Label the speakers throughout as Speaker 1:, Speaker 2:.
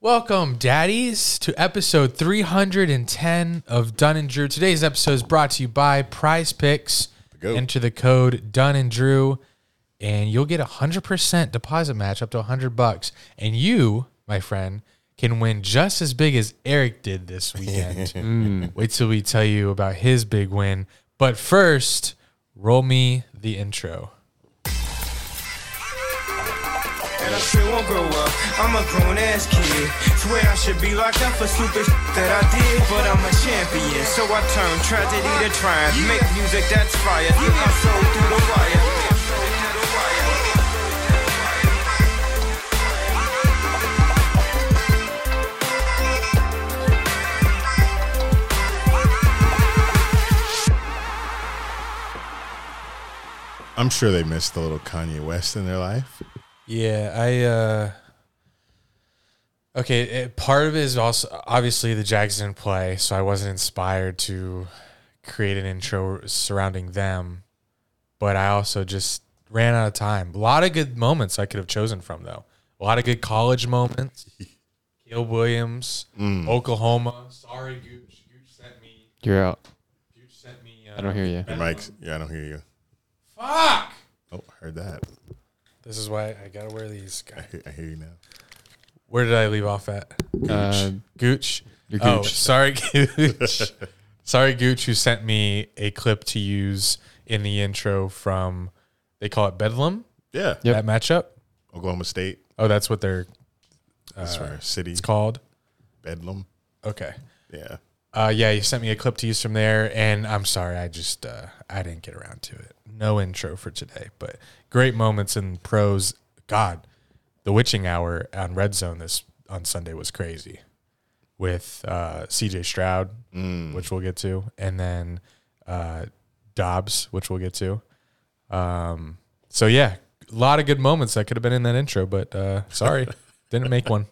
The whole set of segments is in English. Speaker 1: Welcome, daddies, to episode 310 of Dunn and Drew. Today's episode is brought to you by Prize Picks.
Speaker 2: Go.
Speaker 1: Enter the code Dunn and Drew, and you'll get a hundred percent deposit match up to a hundred bucks. And you, my friend, can win just as big as Eric did this weekend. Wait till we tell you about his big win. But first, roll me the intro.
Speaker 3: And I still won't grow up. I'm a grown ass kid. Swear I should be locked up for stupid that I did. But I'm a champion, so I turn tragedy to triumph. Make music that's fire. Put my soul through the wire.
Speaker 2: I'm sure they missed a little Kanye West in their life.
Speaker 1: Yeah, I uh Okay, it, part of it is also obviously the Jags didn't play, so I wasn't inspired to create an intro surrounding them, but I also just ran out of time. A lot of good moments I could have chosen from though. A lot of good college moments. Gil Williams,
Speaker 2: Mm.
Speaker 1: Oklahoma. Sorry, Gooch. Gooch sent me.
Speaker 4: You're out.
Speaker 1: Gooch sent me. Uh,
Speaker 4: I don't hear you.
Speaker 2: Your mic's, yeah, I don't hear you.
Speaker 1: Fuck.
Speaker 2: Oh, I heard that.
Speaker 1: This is why I gotta wear these. guys.
Speaker 2: I hear, I hear you now.
Speaker 1: Where did I leave off at?
Speaker 4: Uh,
Speaker 1: Gooch.
Speaker 4: Your
Speaker 1: Oh,
Speaker 4: Gooch.
Speaker 1: sorry, Gooch. sorry, Gooch, who sent me a clip to use in the intro from they call it Bedlam
Speaker 2: Yeah.
Speaker 4: Yep.
Speaker 1: that matchup.
Speaker 2: Oklahoma State.
Speaker 1: Oh, that's what they're uh,
Speaker 2: That's our city.
Speaker 1: it's called.
Speaker 2: Bedlam.
Speaker 1: Okay.
Speaker 2: Yeah.
Speaker 1: Uh, yeah, you sent me a clip to use from there, and I'm sorry, I just uh, I didn't get around to it. No intro for today, but great moments and pros. God, the witching hour on Red Zone this on Sunday was crazy, with uh, C.J. Stroud, which we'll get to, and then uh, Dobbs, which we'll get to. Um, so yeah, a lot of good moments that could have been in that intro, but uh, sorry, didn't make one.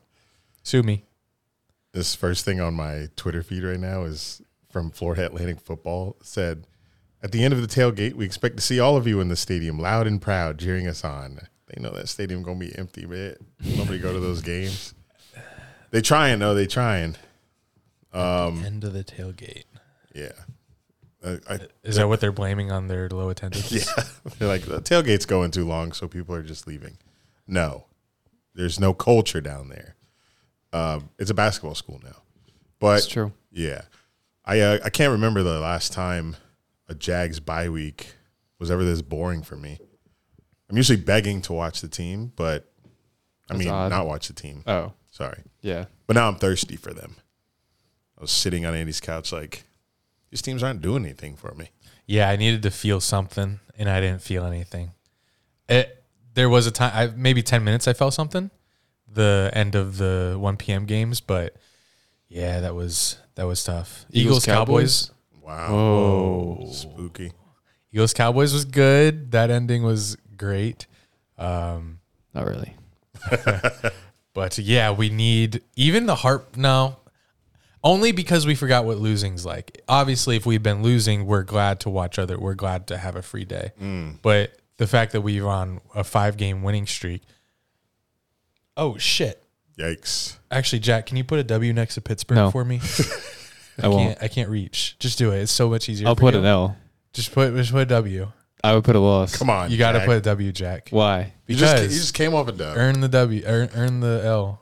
Speaker 1: Sue me.
Speaker 2: This first thing on my Twitter feed right now is from Florida Atlantic Football said, at the end of the tailgate, we expect to see all of you in the stadium, loud and proud, cheering us on. They know that stadium gonna be empty, man. Nobody go to those games. They trying though. They trying. Um,
Speaker 1: End of the tailgate.
Speaker 2: Yeah. I, I,
Speaker 1: Is that what they're blaming on their low attendance?
Speaker 2: Yeah. They're like, the tailgate's going too long, so people are just leaving. No, there's no culture down there. Um, it's a basketball school now. But
Speaker 4: It's true.
Speaker 2: Yeah. I, uh, I can't remember the last time a Jags bye week was ever this boring for me. I'm usually begging to watch the team, but I mean,
Speaker 4: odd.
Speaker 2: not watch the team.
Speaker 4: Oh,
Speaker 2: Sorry.
Speaker 4: yeah.
Speaker 2: But now I'm thirsty for them. I was sitting on Andy's couch like, these teams aren't doing anything for me.
Speaker 1: Yeah, I needed to feel something, and I didn't feel anything. It, there was a time, I, maybe ten minutes, I felt something. The end of the one p.m. games, but yeah, that was that was tough.
Speaker 4: Eagles,
Speaker 1: Eagles, Cowboys.
Speaker 4: Cowboys?
Speaker 2: Wow.
Speaker 4: Oh,
Speaker 2: Spooky.
Speaker 1: Eagles Cowboys was good. That ending was great. Um,
Speaker 4: not really.
Speaker 1: But yeah, we need even the harp. No, only because we forgot what losing's like. Obviously, if we've been losing, we're glad to watch other. We're glad to have a free day.
Speaker 2: Mm.
Speaker 1: But the fact that we're on a five game winning streak. Oh shit!
Speaker 2: Yikes.
Speaker 1: Actually, Jack, can you put a W next to Pittsburgh
Speaker 4: No.
Speaker 1: for me?
Speaker 4: I won't.
Speaker 1: Can't, I can't reach. Just do it. It's so much easier.
Speaker 4: I'll
Speaker 1: for
Speaker 4: put
Speaker 1: you.
Speaker 4: an L.
Speaker 1: Just put just put a W.
Speaker 4: I would put a loss.
Speaker 2: Come on.
Speaker 1: You got to
Speaker 2: Jack.
Speaker 1: put a W, Jack.
Speaker 4: Why?
Speaker 2: You just, ca- you
Speaker 1: because-
Speaker 2: just came off a dub.
Speaker 1: Earn the W. Earn, earn the L.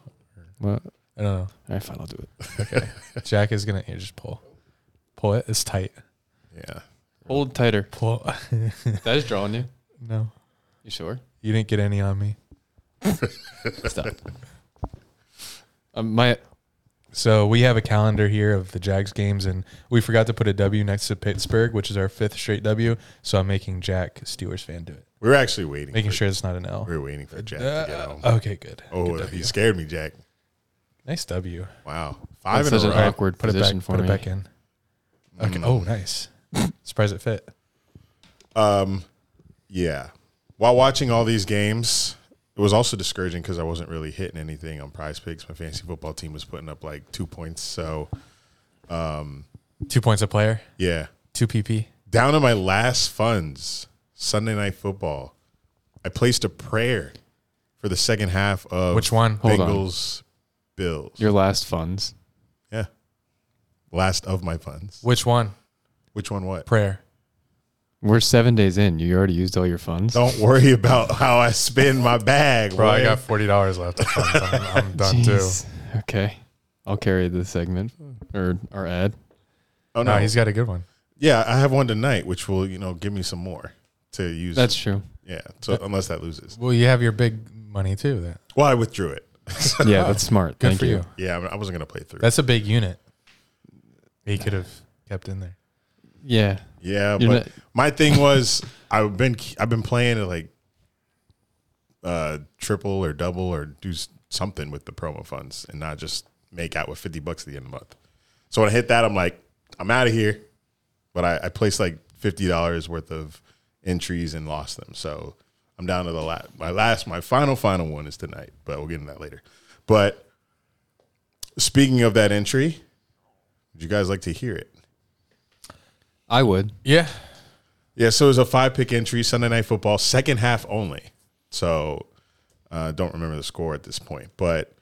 Speaker 4: What?
Speaker 1: I don't know.
Speaker 4: All right, fine. I'll do it.
Speaker 1: Jack is gonna here. Just pull. Pull it. It's tight.
Speaker 2: yeah.
Speaker 4: Hold tighter.
Speaker 1: Pull.
Speaker 4: That is drawing you.
Speaker 1: no.
Speaker 4: You sure?
Speaker 1: You didn't get any on me.
Speaker 4: Stop. um, my
Speaker 1: So we have a calendar here of the Jags games, and we forgot to put a W next to Pittsburgh, which is our fifth straight W. So I'm making Jack Steelers fan do it,
Speaker 2: We were actually waiting.
Speaker 1: making
Speaker 2: for,
Speaker 1: sure it's not an L.
Speaker 2: We were waiting for Jack to get home.
Speaker 1: Uh, Okay, good.
Speaker 2: oh,
Speaker 1: Good
Speaker 2: he
Speaker 1: W.
Speaker 2: scared me, Jack.
Speaker 1: Nice W.
Speaker 2: Wow.
Speaker 4: that's
Speaker 2: Five
Speaker 4: such
Speaker 2: in
Speaker 4: an
Speaker 2: a row.
Speaker 4: awkward
Speaker 1: Put it
Speaker 4: position
Speaker 1: back.
Speaker 4: for
Speaker 1: put
Speaker 4: me.
Speaker 1: it back in. Okay. Oh, nice. Surprised it fit.
Speaker 2: Um, Yeah. While watching all these games, it was also discouraging because I wasn't really hitting anything on prize picks. My fantasy football team was putting up like two points. So, um,
Speaker 1: Two points a player.
Speaker 2: yeah.
Speaker 1: Two PP.
Speaker 2: Down to my last funds, Sunday Night Football. I placed a prayer for the second half of
Speaker 1: Which one?
Speaker 4: Hold on.
Speaker 2: Bengals bills.
Speaker 4: Your last funds.
Speaker 2: yeah. Last of my funds.
Speaker 1: Which one?
Speaker 2: Which one? What?
Speaker 1: Prayer.
Speaker 4: We're seven days in. You already used all your funds.
Speaker 2: Don't worry about how I spend my bag,
Speaker 1: Bro, I
Speaker 2: boy.
Speaker 1: got forty dollars left. of funds. I'm, I'm done
Speaker 4: Jeez.
Speaker 1: too.
Speaker 4: Okay, I'll carry this segment or our ad.
Speaker 2: oh
Speaker 1: No,
Speaker 2: no,
Speaker 1: he's got a good one.
Speaker 2: yeah, I have one tonight, which will you know give me some more to use.
Speaker 4: That's true.
Speaker 2: yeah. So unless that loses,
Speaker 1: Well, you have your big money too. That
Speaker 2: well, I withdrew it.
Speaker 4: Yeah, that's smart.
Speaker 1: good
Speaker 4: Thank
Speaker 1: for you.
Speaker 2: yeah, I wasn't gonna play through.
Speaker 1: That's a big unit. He could have kept in there.
Speaker 4: Yeah,
Speaker 2: Yeah,
Speaker 4: You're
Speaker 2: but
Speaker 4: not-
Speaker 2: my thing was I've been I've been playing to like uh triple or double or do s- something with the promo funds and not just make out with fifty bucks at the end of the month. So when I hit that, I'm like, I'm out of here. But I, I placed like fifty dollars worth of entries and lost them. So I'm down to the last my last my final final one is tonight, but we'll get into that later. But speaking of that entry, would you guys like to hear it?
Speaker 4: I would.
Speaker 1: Yeah.
Speaker 2: Yeah, so it was a five pick entry, Sunday night football, second half only. So uh, don't remember the score at this point, but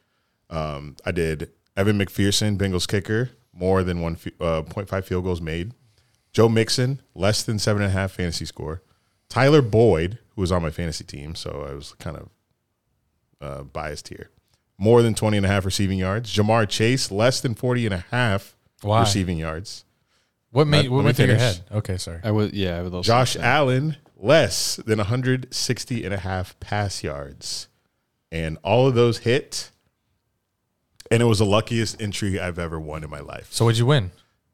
Speaker 2: um, I did Evan McPherson, Bengals kicker, more than one fi- uh, 0.5 field goals made. Joe Mixon, less than seven and a half fantasy score. Tyler Boyd, who was on my fantasy team, so I was kind of uh, biased here. More than 20 and a half receiving yards. Jamar Chase, less than 40 and a half
Speaker 1: Why?
Speaker 2: receiving yards.
Speaker 1: What made
Speaker 2: Let-
Speaker 1: what
Speaker 2: let me
Speaker 1: went through your
Speaker 2: finish.
Speaker 1: head? Okay, sorry.
Speaker 4: I would. Yeah, I would. Also
Speaker 2: Josh
Speaker 4: say-
Speaker 2: Allen, less than 160 and a half pass yards. And all of those hit. And it was the luckiest entry I've ever won in my life.
Speaker 1: So what'd you win?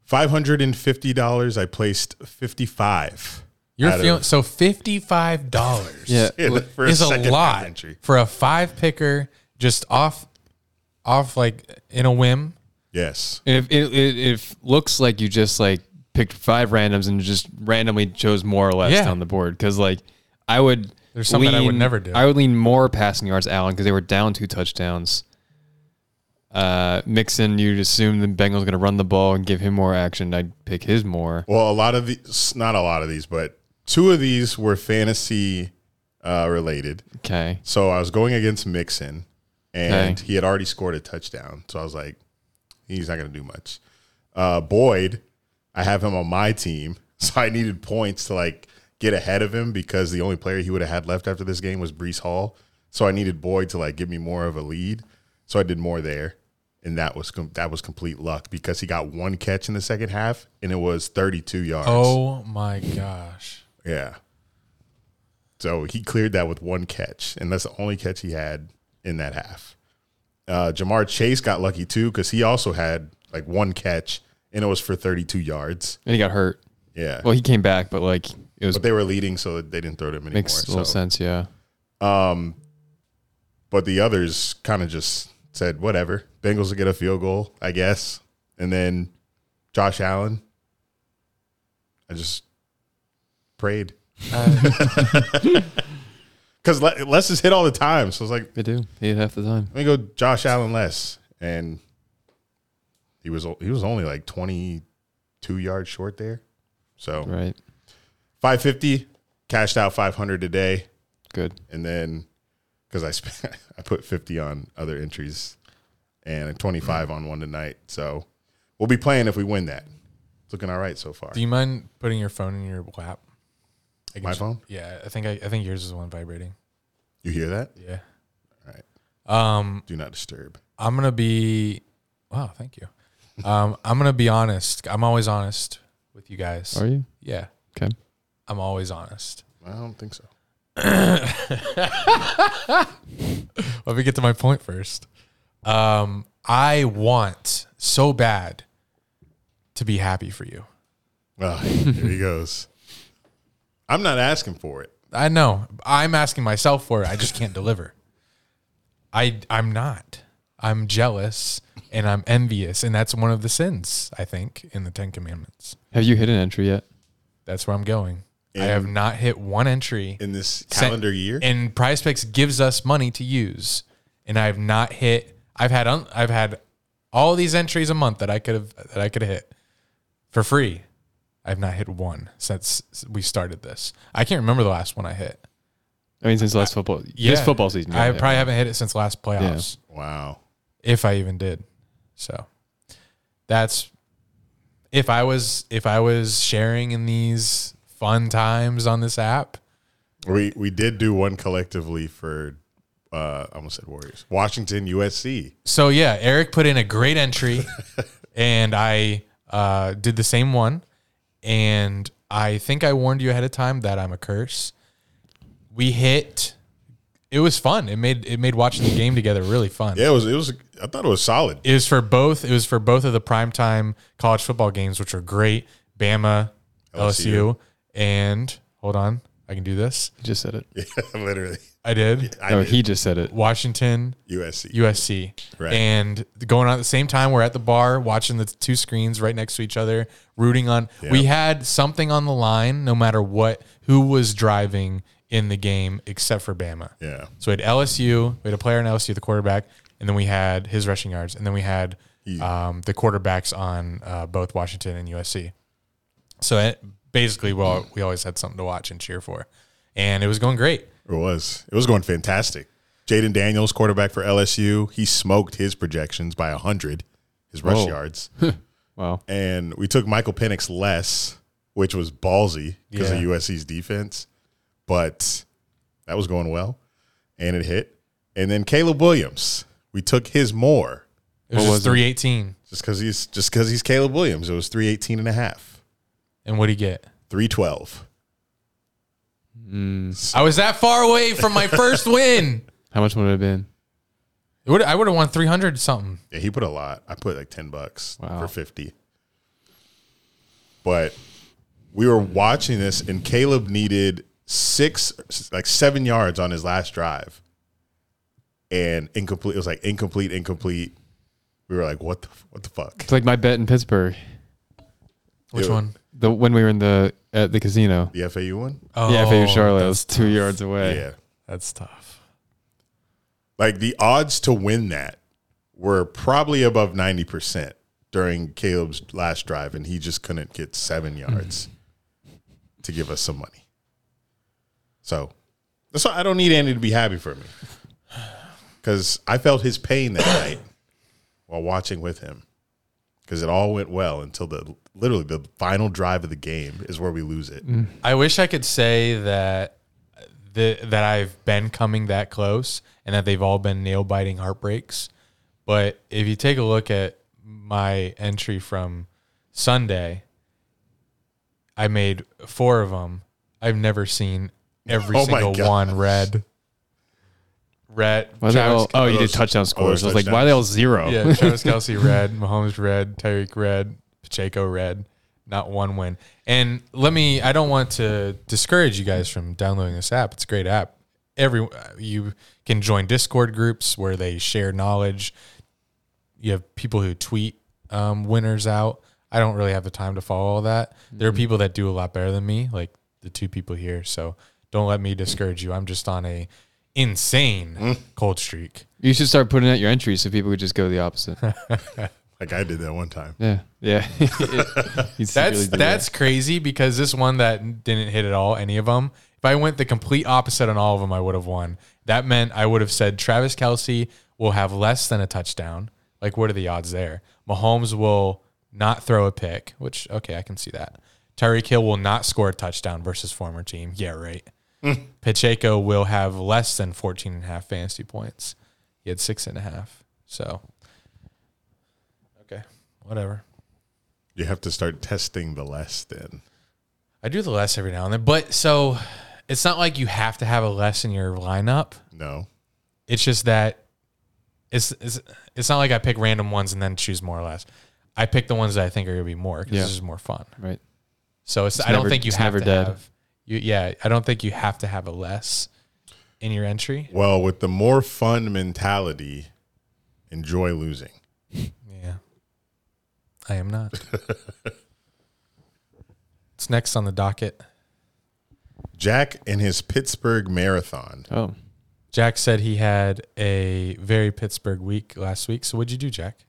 Speaker 2: $550, I placed 55.
Speaker 1: You're
Speaker 2: Out of-
Speaker 1: feeling so fifty five dollars.
Speaker 4: Yeah.
Speaker 2: in- for
Speaker 1: is a
Speaker 2: second
Speaker 1: lot
Speaker 2: entry.
Speaker 1: for a five picker just off off like in a whim.
Speaker 2: Yes.
Speaker 4: If it, it if looks like you just like picked five randoms and just randomly chose more or less
Speaker 1: Yeah.
Speaker 4: on the board, because like I would.
Speaker 1: There's some that I would never do.
Speaker 4: I would lean more passing yards, Allen, because they were down two touchdowns. Uh, Mixon, you'd assume the Bengals going to run the ball and give him more action. I'd pick his more.
Speaker 2: Well, a lot of these, not a lot of these, but two of these were fantasy uh, related.
Speaker 4: Okay.
Speaker 2: So I was going against Mixon, and
Speaker 4: Okay.
Speaker 2: he had already scored a touchdown. So I was like, he's not going to do much. Uh, Boyd, I have him on my team, so I needed points to like get ahead of him because the only player he would have had left after this game was Brees Hall. So I needed Boyd to like give me more of a lead. So I did more there, and that was com- that was complete luck because he got one catch in the second half, and it was 32 yards.
Speaker 1: Oh my gosh.
Speaker 2: Yeah. So he cleared that with one catch, and that's the only catch he had in that half. Uh, Jamar Chase got lucky too because he also had like one catch, and it was for 32 yards.
Speaker 4: And he got hurt.
Speaker 2: Yeah,
Speaker 4: Well, he came back, but like it was
Speaker 2: but they were leading, so they didn't throw to him anymore.
Speaker 4: makes a little
Speaker 2: so- Um,
Speaker 4: sense. Yeah.
Speaker 2: But the others kind of just said whatever. Bengals will get a field goal, I guess, and then Josh Allen. I just prayed
Speaker 4: Uh,
Speaker 2: because Les is hit all the time, so it's like
Speaker 4: They do. He had half the time.
Speaker 2: let me go Josh Allen less and he was he was only like 22 yards short there. So
Speaker 4: Right.
Speaker 2: 550 cashed out 500 today
Speaker 4: Good.
Speaker 2: and then cuz I spent, I put 50 on other entries and a 25 on one tonight. So we'll be playing if we win that. It's looking all right so far.
Speaker 1: Do you mind putting your phone in your lap? I can
Speaker 2: My
Speaker 1: sh-
Speaker 2: phone?
Speaker 1: Yeah, I think I, I think yours is the one vibrating.
Speaker 2: You hear that?
Speaker 1: Yeah.
Speaker 2: All right.
Speaker 1: Um
Speaker 2: Do not disturb.
Speaker 1: I'm gonna be. Wow, thank you. Um, I'm gonna be honest. I'm always honest with you guys.
Speaker 4: Are you?
Speaker 1: Yeah,
Speaker 4: Okay.
Speaker 1: I'm always honest.
Speaker 2: I don't think so.
Speaker 1: Let me get to my point first. Um, I want so bad to be happy for you.
Speaker 2: Well, Ah, here he goes. I'm not asking for it.
Speaker 1: I know. I'm asking myself for it. I just can't deliver. I I'm not. I'm jealous and I'm envious, and that's one of the sins I think in the Ten Commandments.
Speaker 4: Have you hit an entry yet?
Speaker 1: That's where I'm going. I have not hit one entry
Speaker 2: In this
Speaker 1: Sen-
Speaker 2: calendar year,
Speaker 1: And Prize Picks gives us money to use, and I've not hit. I've had un, I've had all these entries a month that I could have that I could have hit for free. I've not hit one since we started this. I can't remember the last one I hit.
Speaker 4: I mean, since last football, this football season,
Speaker 1: I
Speaker 4: yeah,
Speaker 1: probably haven't hit it since last playoffs.
Speaker 2: wow.
Speaker 1: if I even did. So that's if I was if I was sharing in these fun times on this app.
Speaker 2: We we did do one collectively for uh I almost said Warriors. Washington USC.
Speaker 1: So yeah, Eric put in a great entry, and I uh, did the same one. And I think I warned you ahead of time that I'm a curse. We hit. It was fun. It made it made watching the game together really fun.
Speaker 2: Yeah, it was it was I thought it was solid.
Speaker 1: It was for both. It was for both of the primetime college football games, which are great. Bama, LSU,
Speaker 2: LSU.
Speaker 1: and hold on, I can do this.
Speaker 4: He just said it.
Speaker 2: Literally.
Speaker 1: I did.
Speaker 2: I
Speaker 4: No,
Speaker 2: did.
Speaker 4: he just said it.
Speaker 1: Washington,
Speaker 2: USC.
Speaker 1: USC.
Speaker 2: Right.
Speaker 1: And going on at the same time, we're at the bar watching the two screens right next to each other, rooting on. We had something on the line, no matter what, who was driving in the game, except for Bama.
Speaker 2: yeah.
Speaker 1: So we had LSU, we had a player in LSU, the quarterback, and then we had his rushing yards, and then we had um, the quarterbacks on uh, both Washington and USC. So it, basically, well, we always had something to watch and cheer for, and it was going great.
Speaker 2: It was. It was going fantastic. Jaden Daniels, quarterback for LSU, he smoked his projections by 100, his rush
Speaker 4: Whoa.
Speaker 2: yards.
Speaker 4: Wow.
Speaker 2: and we took Michael Penix less, which was ballsy because
Speaker 1: Yeah.
Speaker 2: of USC's defense, but that was going well, and it hit. And then Caleb Williams, we took his more
Speaker 1: It was,
Speaker 4: What was it?
Speaker 1: three eighteen,
Speaker 2: just because he's just because he's Caleb Williams. It was 318 and a half,
Speaker 1: and what would he get?
Speaker 2: 312.
Speaker 1: I was that far away from my first win.
Speaker 4: How much would it have been?
Speaker 1: It would, I would have won three hundred something.
Speaker 2: Yeah, he put a lot. I put like 10 bucks
Speaker 4: Wow.
Speaker 2: for 50. But we were watching this and Caleb needed six like 7 yards on his last drive. And incomplete it was like incomplete incomplete. We were like what the what the fuck?
Speaker 4: It's like my bet in Pittsburgh.
Speaker 1: Which
Speaker 2: Dude.
Speaker 1: one?
Speaker 4: The when we were in the at the casino.
Speaker 2: The FAU one?
Speaker 1: Oh,
Speaker 4: yeah, favorite Charlotte. It
Speaker 1: that's-
Speaker 4: was two yards away.
Speaker 2: Yeah.
Speaker 1: That's tough.
Speaker 2: Like the odds to win that were probably above 90% during Caleb's last drive and he just couldn't get 7 yards to give us some money. So, that's why I don't need Andy to be happy for me. Cuz I felt his pain that night while watching with him. Cuz it all went well until the literally the final drive of the game is where we lose it.
Speaker 1: I wish I could say that the, that I've been coming that close and that they've all been nail biting heartbreaks. But if you take a look at my entry from Sunday, I made four of them. I've never seen every
Speaker 2: Oh my
Speaker 1: single
Speaker 2: gosh.
Speaker 1: one red. Red.
Speaker 4: Why are they
Speaker 1: Travis
Speaker 4: all- oh, you
Speaker 2: oh,
Speaker 4: did
Speaker 2: those-
Speaker 4: touchdown
Speaker 2: oh, those
Speaker 4: scores. I was like, why are they all zero?
Speaker 1: Yeah, Travis Kelsey red, Mahomes red, Tyreek red, Pacheco red. Not one win. And let me. I don't want to discourage you guys from downloading this app. It's a great app. Every uh, you can join Discord groups where they share knowledge. You have people who tweet um, winners out. I don't really have the time to follow all that. There
Speaker 4: Mm-hmm.
Speaker 1: are people that do a lot better than me, like the two people here. So don't let me discourage you. I'm just on a
Speaker 2: Mm.
Speaker 1: insane cold streak.
Speaker 4: you should start putting out your entries so people could just go the opposite.
Speaker 2: Like I did that one time.
Speaker 4: yeah. Yeah. He's
Speaker 1: That's
Speaker 4: really good at
Speaker 1: that's crazy because this one that didn't hit at all, any of them. If I went the complete opposite on all of them, I would have won. That meant I would have said Travis Kelsey will have less than a touchdown. Like, what are the odds there? Mahomes will not throw a pick, which okay, I can see that. Tyreek Hill will not score a touchdown versus former team. Yeah, right. Pacheco will have less than 14 and a half fantasy points. He had six and a half. So, okay, whatever.
Speaker 2: You have to start testing the less then.
Speaker 1: I do the less every now and then, but so it's not like you have to have a less in your lineup.
Speaker 2: No.
Speaker 1: It's just that it's it's, it's not like I pick random ones and then choose more or less. I pick the ones that I think are going to be more because
Speaker 4: Yeah.
Speaker 1: this is more fun.
Speaker 4: it, right.
Speaker 1: So it's, I don't
Speaker 4: never-
Speaker 1: think you
Speaker 4: it's
Speaker 1: have
Speaker 4: never
Speaker 1: to
Speaker 4: dead.
Speaker 1: have you yeah. I don't think you have to have a less in your entry.
Speaker 2: Well, with the more fun mentality, enjoy losing.
Speaker 1: Yeah, I am not. it's next on the docket.
Speaker 2: Jack and his Pittsburgh Marathon.
Speaker 4: Oh.
Speaker 1: Jack said he had a very Pittsburgh week last week. So what'd you do, Jack?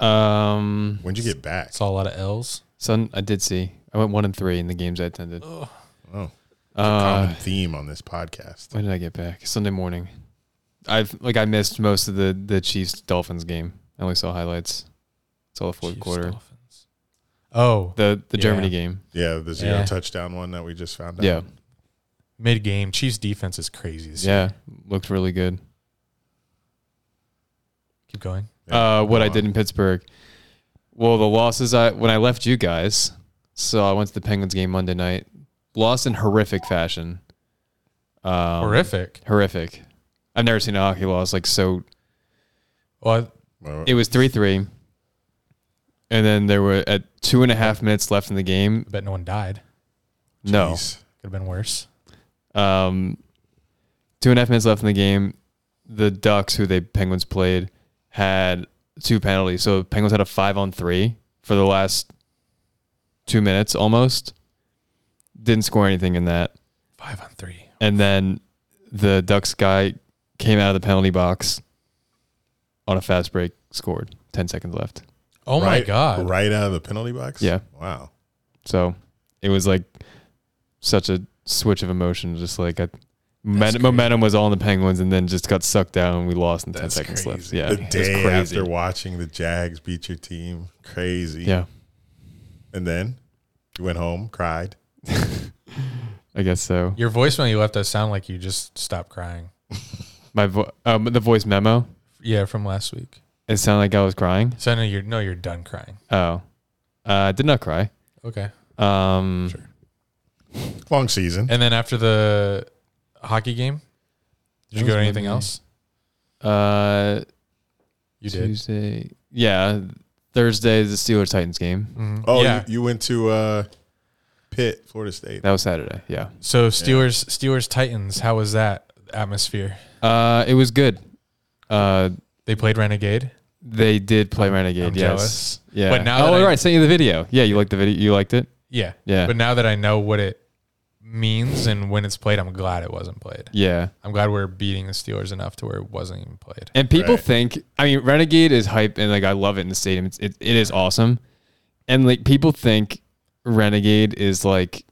Speaker 4: Um,
Speaker 2: When'd you get back?
Speaker 1: Saw a lot of L's.
Speaker 4: so I did see. I went one and three in the games I attended.
Speaker 2: Oh,
Speaker 4: Uh,
Speaker 2: common theme on this podcast.
Speaker 4: when did I get back? Sunday morning. I've like I missed most of the the Chiefs Dolphins game. I only saw highlights. Saw the fourth
Speaker 1: Chiefs,
Speaker 4: quarter.
Speaker 1: Dolphins. Oh,
Speaker 4: The the
Speaker 1: Yeah.
Speaker 4: Germany game.
Speaker 2: Yeah, the zero
Speaker 1: Yeah.
Speaker 2: touchdown one that we just found out.
Speaker 4: Yeah.
Speaker 1: mid game Chiefs defense is crazy. This year.
Speaker 4: Yeah, looked really good.
Speaker 1: keep going.
Speaker 2: Yeah,
Speaker 4: uh, what
Speaker 2: go
Speaker 4: I
Speaker 2: on.
Speaker 4: did in Pittsburgh. Well, the losses I when I left you guys, so I went to the Penguins game Monday night. Lost in horrific fashion. Um,
Speaker 1: Horrific.
Speaker 4: Horrific. I've never seen a hockey loss like so.
Speaker 1: Well,
Speaker 2: Well,
Speaker 4: It was three three, and then there were at two and a half minutes left in the game.
Speaker 1: I bet no one died.
Speaker 4: No,
Speaker 2: jeez.
Speaker 1: Could have been worse.
Speaker 4: um, two and a half minutes left in the game. The Ducks, who the Penguins played, had two penalties. So Penguins had a five on three for the last two minutes almost. Didn't score anything in that.
Speaker 1: Five on three.
Speaker 4: And then the Ducks guy came out of the penalty box on a fast break, scored 10 seconds left.
Speaker 1: Oh my
Speaker 2: Right-
Speaker 1: god.
Speaker 2: Right out of the penalty box.
Speaker 4: Yeah.
Speaker 2: Wow.
Speaker 4: So it was like such a switch of emotion. Just like I,
Speaker 1: crazy.
Speaker 4: momentum, momentum was all in the Penguins, and then just got sucked down, and we lost in ten
Speaker 1: That's
Speaker 4: seconds left.
Speaker 1: crazy.
Speaker 4: Yeah,
Speaker 2: The
Speaker 4: it's
Speaker 2: day
Speaker 4: crazy.
Speaker 2: after watching the Jags beat your team, crazy.
Speaker 4: Yeah,
Speaker 2: And then you went home, cried.
Speaker 4: I guess so.
Speaker 1: Your voice when you left us sound like you just stopped crying.
Speaker 4: My vo- um, the voice memo.
Speaker 1: Yeah, from last week.
Speaker 4: It sounded like I was crying.
Speaker 1: So I know you're no, you're done crying.
Speaker 4: Oh, uh, I did not cry.
Speaker 1: Okay.
Speaker 4: Um,
Speaker 2: Long season.
Speaker 1: And then after the hockey game, did you
Speaker 4: That was
Speaker 1: go to anything
Speaker 4: Monday.
Speaker 1: else?
Speaker 4: uh,
Speaker 1: You did.
Speaker 4: Tuesday. Yeah, Thursday is the Steelers Titans game.
Speaker 1: Mhm.
Speaker 2: Oh,
Speaker 1: yeah.
Speaker 2: you, you went to uh, Pitt, Florida State.
Speaker 4: That was Saturday. Yeah.
Speaker 1: so Steelers, Steelers, Titans. How was that atmosphere?
Speaker 4: Uh, it was good. Uh,
Speaker 1: They played Renegade.
Speaker 4: they did play Renegade.
Speaker 1: I'm
Speaker 4: yes.
Speaker 1: jealous.
Speaker 4: Yeah.
Speaker 1: But now
Speaker 4: oh,
Speaker 1: that I-
Speaker 4: right. Sent you the video. Yeah, you liked the video. You liked it.
Speaker 1: Yeah.
Speaker 4: Yeah.
Speaker 1: But now that I know what it means and when it's played, I'm glad it wasn't played.
Speaker 4: Yeah.
Speaker 1: I'm glad we're beating the Steelers enough to where it wasn't even played.
Speaker 4: And people
Speaker 2: Right.
Speaker 4: think, I mean, Renegade is hype, and like I love it in the stadium. It's, it it is awesome, and like people think Renegade is like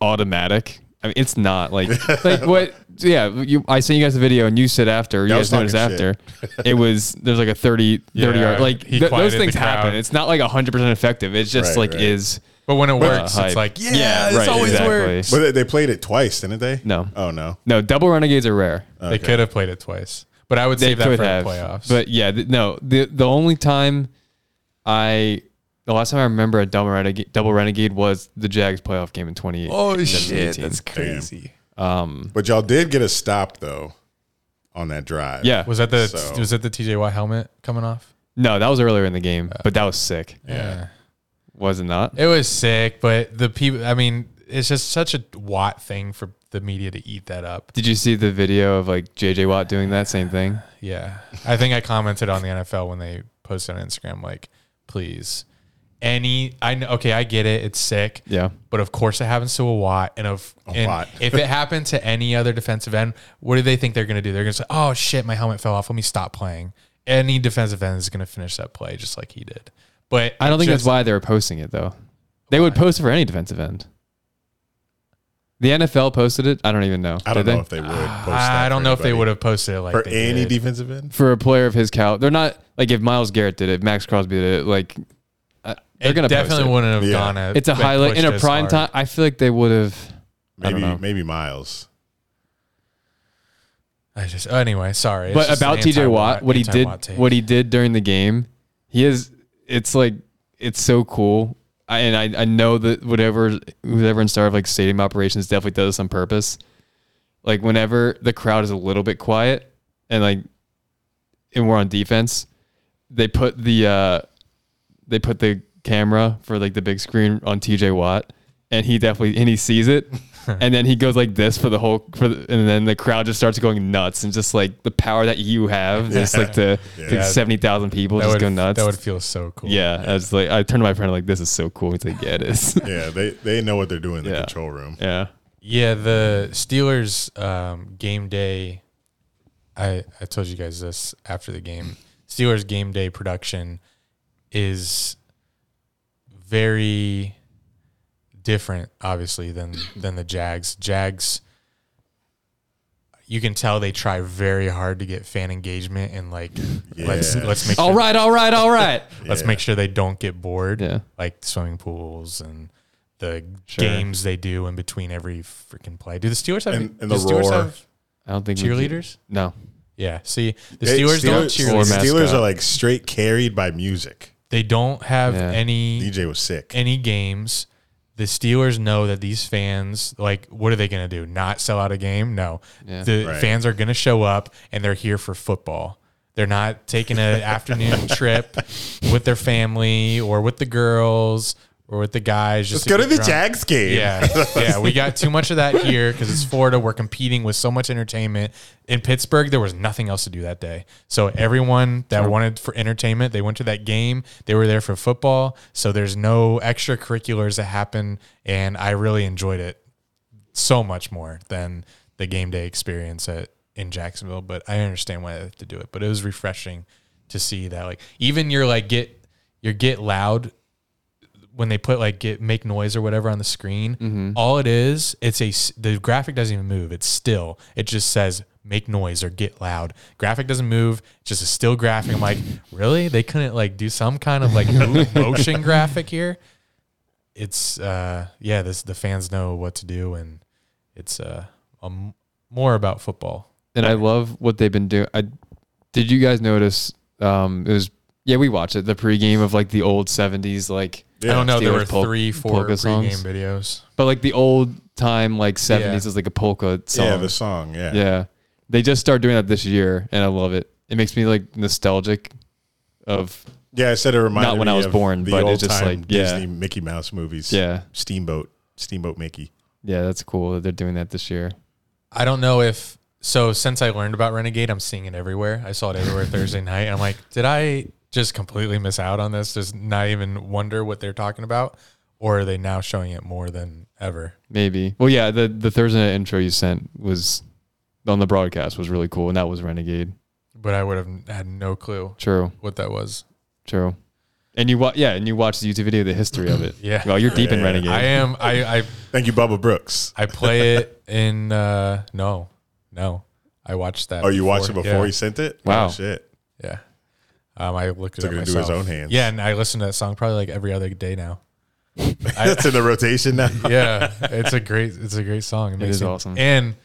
Speaker 4: automatic. I mean, it's not like like what. Yeah, you. I sent you guys a video, and you said after. You
Speaker 2: I
Speaker 4: guys
Speaker 2: was
Speaker 4: noticed
Speaker 2: talking
Speaker 4: after. It was there's like a 30, 30
Speaker 1: Yeah,
Speaker 4: yard like
Speaker 1: he
Speaker 4: th- those
Speaker 1: quieted the
Speaker 4: things happen.
Speaker 1: crowd.
Speaker 4: It's not like hundred percent effective. It's just like
Speaker 2: Right, right.
Speaker 4: is
Speaker 1: But when it
Speaker 4: uh,
Speaker 1: works,
Speaker 4: hype.
Speaker 1: it's like, yeah,
Speaker 4: it's
Speaker 1: always
Speaker 4: works.
Speaker 2: But they, they played it twice, didn't they?
Speaker 4: No.
Speaker 2: Oh, no.
Speaker 4: No, double renegades are rare.
Speaker 1: they could have played it twice. But I would
Speaker 4: they
Speaker 1: save that
Speaker 4: could
Speaker 1: for
Speaker 4: have,
Speaker 1: the playoffs.
Speaker 4: But yeah, th- no. The the only time I the last time I remember a double renegade, double renegade was the Jags playoff game in 28.
Speaker 1: shit,
Speaker 4: 18.
Speaker 1: that's
Speaker 2: crazy.
Speaker 4: Um,
Speaker 2: But y'all did get a stop, though, on that drive.
Speaker 4: yeah.
Speaker 1: Was that the
Speaker 2: So-
Speaker 1: was that the TJ Watt helmet coming off?
Speaker 4: no, that was earlier in the game, but that was sick.
Speaker 1: Yeah.
Speaker 4: Was it not?
Speaker 1: It was sick, but the people I mean, it's just such a Watt thing for the media to eat that up.
Speaker 4: Did you see the video of like JJ Watt doing that same thing?
Speaker 1: Yeah. I think I commented on the NFL when they posted on Instagram, like, please. Any I know okay, I get it, it's sick.
Speaker 4: Yeah.
Speaker 1: But of course it happens to a Watt and of and
Speaker 2: Watt.
Speaker 1: if it happened to any other defensive end, what do they think they're gonna do? They're gonna say, Oh shit, my helmet fell off, let me stop playing. Any defensive end is gonna finish that play just like he did. But
Speaker 4: I don't think
Speaker 1: just-
Speaker 4: that's why they were posting it though. They would post it for any defensive end. The NFL posted it. I don't even know.
Speaker 2: I don't
Speaker 4: Did
Speaker 2: know
Speaker 4: they?
Speaker 2: if they would. Post
Speaker 1: Ah,
Speaker 2: that
Speaker 1: I don't
Speaker 2: for
Speaker 1: know if they
Speaker 2: anybody.
Speaker 1: would have posted it like
Speaker 2: For
Speaker 1: they
Speaker 2: any
Speaker 1: did.
Speaker 2: defensive end?
Speaker 4: for a player of his cal, they're not like if Miles Garrett did it, Max Crosby did it, like uh, they're
Speaker 1: It
Speaker 4: gonna post
Speaker 1: definitely
Speaker 4: it.
Speaker 1: wouldn't have
Speaker 2: Yeah.
Speaker 1: gone. At,
Speaker 4: It's a
Speaker 1: and
Speaker 4: highlight in
Speaker 1: pushed
Speaker 4: a
Speaker 1: as
Speaker 4: prime
Speaker 1: hard.
Speaker 4: time. I feel like they would have. I don't
Speaker 2: Maybe,
Speaker 4: know.
Speaker 2: maybe Miles.
Speaker 1: I just anyway, sorry. It's
Speaker 4: But
Speaker 1: just
Speaker 4: about
Speaker 1: an
Speaker 4: TJ Watt,
Speaker 1: anti-Watt-
Speaker 4: what he did,
Speaker 1: anti-Watt take.
Speaker 4: what he did during the game, he is. It's like it's so cool. I, and I, I know that whatever whoever in star of like stadium operations definitely does this on purpose. Like whenever the crowd is a little bit quiet and like and we're on defense, they put the uh they put the camera for like the big screen on TJ Watt and he definitely and he sees it and then he goes like this for the whole for the, and then the crowd just starts going nuts and just like the power that you have just like the
Speaker 1: Yeah.
Speaker 4: like 70,000 people
Speaker 1: that
Speaker 4: just
Speaker 1: would,
Speaker 4: go nuts.
Speaker 1: That would feel so cool.
Speaker 4: yeah, I was like I turned to my friend like this is so cool. He's like yeah, it is.
Speaker 2: Yeah, they, they know what they're doing in the
Speaker 4: Yeah.
Speaker 2: control room.
Speaker 4: yeah.
Speaker 1: yeah. The Steelers um, game day. I I told you guys this after the game. Steelers game day production is very different, obviously, than than the Jags. Jags, you can tell they try very hard to get fan engagement and like let's
Speaker 2: Yeah.
Speaker 1: let's make
Speaker 4: All
Speaker 1: sure,
Speaker 4: right, all right, all right.
Speaker 1: let's
Speaker 2: Yeah.
Speaker 1: make sure they don't get bored.
Speaker 4: Yeah.
Speaker 1: Like swimming pools and the
Speaker 4: Sure.
Speaker 1: games they do in between every freaking play. Do the Steelers have
Speaker 2: And- and
Speaker 1: do
Speaker 2: the
Speaker 1: Steelers
Speaker 2: roar.
Speaker 1: have
Speaker 4: I don't think we can-
Speaker 1: cheerleaders?
Speaker 4: No,
Speaker 1: Yeah. See, the
Speaker 2: They-
Speaker 1: Steelers don't
Speaker 2: Steelers,
Speaker 1: cheerleaders.
Speaker 4: Or
Speaker 2: Steelers
Speaker 4: mascot.
Speaker 2: are like straight carried by music.
Speaker 1: They don't have
Speaker 4: Yeah.
Speaker 1: any
Speaker 2: DJ was sick.
Speaker 1: any games. The Steelers know that these fans, like, what are they going to do? Not sell out a game? No.
Speaker 4: Yeah.
Speaker 1: The
Speaker 2: Right.
Speaker 1: fans are going to show up and they're here for football. They're not taking an afternoon trip with their family or with the girls or with the guys.
Speaker 2: Let's
Speaker 1: Just
Speaker 2: go to
Speaker 1: get
Speaker 2: the
Speaker 1: drunk.
Speaker 2: Jags game.
Speaker 1: Yeah. yeah. We got too much of that here because it's Florida. We're competing with so much entertainment. In Pittsburgh, there was nothing else to do that day. So everyone that wanted for entertainment, they went to that game. They were there for football. So there's no extracurriculars that happen. And I really enjoyed it so much more than the game day experience at in Jacksonville. But I understand why they have to do it. But it was refreshing to see that like even your like get your get loud when they put like get make noise or whatever on the screen, all it is, it's a s- the graphic doesn't even move. It's still. It just says make noise or get loud. Graphic doesn't move. Just a still graphic. I'm like, really? They couldn't like do some kind of like mo- motion graphic here. It's uh yeah, this the fans know what to do and it's uh um, more about football.
Speaker 4: and I love what they've been doing. I did you guys notice? Um, it was yeah, we watched it. The pregame of like the old seventies, like
Speaker 1: I don't know. there
Speaker 4: Steelers
Speaker 1: were
Speaker 4: pol-
Speaker 1: three, four
Speaker 4: polka
Speaker 1: pregame
Speaker 4: songs.
Speaker 1: videos.
Speaker 4: but like the old time like seventies
Speaker 1: Yeah.
Speaker 4: is like a polka song.
Speaker 2: Yeah, the song. Yeah.
Speaker 4: Yeah. They just started doing that this year and I love it. It makes me like nostalgic of
Speaker 2: Yeah, I said it reminded
Speaker 4: Not when
Speaker 2: me
Speaker 4: I was
Speaker 2: of
Speaker 4: born,
Speaker 2: the
Speaker 4: but it's
Speaker 2: old
Speaker 4: just
Speaker 2: time
Speaker 4: like, yeah.
Speaker 2: Disney Mickey Mouse movies.
Speaker 4: yeah.
Speaker 2: Steamboat, Steamboat Mickey.
Speaker 4: Yeah, that's cool that they're doing that this year.
Speaker 1: I don't know if so since I learned about Renegade, I'm seeing it everywhere. I saw it everywhere Thursday night. and I'm like, did I just completely miss out on this? Just not even wonder what they're talking about? Or are they now showing it more than ever?
Speaker 4: Maybe. Well yeah, the the Thursday night intro you sent was on the broadcast was really cool and that was Renegade.
Speaker 1: But I would have had no clue
Speaker 4: True.
Speaker 1: what that was.
Speaker 4: True. And you wa- yeah, and you watched the YouTube video of the history of it.
Speaker 1: Yeah.
Speaker 4: Well, you're deep in
Speaker 2: Yeah.
Speaker 4: Renegade.
Speaker 1: I am I I,
Speaker 2: Thank you, Bubba Brooks.
Speaker 1: I play it in uh no. No. I watched that.
Speaker 2: Oh, you watched it before
Speaker 1: yeah.
Speaker 2: he sent it?
Speaker 4: Wow.
Speaker 2: Oh, shit.
Speaker 1: Yeah. Um, I looked it
Speaker 2: Took
Speaker 1: up
Speaker 2: it into
Speaker 1: myself.
Speaker 2: his own hands.
Speaker 1: Yeah, and I listen to that song probably like every other day now. I-
Speaker 2: That's in the rotation now.
Speaker 1: yeah, it's a great it's a great song. It, makes
Speaker 4: is
Speaker 1: me-
Speaker 4: awesome.
Speaker 1: And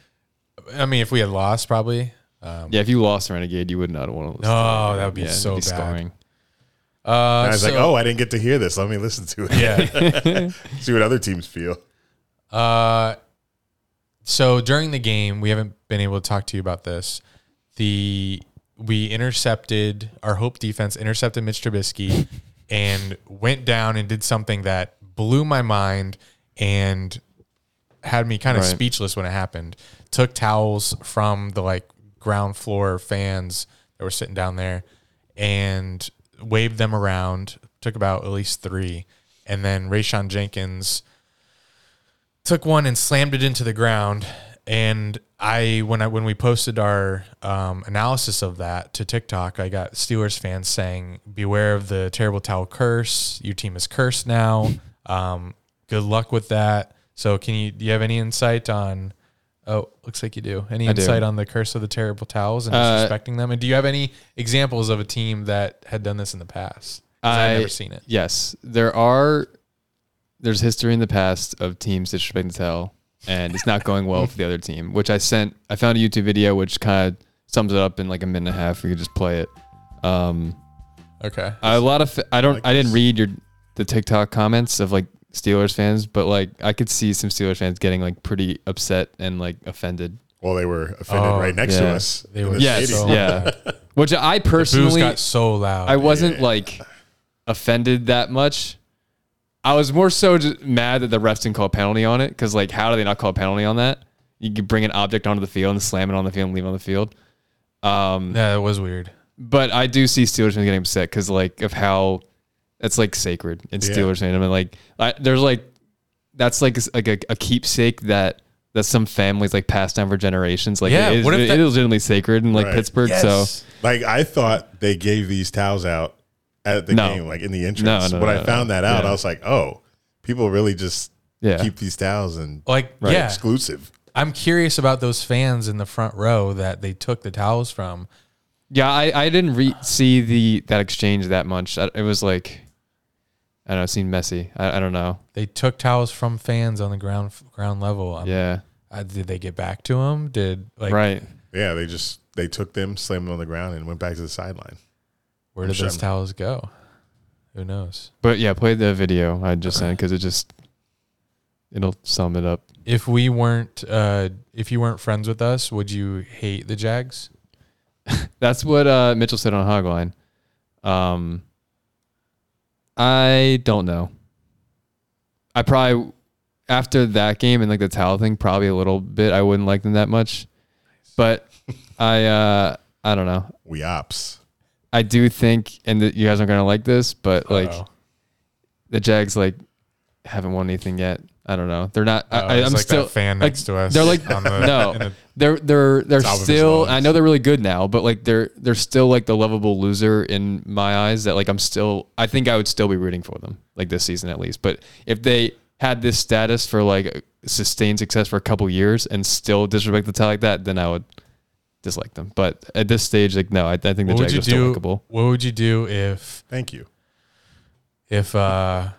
Speaker 1: I mean, if we had lost, probably. Um,
Speaker 4: yeah, if you lost Renegade, you would not want to listen.
Speaker 1: Oh,
Speaker 4: to
Speaker 1: that would be
Speaker 4: Yeah, it'd
Speaker 1: so bad.
Speaker 4: scarring.
Speaker 1: uh,
Speaker 2: I was like,
Speaker 1: so-
Speaker 2: oh, I didn't get to hear this. Let me listen to it.
Speaker 1: yeah.
Speaker 2: See what other teams feel.
Speaker 1: Uh, so during the game, we haven't been able to talk to you about this. The we intercepted our hope defense intercepted Mitch Trubisky and went down and did something that blew my mind and had me kind of
Speaker 4: Right.
Speaker 1: speechless when it happened. Took towels from the like ground floor fans that were sitting down there and waved them around. Took about at least three. And then Rayshon Jenkins took one and slammed it into the ground. And I when I when we posted our um, analysis of that to TikTok, I got Steelers fans saying, "Beware of the terrible towel curse. Your team is cursed now. Um, good luck with that." So, can you do you have any insight on? Oh, looks like you do. Any
Speaker 4: do.
Speaker 1: insight on the curse of the terrible towels and
Speaker 4: Uh,
Speaker 1: disrespecting them? And do you have any examples of a team that had done this in the past? 'Cause
Speaker 4: I-
Speaker 1: I've never seen it.
Speaker 4: Yes, there are. There's history in the past of teams disrespecting the towel, and it's not going well for the other team. Which I sent. I found a YouTube video which kind of sums it up in like a minute and a half. We could just play it. Um,
Speaker 1: Okay.
Speaker 4: a lot of. fa- I don't.
Speaker 2: Like
Speaker 4: I didn't
Speaker 2: this.
Speaker 4: read your the TikTok comments of like Steelers fans, but like I could see some Steelers fans getting like pretty upset and like offended.
Speaker 2: Well, they were offended
Speaker 1: Oh,
Speaker 2: right next to
Speaker 4: yeah.
Speaker 2: us.
Speaker 1: They
Speaker 2: in
Speaker 1: were
Speaker 2: the
Speaker 1: Yes.
Speaker 2: stadium.
Speaker 1: so-
Speaker 4: yeah. Which I
Speaker 1: Booze
Speaker 4: personally
Speaker 1: got so loud.
Speaker 4: I wasn't like offended that much. I was more so just mad that the refs didn't call a penalty on it because, like, how do they not call a penalty on that? You could bring an object onto the field and slam it on the field and leave it on the field. Um,
Speaker 1: yeah, it was weird.
Speaker 4: but I do see Steelers fans getting upset because, like, of how that's like sacred in
Speaker 2: Yeah.
Speaker 4: Steelers fandom, and like, I, there's like that's like like a, a keepsake that that some families like passed down for generations. Like,
Speaker 1: Yeah,
Speaker 4: it is,
Speaker 1: what if
Speaker 4: it
Speaker 1: that-
Speaker 4: is legitimately sacred in like
Speaker 2: Right.
Speaker 4: Pittsburgh. So
Speaker 2: Like I thought they gave these towels out at the
Speaker 4: No.
Speaker 2: game, like in the entrance.
Speaker 4: no,
Speaker 2: when
Speaker 4: no,
Speaker 2: I found
Speaker 4: no.
Speaker 2: that out,
Speaker 4: Yeah.
Speaker 2: I was like, oh, people really just
Speaker 4: yeah,
Speaker 2: keep these towels and
Speaker 1: Like
Speaker 4: Right.
Speaker 1: yeah,
Speaker 2: exclusive.
Speaker 1: I'm curious about those fans in the front row that they took the towels from.
Speaker 4: Yeah, I, I didn't re- see the that exchange that much. I- It was like, I don't know, it seemed messy. I, I don't know.
Speaker 1: They took towels from fans on the ground ground level. Um,
Speaker 4: Yeah,
Speaker 1: uh, did they get back to them? Did like
Speaker 4: right.
Speaker 2: Yeah, they just they took them, slammed them on the ground, and went back to the sideline.
Speaker 1: where did
Speaker 2: I'm
Speaker 1: those
Speaker 2: sure.
Speaker 1: towels go? Who knows?
Speaker 4: But yeah, play the video I just sent because it just it'll sum it up.
Speaker 1: If we weren't, uh, if you weren't friends with us, would you hate the Jags?
Speaker 4: That's what uh, Mitchell said on Hogline. Um, I don't know. I probably after that game and like the towel thing, probably a little bit. I wouldn't like them that much, but I uh, I don't know.
Speaker 2: We ops.
Speaker 4: I do think, and that you guys aren't gonna like this, but like
Speaker 1: Uh-oh.
Speaker 4: the Jags like haven't won anything yet. I don't know. They're not.
Speaker 1: Oh,
Speaker 4: I,
Speaker 1: it's
Speaker 4: I'm
Speaker 1: like
Speaker 4: still
Speaker 1: that fan
Speaker 4: like,
Speaker 1: next to us.
Speaker 4: They're like
Speaker 1: on the-
Speaker 4: no.
Speaker 1: in the-
Speaker 4: they're they're they're
Speaker 2: top of his
Speaker 4: still.
Speaker 2: lungs.
Speaker 4: I know they're really good now, but like they're they're still like the lovable loser in my eyes. That like I'm still. I think I would still be rooting for them like this season at least. But if they had this status for like sustained success for a couple years and still disrespect the tie like that, then I would dislike them. But at this stage, like no, I, I think the
Speaker 1: what would
Speaker 4: Jags
Speaker 1: you
Speaker 4: are still
Speaker 1: do?
Speaker 4: likable.
Speaker 1: What would you do if
Speaker 2: Thank you.
Speaker 1: if uh,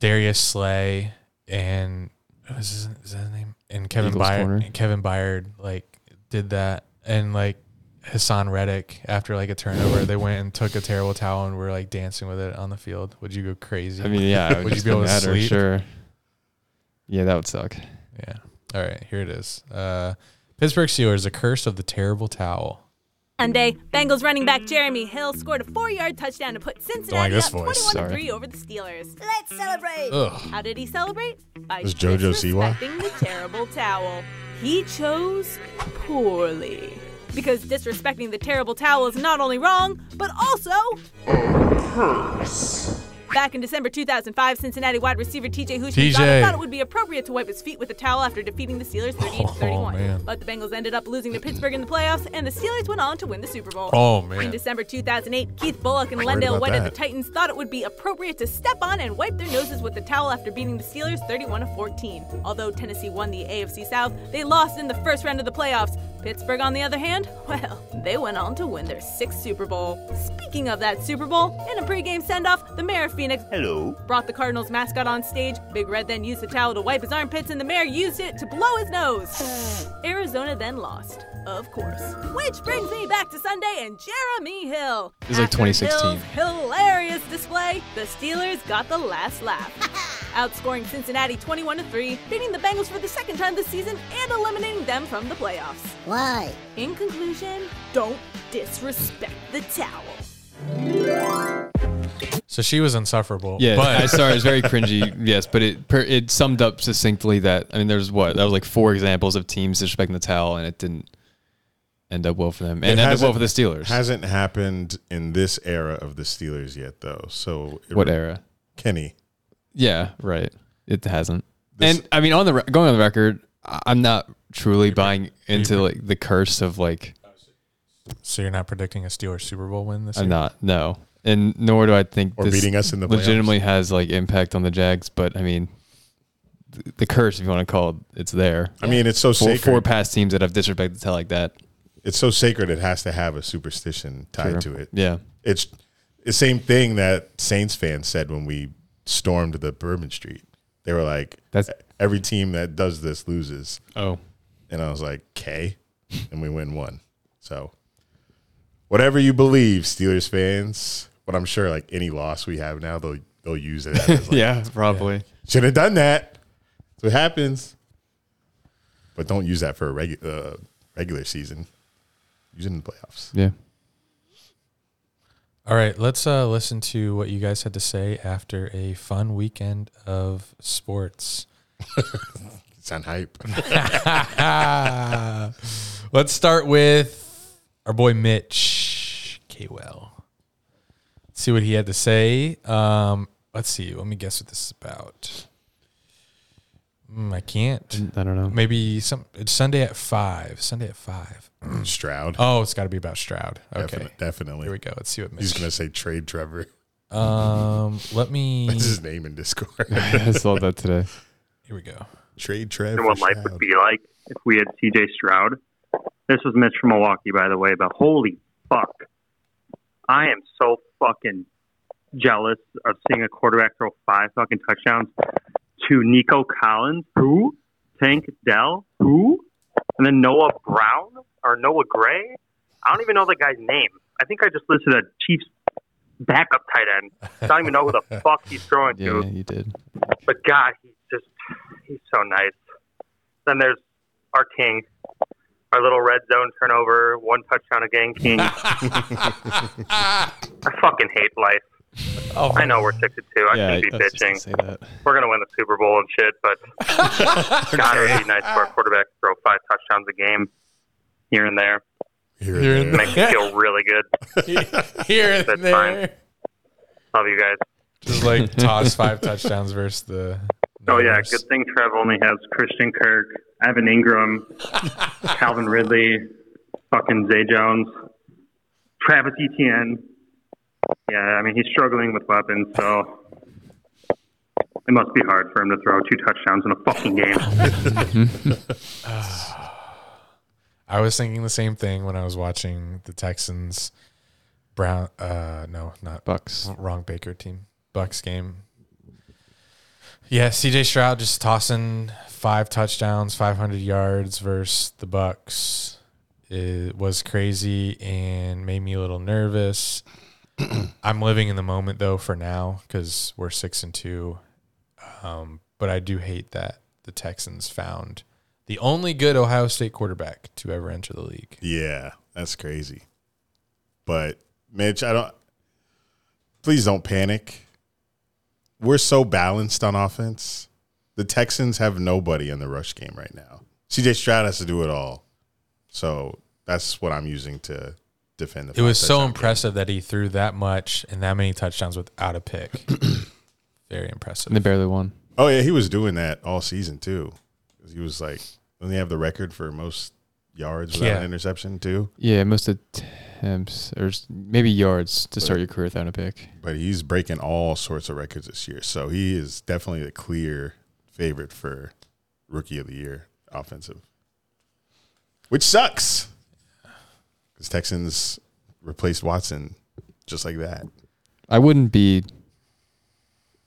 Speaker 1: Darius Slay and what is, his, is that his name and Kevin
Speaker 4: Eagles corner.
Speaker 1: Byard and Kevin Byard like did that and like Hassan Reddick after like a turnover they went and took a terrible towel and were like dancing with it on the field. Would you go crazy?
Speaker 4: I mean, yeah, it
Speaker 1: Would you
Speaker 4: just
Speaker 1: be able to
Speaker 4: matter,
Speaker 1: sleep?
Speaker 4: Sure. Yeah, that would suck.
Speaker 1: yeah. All right, here it is. Uh, Pittsburgh Steelers: The curse of the terrible towel.
Speaker 5: Sunday, Bengals running back Jeremy Hill scored a four-yard touchdown to put Cincinnati
Speaker 1: this
Speaker 5: up
Speaker 1: voice.
Speaker 5: 21-3
Speaker 4: Sorry.
Speaker 5: over the Steelers.
Speaker 6: Let's celebrate.
Speaker 1: Ugh.
Speaker 5: How did he celebrate? By
Speaker 2: Was JoJo Siwa?
Speaker 5: disrespecting the terrible towel. He chose poorly. Because disrespecting the terrible towel is not only wrong, but also Back in December 2005, Cincinnati wide receiver TJ Houshmandzada
Speaker 1: TJ.
Speaker 5: thought it would be appropriate to wipe his feet with a towel after defeating the Steelers 38-31.
Speaker 1: Oh, man.
Speaker 5: but the Bengals ended up losing to Pittsburgh in the playoffs, and the Steelers went on to win the Super Bowl.
Speaker 1: Oh
Speaker 5: In
Speaker 1: man.
Speaker 5: December 2008, Keith Bullock and
Speaker 2: Heard
Speaker 5: Lendale
Speaker 2: about
Speaker 5: White at the
Speaker 2: that.
Speaker 5: Titans thought it would be appropriate to step on and wipe their noses with the towel after beating the Steelers 31 14. Although Tennessee won the AFC South, they lost in the first round of the playoffs. Pittsburgh, on the other hand, well, they went on to win their sixth Super Bowl. Speaking of that Super Bowl, in a pregame send off, the mayor of Phoenix brought the Cardinals mascot on stage. Big Red then used the towel to wipe his armpits, and the mayor used it to blow his nose. Arizona then lost, of course. Which brings me back to Sunday and Jeremy Hill. It
Speaker 4: was like 2016.
Speaker 5: hilarious display, the Steelers got the last laugh. Outscoring Cincinnati 21 3, beating the Bengals for the second time this season and eliminating them from the playoffs.
Speaker 6: Why?
Speaker 5: In conclusion, don't disrespect the towel.
Speaker 1: So she was insufferable.
Speaker 4: Yeah,
Speaker 1: But
Speaker 4: I sorry, it was very cringy. yes, but it per, it summed up succinctly that I mean, there's what that was like four examples of teams disrespecting the towel, and it didn't end up well for them, and
Speaker 2: It
Speaker 4: end up well
Speaker 2: hasn't-
Speaker 4: for the Steelers.
Speaker 2: Hasn't happened in this era of the Steelers yet, though. So it-
Speaker 4: what era?
Speaker 2: Kenny?
Speaker 4: Yeah, right. It hasn't.
Speaker 2: This-
Speaker 4: and I mean, on the re- going on the record, I- I'm not truly buying into like the curse of like
Speaker 1: so you're not predicting a Steelers Super Bowl win this
Speaker 4: I'm
Speaker 1: year?
Speaker 4: not no, and nor do I think
Speaker 2: Or
Speaker 4: this
Speaker 2: beating us in the playoffs.
Speaker 4: legitimately has like impact on the Jags. But I mean, the, the curse, if you want to call it, it's there.
Speaker 2: I mean, it's so
Speaker 4: Four,
Speaker 2: sacred.
Speaker 4: four past teams that have disrespected the tell like that.
Speaker 2: it's so sacred. It has to have a superstition tied to it.
Speaker 4: Yeah.
Speaker 2: It's the same thing that Saints fans said when we stormed the Bourbon Street. They were like,
Speaker 4: That's-
Speaker 2: every team that does this loses."
Speaker 4: Oh.
Speaker 2: And I was like, "Okay," and we win one. So, whatever you believe, Steelers fans. But I'm sure, like any loss we have now, they'll they'll use it. As like,
Speaker 4: yeah, probably.
Speaker 2: Should have done that. So it happens. But don't use that for a regu- uh, regular season. Use it in the playoffs.
Speaker 4: Yeah.
Speaker 1: All right, let's uh, listen to what you guys had to say after a fun weekend of sports.
Speaker 2: Sound hype.
Speaker 1: Let's start with our boy Mitch Kwell. Let's see what he had to say. Um, let's see. Let me guess what this is about. Mm, I can't.
Speaker 4: I don't know.
Speaker 1: Maybe some. It's Sunday at five. Sunday at five.
Speaker 2: Stroud.
Speaker 1: Oh, it's got to be about Stroud. Okay,
Speaker 2: Definite- definitely.
Speaker 1: here we go. Let's see what Mitch.
Speaker 2: He's going to say trade Trevor.
Speaker 1: um, let me.
Speaker 2: That's his name in Discord.
Speaker 4: I saw that today.
Speaker 1: Here we go.
Speaker 2: Trade Trev.
Speaker 6: and what
Speaker 2: for
Speaker 6: life
Speaker 2: Stroud.
Speaker 6: would be like if we had CJ Stroud. This was Mitch from Milwaukee, by the way, but holy fuck. I am so fucking jealous of seeing a quarterback throw five fucking touchdowns to Nico Collins, who? Tank Dell, who? And then Noah Brown or Noah Gray. I don't even know the guy's name. I think I just listed a Chiefs backup tight end. I don't even know who the fuck he's throwing
Speaker 4: Yeah,
Speaker 6: to.
Speaker 4: you did.
Speaker 6: But God, he's just he's so nice. Then there's our king, our little red zone turnover, one touchdown again, king. I
Speaker 7: Mm.
Speaker 6: fucking hate life. I know we're six to two. I
Speaker 4: yeah,
Speaker 6: shouldn't
Speaker 4: I
Speaker 6: be
Speaker 4: was just gonna
Speaker 6: bitching.
Speaker 4: say that.
Speaker 6: We're gonna win the Super Bowl and shit, but God, it would be nice for our quarterback to throw five touchdowns a game here and there.
Speaker 2: Here and
Speaker 1: Here and
Speaker 2: there.
Speaker 6: Makes me feel really good.
Speaker 1: Here
Speaker 6: That's
Speaker 1: and there.
Speaker 6: Love you guys.
Speaker 1: Just like toss five touchdowns versus the.
Speaker 6: Oh yeah,
Speaker 1: Niners.
Speaker 6: good thing Trev only has Christian Kirk, Evan Ingram, Calvin Ridley, fucking Zay Jones, Travis Etienne. Yeah, I mean he's struggling with weapons, so it must be hard for him to throw two touchdowns in a fucking game.
Speaker 1: I was thinking the same thing when I was watching the Texans. Brown, uh, no, not
Speaker 4: Bucks.
Speaker 1: wrong Baker team. Bucks game. Yeah, CJ Stroud just tossing five touchdowns, 500 yards versus the Bucks. It was crazy and made me a little nervous. I'm living in the moment though for now because we're six and two. Um, but I do hate that the Texans found the only good Ohio State quarterback to ever enter the league.
Speaker 2: Yeah, that's crazy. But Mitch, I don't. Please don't panic. We're so balanced on offense. The Texans have nobody in the rush game right now. CJ Stroud has to do it all. So that's what I'm using to defend the.
Speaker 1: It was
Speaker 2: five
Speaker 1: so
Speaker 2: touchdown
Speaker 1: impressive that he threw that much and that many touchdowns without a pick. Very impressive.
Speaker 4: And they barely won.
Speaker 2: game. Oh yeah, he was doing that all season too. 'Cause He was like, doesn't he have the record for most yards without
Speaker 1: Yeah.
Speaker 2: an interception too?
Speaker 4: Yeah, most attempts or s- maybe yards to start your career without a pick.
Speaker 2: but he's breaking all sorts of records this year. So he is definitely the clear favorite for rookie of the year offensive, which sucks because Texans replaced Watson just like that.
Speaker 4: I wouldn't be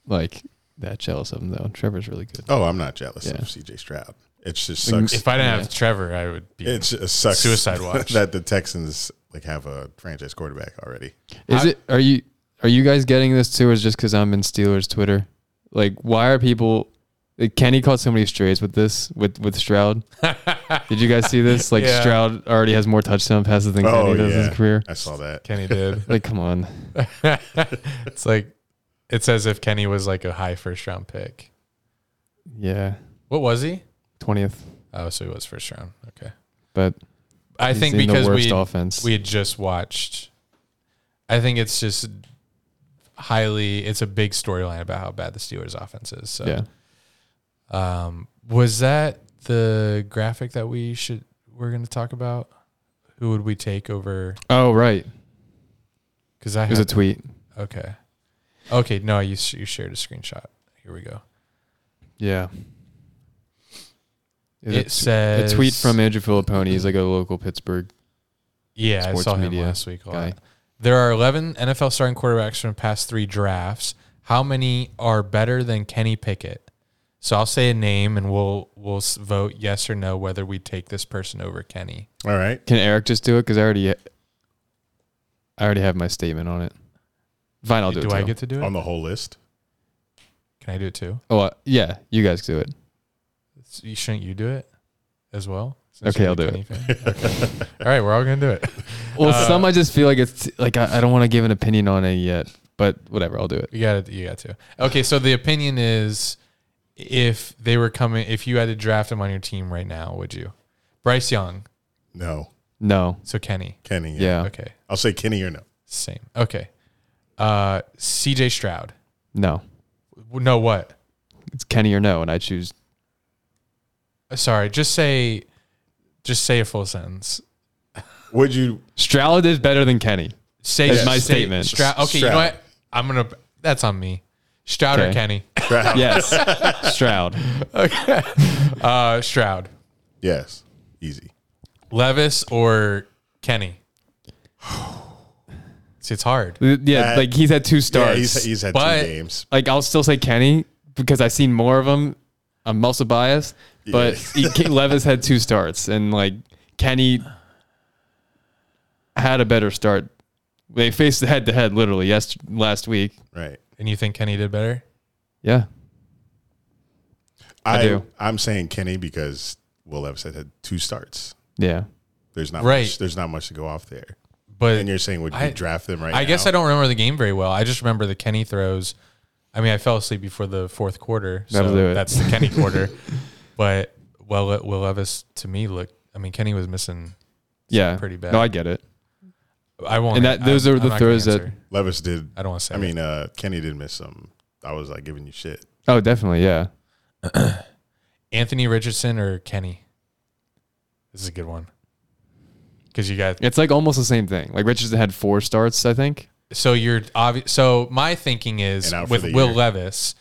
Speaker 4: like that jealous of him though. Trevor's really good.
Speaker 2: Oh, I'm not jealous
Speaker 4: Yeah.
Speaker 2: of CJ Stroud. It just
Speaker 4: Like,
Speaker 2: sucks.
Speaker 1: If I didn't
Speaker 4: Yeah.
Speaker 1: have Trevor, I would be.
Speaker 2: it just sucks.
Speaker 1: Suicide watch.
Speaker 2: that the Texans like have a franchise quarterback already.
Speaker 4: Is
Speaker 1: I-
Speaker 4: it? Are you? Are you guys getting this too, or is it just because I'm in Steelers Twitter? Like, why are people? like, Kenny caught so many strays with this with with Stroud. Did you guys see this? Like
Speaker 1: Yeah.
Speaker 4: Stroud already has more touchdown passes than Kenny
Speaker 2: Oh
Speaker 4: does in
Speaker 2: yeah,
Speaker 4: his career.
Speaker 2: I saw that.
Speaker 1: Kenny did.
Speaker 4: Like, come on.
Speaker 1: it's like it's as if Kenny was like a high first round pick.
Speaker 4: Yeah,
Speaker 1: What was he?
Speaker 4: twentieth.
Speaker 1: Oh, so he was first round. Okay.
Speaker 4: But
Speaker 1: I
Speaker 4: he's
Speaker 1: think
Speaker 4: in
Speaker 1: because
Speaker 4: the worst
Speaker 1: we
Speaker 4: offense.
Speaker 1: we had just watched. I think it's just highly. It's a big storyline about how bad the Steelers' offense is. So
Speaker 4: yeah.
Speaker 1: Um, was that the graphic that we should we're going to talk about? Who would we take over?
Speaker 4: Oh right,
Speaker 1: Because I
Speaker 4: it was a
Speaker 1: had,
Speaker 4: tweet.
Speaker 1: okay, okay. No, you sh- you shared a screenshot. Here we go.
Speaker 4: Yeah.
Speaker 1: It,
Speaker 4: It's a
Speaker 1: says
Speaker 4: tweet from Andrew Filippone. He's like a local Pittsburgh.
Speaker 1: yeah. I
Speaker 4: sports
Speaker 1: saw him
Speaker 4: media
Speaker 1: last week. a
Speaker 4: guy.
Speaker 1: lot. There are eleven NFL starting quarterbacks from the past three drafts. How many are better than Kenny Pickett? So I'll say a name, and we'll we'll s- vote yes or no whether we take this person over Kenny.
Speaker 2: All right,
Speaker 4: Can Eric just do it? Because I already, I already have my statement on it. Fine, I'll do,
Speaker 1: do
Speaker 4: it.
Speaker 1: I
Speaker 4: too.
Speaker 1: get to do it?
Speaker 2: on the whole list.
Speaker 1: Can I do it too?
Speaker 4: Oh uh, yeah, you guys do it.
Speaker 1: So you- shouldn't you do it as well? Since
Speaker 4: Okay,
Speaker 1: you're
Speaker 4: I'll
Speaker 1: the
Speaker 4: do
Speaker 1: Kenny fan? Okay. All right, we're all gonna do it. Uh,
Speaker 4: Well, some I just feel like it's like I, I don't want to give an opinion on it yet, but whatever, I'll do it.
Speaker 1: You got to You got to. Okay, so the opinion is, if they were coming, if you had to draft him on your team right now, would you? Bryce Young,
Speaker 2: No,
Speaker 4: No,
Speaker 1: so Kenny.
Speaker 2: Kenny.
Speaker 4: yeah,
Speaker 1: Okay,
Speaker 2: I'll say Kenny or no.
Speaker 1: same. Okay, uh, C.J. Stroud.
Speaker 4: no,
Speaker 1: W- No, what?
Speaker 4: it's Kenny or no, and I choose.
Speaker 1: Uh, Sorry, just say, just say a full sentence.
Speaker 2: Would you?
Speaker 4: Stroud is better than Kenny.
Speaker 1: Say
Speaker 4: That's my
Speaker 1: say
Speaker 4: statement.
Speaker 1: Stroud. Okay, you know
Speaker 2: Stroud.
Speaker 1: what? I'm gonna. That's on me. Stroud or
Speaker 4: Okay.
Speaker 1: Kenny?
Speaker 2: Stroud.
Speaker 4: Yes, Stroud.
Speaker 1: Uh, Stroud,
Speaker 2: Yes. Easy.
Speaker 1: Levis, or Kenny. See, it's hard.
Speaker 4: Th- Yeah,
Speaker 2: That-
Speaker 4: like he's had two
Speaker 2: Yeah,
Speaker 4: starts.
Speaker 2: he's, he's had
Speaker 1: But-
Speaker 2: two games.
Speaker 4: like I'll still say Kenny because I've seen more of him. I'm also biased, but he, Ke- Levis had two starts, and like Kenny had a better start. They faced head to head literally yes last week.
Speaker 2: Right.
Speaker 1: And you think Kenny did better?
Speaker 4: Yeah,
Speaker 2: I,
Speaker 4: do.
Speaker 2: I'm saying Kenny because Will Levis had had two starts.
Speaker 4: yeah.
Speaker 2: There's not
Speaker 1: Right.
Speaker 2: much, there's not much to go off there.
Speaker 1: But
Speaker 2: And you're saying would you
Speaker 1: I-
Speaker 2: draft them right
Speaker 1: I
Speaker 2: now?
Speaker 1: guess I don't remember the game very well. I just remember the Kenny throws. I mean, I fell asleep before the fourth quarter,
Speaker 4: That'll do
Speaker 1: so
Speaker 4: it.
Speaker 1: that's the Kenny quarter. But well, Will Levis to me looked. I mean, Kenny was missing.
Speaker 4: Yeah,
Speaker 1: pretty bad.
Speaker 4: No, I get it.
Speaker 1: I won't.
Speaker 4: And that- those
Speaker 1: I-
Speaker 4: are
Speaker 1: I'm
Speaker 4: the
Speaker 1: not gonna
Speaker 4: throws that-
Speaker 1: answer.
Speaker 2: Levis did.
Speaker 1: I don't want to say.
Speaker 2: I mean, uh, Kenny did miss some. I was like giving you shit.
Speaker 4: Oh, definitely, yeah.
Speaker 1: Anthony Richardson or Kenny. This is a good one because you got.
Speaker 4: It's like almost the same thing. Like Richardson had four starts, I think.
Speaker 1: So you're obvious. So my thinking is
Speaker 2: And out for
Speaker 1: with
Speaker 2: the
Speaker 1: Will
Speaker 2: year.
Speaker 1: Levis.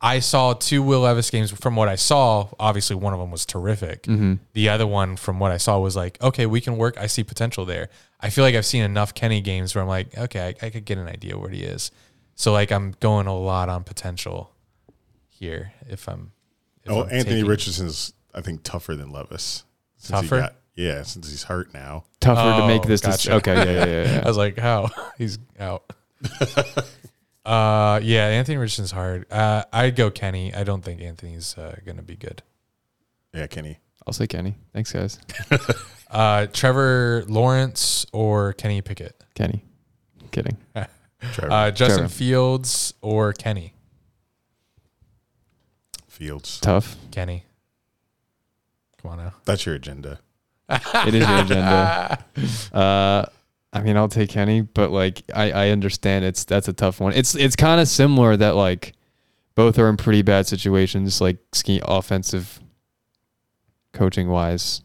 Speaker 1: I saw two Will Levis games. From what I saw, obviously one of them was terrific. The other one, from what I saw, was like, okay, we can work. I see potential there. I feel like I've seen enough Kenny games where I'm like, okay, I, I could get an idea what he is. So like, I'm going a lot on potential here. If I'm, if
Speaker 2: Oh,
Speaker 1: I'm
Speaker 2: Anthony
Speaker 1: taking-
Speaker 2: Richardson's I think tougher than Levis. Since he
Speaker 1: Tougher?
Speaker 2: yeah, since he's hurt now.
Speaker 4: Tougher to make
Speaker 1: Oh,
Speaker 4: this. dis-
Speaker 1: gotcha.
Speaker 4: okay, yeah, yeah, yeah.
Speaker 1: I
Speaker 4: yeah.
Speaker 1: was like, how he's out. uh, yeah, Anthony Richardson's hard. Uh, I'd go Kenny. I don't think Anthony's uh, gonna be good.
Speaker 2: Yeah, Kenny.
Speaker 4: I'll say Kenny. Thanks, guys.
Speaker 1: Uh, Trevor Lawrence or Kenny Pickett.
Speaker 4: Kenny. Kidding.
Speaker 2: Trevor
Speaker 1: Uh, Justin
Speaker 4: Trevor.
Speaker 1: Fields or Kenny.
Speaker 2: Fields.
Speaker 4: Tough.
Speaker 1: Kenny. Come on now.
Speaker 2: That's your agenda.
Speaker 4: It is your agenda. Uh, I mean, I'll take Kenny, but like, I, I understand it's that's a tough one. It's it's kind of similar that like both are in pretty bad situations, like ski offensive coaching wise.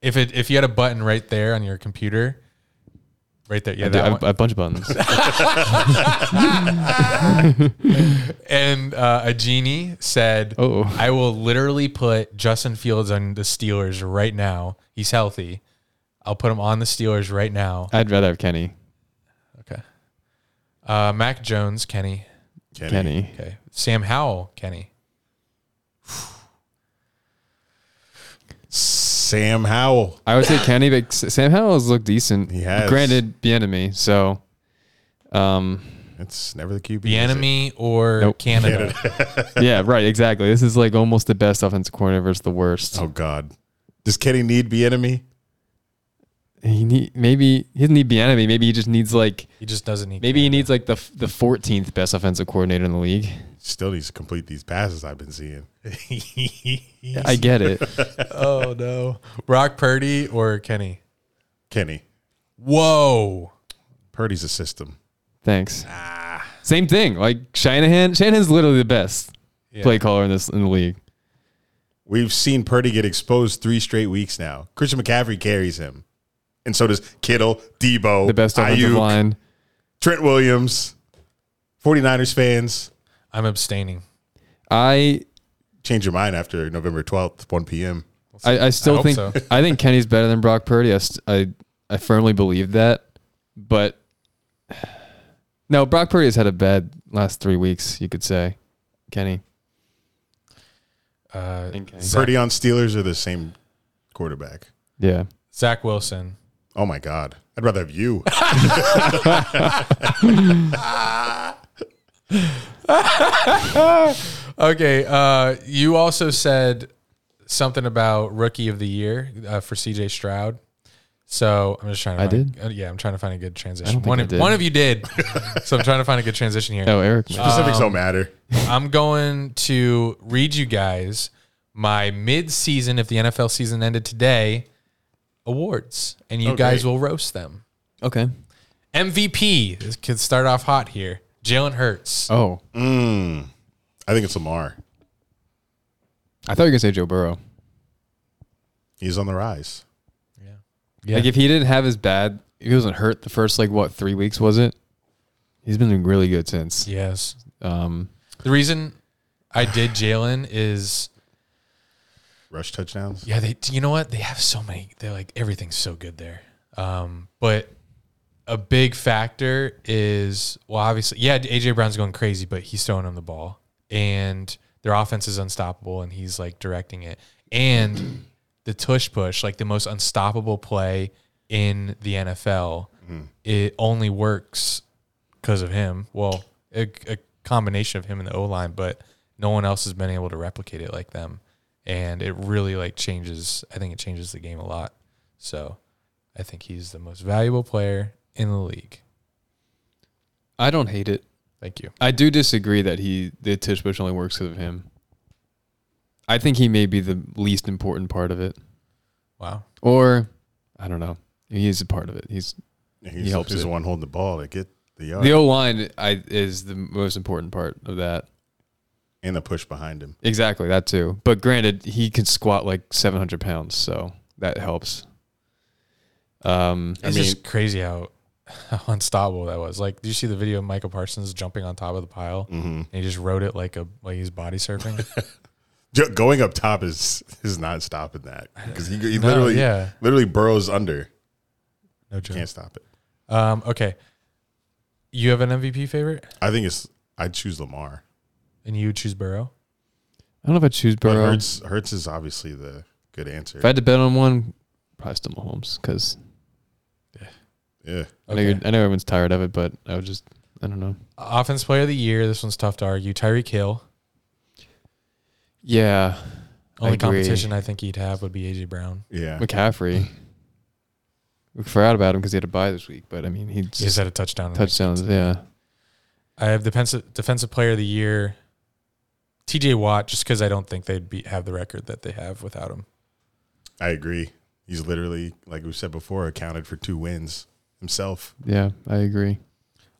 Speaker 1: If it if you had a button right there on your computer, right there, yeah,
Speaker 4: I, do,
Speaker 1: that
Speaker 4: I,
Speaker 1: one.
Speaker 4: have- I have a bunch of buttons.
Speaker 1: and uh, a genie said,
Speaker 4: Oh.
Speaker 1: I will literally put Justin Fields on the Steelers right now. He's healthy. I'll put him on the Steelers right now."
Speaker 4: I'd rather have Kenny.
Speaker 1: Okay. Uh, Mac Jones, Kenny.
Speaker 2: Kenny.
Speaker 4: Kenny.
Speaker 1: Okay. Sam Howell, Kenny.
Speaker 2: Sam Howell.
Speaker 4: I would say Kenny, but S- Sam Howell's looked decent.
Speaker 2: He has.
Speaker 4: Granted, the enemy. So, um,
Speaker 2: It's never the QB.
Speaker 1: The
Speaker 2: is it?
Speaker 1: enemy or
Speaker 4: Nope.
Speaker 1: Canada?
Speaker 4: yeah, right, exactly. This is like almost the best offensive coordinator versus the worst.
Speaker 2: Oh God. Does Kenny need be enemy?
Speaker 4: He need maybe he doesn't need the enemy. Maybe he just needs like
Speaker 1: He just doesn't need.
Speaker 4: maybe he needs like the f- the 14th best offensive coordinator in the league.
Speaker 2: Still needs to complete these passes I've been seeing.
Speaker 4: I get it.
Speaker 1: Oh no. Brock Purdy or Kenny?
Speaker 2: Kenny.
Speaker 1: Whoa.
Speaker 2: Purdy's a system. Ah.
Speaker 4: Thanks. Same thing. Like Shanahan. Shanahan's literally the best play caller in this in the league.
Speaker 2: We've seen Purdy get exposed three straight weeks now. Christian McCaffrey carries him. And so does Kittle, Debo,
Speaker 4: The best offensive
Speaker 2: Ayuk,
Speaker 4: line.
Speaker 2: Trent Williams, 49ers fans.
Speaker 1: I'm abstaining.
Speaker 4: I
Speaker 2: Change your mind after November 12th, 1 p.m.
Speaker 4: I, I still
Speaker 1: hope
Speaker 4: think
Speaker 1: so.
Speaker 4: I think Kenny's better than Brock Purdy. I, st- I I firmly believe that, but no, Brock Purdy has had a bad last three weeks. You could say Kenny.
Speaker 1: Uh,
Speaker 4: And Kenny.
Speaker 1: Zach,
Speaker 2: Purdy on Steelers are the same quarterback.
Speaker 4: Yeah,
Speaker 1: Zach Wilson.
Speaker 2: Oh my God. I'd rather have you.
Speaker 1: Okay. Uh, you also said something about rookie of the year uh, for CJ Stroud. So I'm just trying to.
Speaker 4: I
Speaker 1: find, uh, yeah, I'm trying to find a good transition.
Speaker 4: think
Speaker 1: one,
Speaker 4: I
Speaker 1: of,
Speaker 4: did.
Speaker 1: one of you did. so I'm trying to find a good transition here. Um,
Speaker 4: Oh, Eric.
Speaker 2: Specifics don't matter.
Speaker 1: I'm going to read you guys my mid-season, if the NFL season ended today, awards, and you
Speaker 2: Oh,
Speaker 1: guys
Speaker 2: great.
Speaker 1: will roast them.
Speaker 4: okay.
Speaker 1: MVP this could start off hot here. Jalen Hurts.
Speaker 4: Oh,
Speaker 2: Mm. I think it's Lamar.
Speaker 4: I thought you were gonna say Joe Burrow.
Speaker 2: He's on the rise.
Speaker 1: Yeah.
Speaker 4: Like if he didn't have his bad, if he wasn't hurt the first like what three weeks was it? He's been doing really good since.
Speaker 1: Yes.
Speaker 4: Um,
Speaker 1: The reason I did Jalen is
Speaker 2: Rush touchdowns.
Speaker 1: yeah, they you know what? They have so many they're like everything's so good there. Um, but a big factor is well obviously yeah, AJ Brown's going crazy, but he's throwing him the ball. And their offense is unstoppable and he's like directing it. And the tush push, like the most unstoppable play in the NFL,
Speaker 2: Mm-hmm.
Speaker 1: it only works because of him. Well, a, a combination of him and the O line, but no one else has been able to replicate it like them. And it really like changes. I think it changes the game a lot. So I think he's the most valuable player in the league.
Speaker 4: I don't hate it.
Speaker 1: Thank you.
Speaker 4: I do disagree that he the tush push only works because of him. I think he may be the least important part of it,
Speaker 1: Wow.
Speaker 4: or I don't know. He is a part of it. He's
Speaker 2: He's,
Speaker 4: He helps
Speaker 2: he's
Speaker 4: it.
Speaker 2: the one holding the ball to get the uh, yard
Speaker 4: the O line. I is the most important part of that.
Speaker 2: and the push behind him.
Speaker 4: Exactly that too. But granted, he can squat like seven hundred pounds, so that helps. Um,
Speaker 1: It's just crazy how, how unstoppable that was. Like, did you see the video of Michael Parsons jumping on top of the pile?
Speaker 2: Mm-hmm.
Speaker 1: And he just rode it like a like he's body surfing.
Speaker 2: Ju- Going up top is is not stopping that because he, he
Speaker 1: No,
Speaker 2: literally
Speaker 1: yeah.
Speaker 2: literally burrows under.
Speaker 1: No joke.
Speaker 2: Can't stop it.
Speaker 1: Um, okay. You have an MVP favorite,
Speaker 2: I think it's I'd choose Lamar.
Speaker 1: and you would choose Burrow.
Speaker 4: I don't know if I choose
Speaker 2: But
Speaker 4: Burrow.
Speaker 2: Hurts Hurts is obviously the good answer.
Speaker 4: If I had to bet on one, probably still Mahomes because
Speaker 2: Yeah.
Speaker 4: I know
Speaker 1: Okay.
Speaker 4: you're- I know everyone's tired of it, but I would just I don't know.
Speaker 1: Offense Player of the Year. This one's tough to argue. Tyreek Hill.
Speaker 4: Yeah,
Speaker 1: Only
Speaker 4: agree.
Speaker 1: competition I think he'd have would be AJ Brown.
Speaker 2: Yeah.
Speaker 4: McCaffrey. We forgot about him because he had a bye this week, but I mean he
Speaker 1: He just
Speaker 4: just
Speaker 1: had a touchdown.
Speaker 4: touchdowns. Yeah,
Speaker 1: I have defensive defensive player of the year, TJ Watt, just because I don't think they'd be, have the record that they have without him.
Speaker 2: I agree. He's literally, like we said before, accounted for two wins himself.
Speaker 4: yeah, I agree.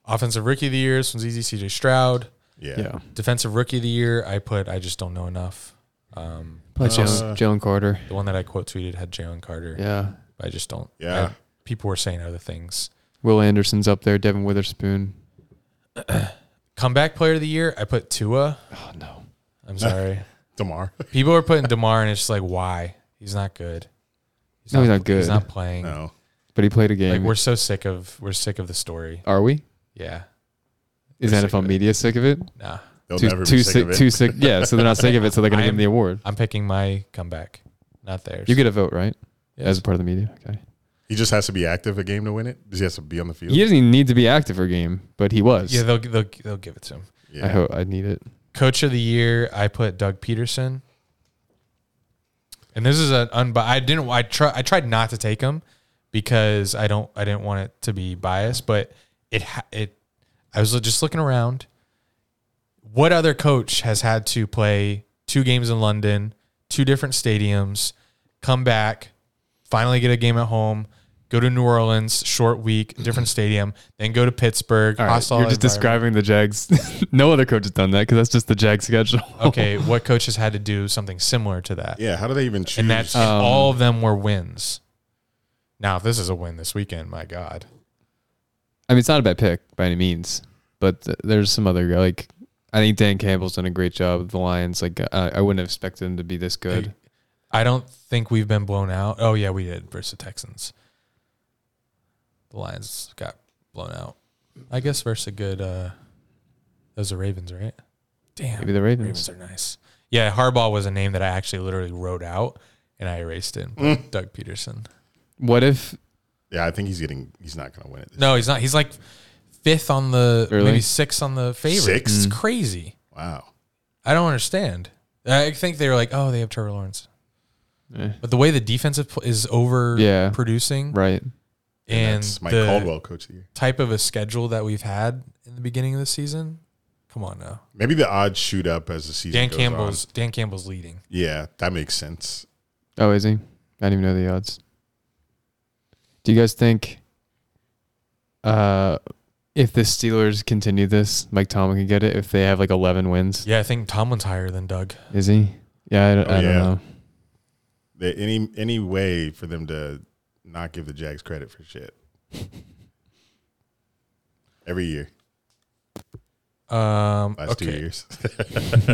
Speaker 1: Offensive rookie of the year, this one's easy. CJ Stroud.
Speaker 2: Yeah.
Speaker 4: Yeah,
Speaker 1: Defensive rookie of the year, I put I just don't know enough. Um,
Speaker 4: probably
Speaker 2: Uh,
Speaker 4: Jalen, Jalen Carter.
Speaker 1: the one that I quote tweeted had Jalen Carter.
Speaker 4: Yeah,
Speaker 1: I just don't.
Speaker 2: Yeah.
Speaker 1: I- people were saying other things.
Speaker 4: Will Anderson's up there. Devin Witherspoon.
Speaker 1: Comeback player of the year, I put Tua.
Speaker 4: Oh no,
Speaker 1: I'm sorry.
Speaker 2: Damar.
Speaker 1: People are putting Demar, and it's just like, why? He's not good. He's
Speaker 4: No, he's not good.
Speaker 1: He's not playing.
Speaker 2: No.
Speaker 4: but he played a game.
Speaker 1: Like we're so sick of we're sick of the story.
Speaker 4: Are we?
Speaker 1: Yeah.
Speaker 4: Is
Speaker 1: We're sick
Speaker 4: NFL
Speaker 1: of it.
Speaker 4: media sick of it?
Speaker 1: Nah.
Speaker 2: They'll
Speaker 4: too
Speaker 2: never
Speaker 4: too
Speaker 2: be sick,
Speaker 4: sick,
Speaker 2: of it.
Speaker 4: too sick. Yeah, so they're not sick of it, so they're gonna give
Speaker 1: I'm-
Speaker 4: him the award.
Speaker 1: I'm picking my comeback, not theirs.
Speaker 4: You get a vote, right?
Speaker 1: Yes.
Speaker 4: As a part of the media. Okay.
Speaker 2: He just has to be active a game to win it. Does he have to be on the field?
Speaker 4: He doesn't even need to be active for a game, but he was.
Speaker 1: Yeah, they'll, they'll they'll give it to him.
Speaker 2: Yeah.
Speaker 4: I hope I need it.
Speaker 1: Coach of the year, I put Doug Peterson. And this is an unbi- I didn't I try I tried not to take him because I don't I didn't want it to be biased, but it ha- it I was just looking around. What other coach has had to play two games in London, two different stadiums, come back, finally get a game at home, go to New Orleans, short week, different stadium, then go to Pittsburgh.
Speaker 4: All right,
Speaker 1: hostile
Speaker 4: you're just describing
Speaker 1: environment.
Speaker 4: the Jags. no other coach has done that because that's just the Jags schedule.
Speaker 1: okay, what coaches had to do something similar to that?
Speaker 2: Yeah. How do they even choose?
Speaker 1: And that's
Speaker 4: Um,
Speaker 1: all of them were wins. Now, if this is a win this weekend, my God.
Speaker 4: I mean, it's not a bad pick by any means, but th- there's some other guy. Like, I think Dan Campbell's done a great job with the Lions. Like, uh, I, I wouldn't have expected him to be this good.
Speaker 1: I don't think we've been blown out. Oh, yeah, we did versus the Texans. The Lions got blown out. I guess versus a good, uh, those are Ravens, right? Damn.
Speaker 4: Maybe the Ravens.
Speaker 1: Ravens are nice. Yeah, Harbaugh was a name that I actually literally wrote out and I erased it. and
Speaker 2: Mm.
Speaker 1: put Doug Peterson.
Speaker 4: What if?
Speaker 2: yeah. I think he's getting. He's not going to win it.
Speaker 1: No, he's not. He's like fifth on the
Speaker 4: Really?
Speaker 1: maybe sixth on the favorite.
Speaker 2: Sixth?
Speaker 4: Mm-hmm.
Speaker 1: It's crazy.
Speaker 2: Wow.
Speaker 1: I don't understand. I think they were like, oh, they have Trevor Lawrence,
Speaker 4: Eh.
Speaker 1: but the way the defensive pl- is over
Speaker 4: Yeah.
Speaker 1: producing
Speaker 4: Right.
Speaker 1: and,
Speaker 2: that's Mike
Speaker 1: the
Speaker 2: Caldwell, coach of the year.
Speaker 1: type of a schedule that we've had in the beginning of the season, come on now.
Speaker 2: Maybe the odds shoot up as the season
Speaker 1: Dan
Speaker 2: goes
Speaker 1: Campbell's
Speaker 2: on.
Speaker 1: Dan Campbell's leading.
Speaker 2: Yeah, that makes sense.
Speaker 4: Oh, is he? I didn't even know the odds. Do you guys think uh, if the Steelers continue this, Mike Tomlin can get it if they have like 11 wins?
Speaker 1: Yeah, I think Tomlin's higher than Doug.
Speaker 4: Is he? Yeah, I, don't-
Speaker 2: Oh,
Speaker 4: I don't
Speaker 2: yeah.
Speaker 4: know.
Speaker 2: That any any way for them to not give the Jags credit for shit every year.
Speaker 1: Um,
Speaker 2: last two
Speaker 1: okay.
Speaker 2: years.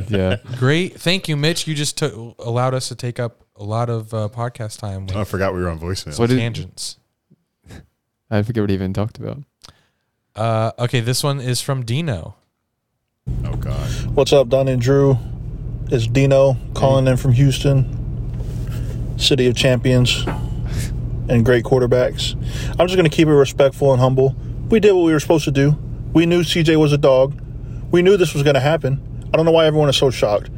Speaker 4: Yeah.
Speaker 1: Great. Thank you, Mitch. You just took, allowed us to take up a lot of uh, podcast time
Speaker 2: Oh, I
Speaker 1: with
Speaker 2: forgot we were on voicemail.
Speaker 4: What did,
Speaker 1: tangents.
Speaker 4: I forget what he even talked about.
Speaker 1: Uh, okay, this one is from Dino.
Speaker 2: oh God,
Speaker 8: What's up, Don and Drew? It's Dino calling in from Houston, city of champions and great quarterbacks. I'm just going to keep it respectful and humble. We did what we were supposed to do. We knew CJ was a dog. We knew this was going to happen. I don't know why everyone is so shocked.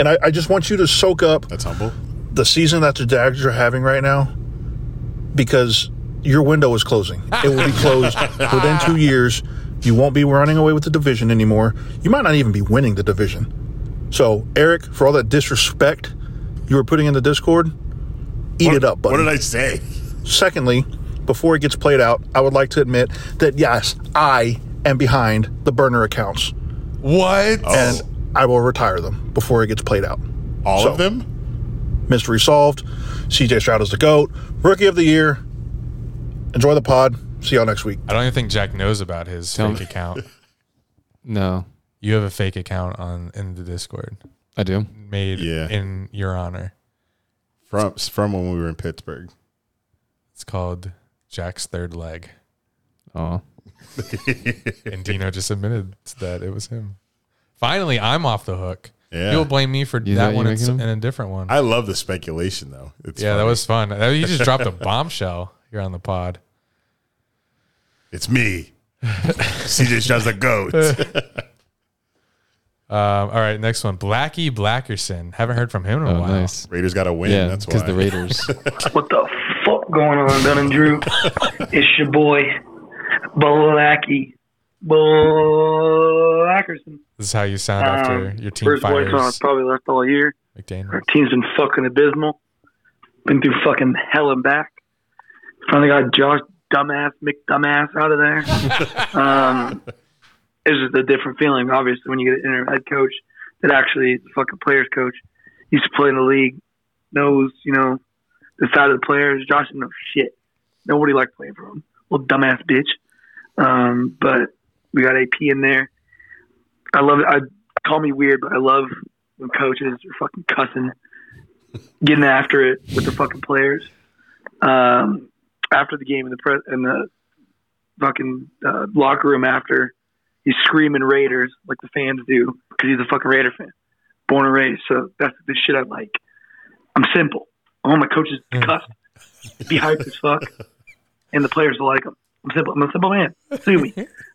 Speaker 8: And I, I just want you to soak up
Speaker 2: that's humble.
Speaker 8: the season that the Jags are having right now because your window is closing. It will be closed within two years. You won't be running away with the division anymore. You might not even be winning the division. So, Eric, for all that disrespect you were putting in the Discord, eat it up, buddy.
Speaker 2: What did I say?
Speaker 8: Secondly, before it gets played out, I would like to admit that yes, I am behind the burner accounts,
Speaker 1: What?
Speaker 8: and I will retire them before it gets played out.
Speaker 2: Oh. All
Speaker 8: So-
Speaker 2: of them?
Speaker 8: Mystery solved. CJ Stroud is the GOAT. Rookie of the year. Enjoy the pod. See y'all next week.
Speaker 1: I don't even think Jack knows about his
Speaker 4: Tell
Speaker 1: fake
Speaker 4: me.
Speaker 1: account.
Speaker 4: No,
Speaker 1: You have a fake account on in the Discord
Speaker 4: I do.
Speaker 1: made
Speaker 2: Yeah.
Speaker 1: in your honor.
Speaker 2: From from when we were in Pittsburgh.
Speaker 1: It's called Jack's Third Leg,
Speaker 4: Oh,
Speaker 1: and Dino just admitted that it was him. Finally, I'm off the hook.
Speaker 2: Yeah.
Speaker 1: You'll blame me for
Speaker 4: You
Speaker 1: that
Speaker 4: thought you
Speaker 1: one
Speaker 4: were
Speaker 1: and, s-
Speaker 4: making
Speaker 1: and
Speaker 4: him?
Speaker 1: a different one.
Speaker 2: I love the speculation though. It's
Speaker 1: yeah, that
Speaker 2: funny.
Speaker 1: was fun. That- You just dropped a bombshell here on the pod.
Speaker 2: it's me. CJ Stroud's the goat.
Speaker 1: Um, all right, next one. Blackie Blackerson. Haven't heard from him in a
Speaker 4: oh,
Speaker 1: while.
Speaker 4: nice.
Speaker 2: Raiders got to win.
Speaker 4: Yeah,
Speaker 2: that's
Speaker 4: because
Speaker 2: why.
Speaker 4: the Raiders.
Speaker 9: What the fuck going on, Dunn and Drew? it's your boy, Bolaki. Bolackerson.
Speaker 1: This is how you sound after your team
Speaker 9: Um, first voice on
Speaker 1: fires
Speaker 9: probably left all year. Our
Speaker 1: McDaniel.
Speaker 9: team's been fucking abysmal. Been through fucking hell and back. Finally got Josh dumbass McDumbass out of there. um, it's just a different feeling, obviously, when you get an interim head coach that actually is a fucking players coach used to play in the league, knows you know the side of the players. Josh didn't know shit. Nobody liked playing for him. Little dumbass bitch. Um, but we got AP in there. I love it. I call me weird, but I love when coaches are fucking cussing, getting after it with the fucking players. Um, after the game in the press in the fucking uh, locker room after, he's screaming Raiders like the fans do because he's a fucking Raider fan, born and raised. So that's the shit I like. I'm simple. I want my coaches to cuss, be hyped as fuck, and the players will like them. I'm simple. I'm a simple man. Sue me.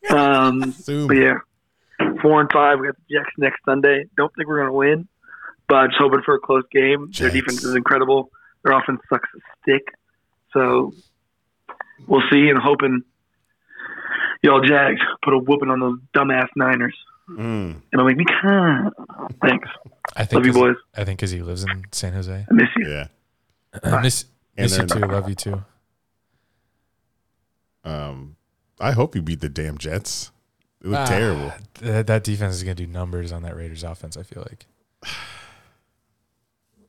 Speaker 9: Um,
Speaker 2: Sue
Speaker 9: but
Speaker 2: me.
Speaker 9: yeah, four and five. We got the Jets next Sunday. Don't think we're gonna win, but I'm just hoping for a close game. Their
Speaker 2: Jets.
Speaker 9: defense is incredible. Their offense sucks a stick. So we'll see, and hoping y'all Jags put a whooping on those dumbass Niners.
Speaker 2: Mm.
Speaker 9: It'll make me calm. Thanks.
Speaker 1: I think
Speaker 9: Love you,
Speaker 1: 'cause-
Speaker 9: boys.
Speaker 1: I think because he lives in San Jose.
Speaker 9: I miss you.
Speaker 2: Yeah.
Speaker 1: I miss,
Speaker 2: And
Speaker 1: miss you
Speaker 2: they're
Speaker 1: too.
Speaker 2: in-
Speaker 1: Love you too.
Speaker 2: Um, I hope you beat the damn Jets. It
Speaker 1: Ah,
Speaker 2: looked terrible.
Speaker 1: That, that defense is going to do numbers on that Raiders offense, I feel like.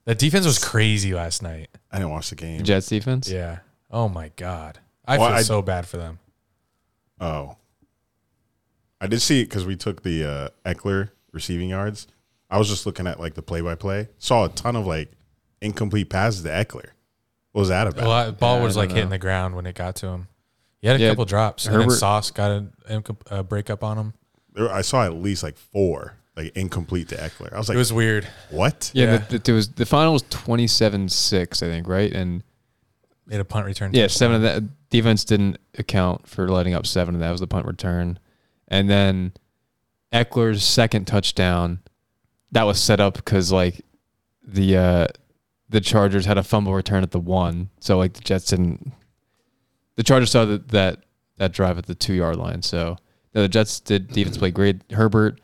Speaker 1: That defense was crazy last night.
Speaker 2: I didn't watch the game.
Speaker 4: Jets defense.
Speaker 1: Yeah. Oh my God. I
Speaker 2: Well,
Speaker 1: feel
Speaker 2: I-
Speaker 1: so bad for them.
Speaker 2: Oh, I did see it because we took the uh, Eckler receiving yards. I was just looking at like the play by play. Saw a ton of like incomplete passes to Eckler. What was that
Speaker 1: A
Speaker 2: about?
Speaker 1: lot, ball
Speaker 4: Yeah, I
Speaker 1: was like
Speaker 4: don't
Speaker 1: hitting
Speaker 4: know.
Speaker 1: the ground when it got to him. He had a
Speaker 4: Yeah,
Speaker 1: couple drops. And then
Speaker 4: Herbert-
Speaker 1: Sauce got a, incom- a breakup on him.
Speaker 2: There- I saw at least like four like incomplete to Eckler. I was like,
Speaker 1: It was weird.
Speaker 2: what?
Speaker 4: Yeah,
Speaker 1: Yeah.
Speaker 4: The, the, it was the final was twenty seven six, I think, right? And
Speaker 1: Made a punt return.
Speaker 4: yeah,
Speaker 1: touchdown.
Speaker 4: seven of that defense didn't account for letting up seven, and that was the punt return. And then Eckler's second touchdown, that was set up because like the uh, the Chargers had a fumble return at the one, so like the Jets didn't. The Chargers saw that that, that drive at the two yard line, so no, the Jets did defense play great. Herbert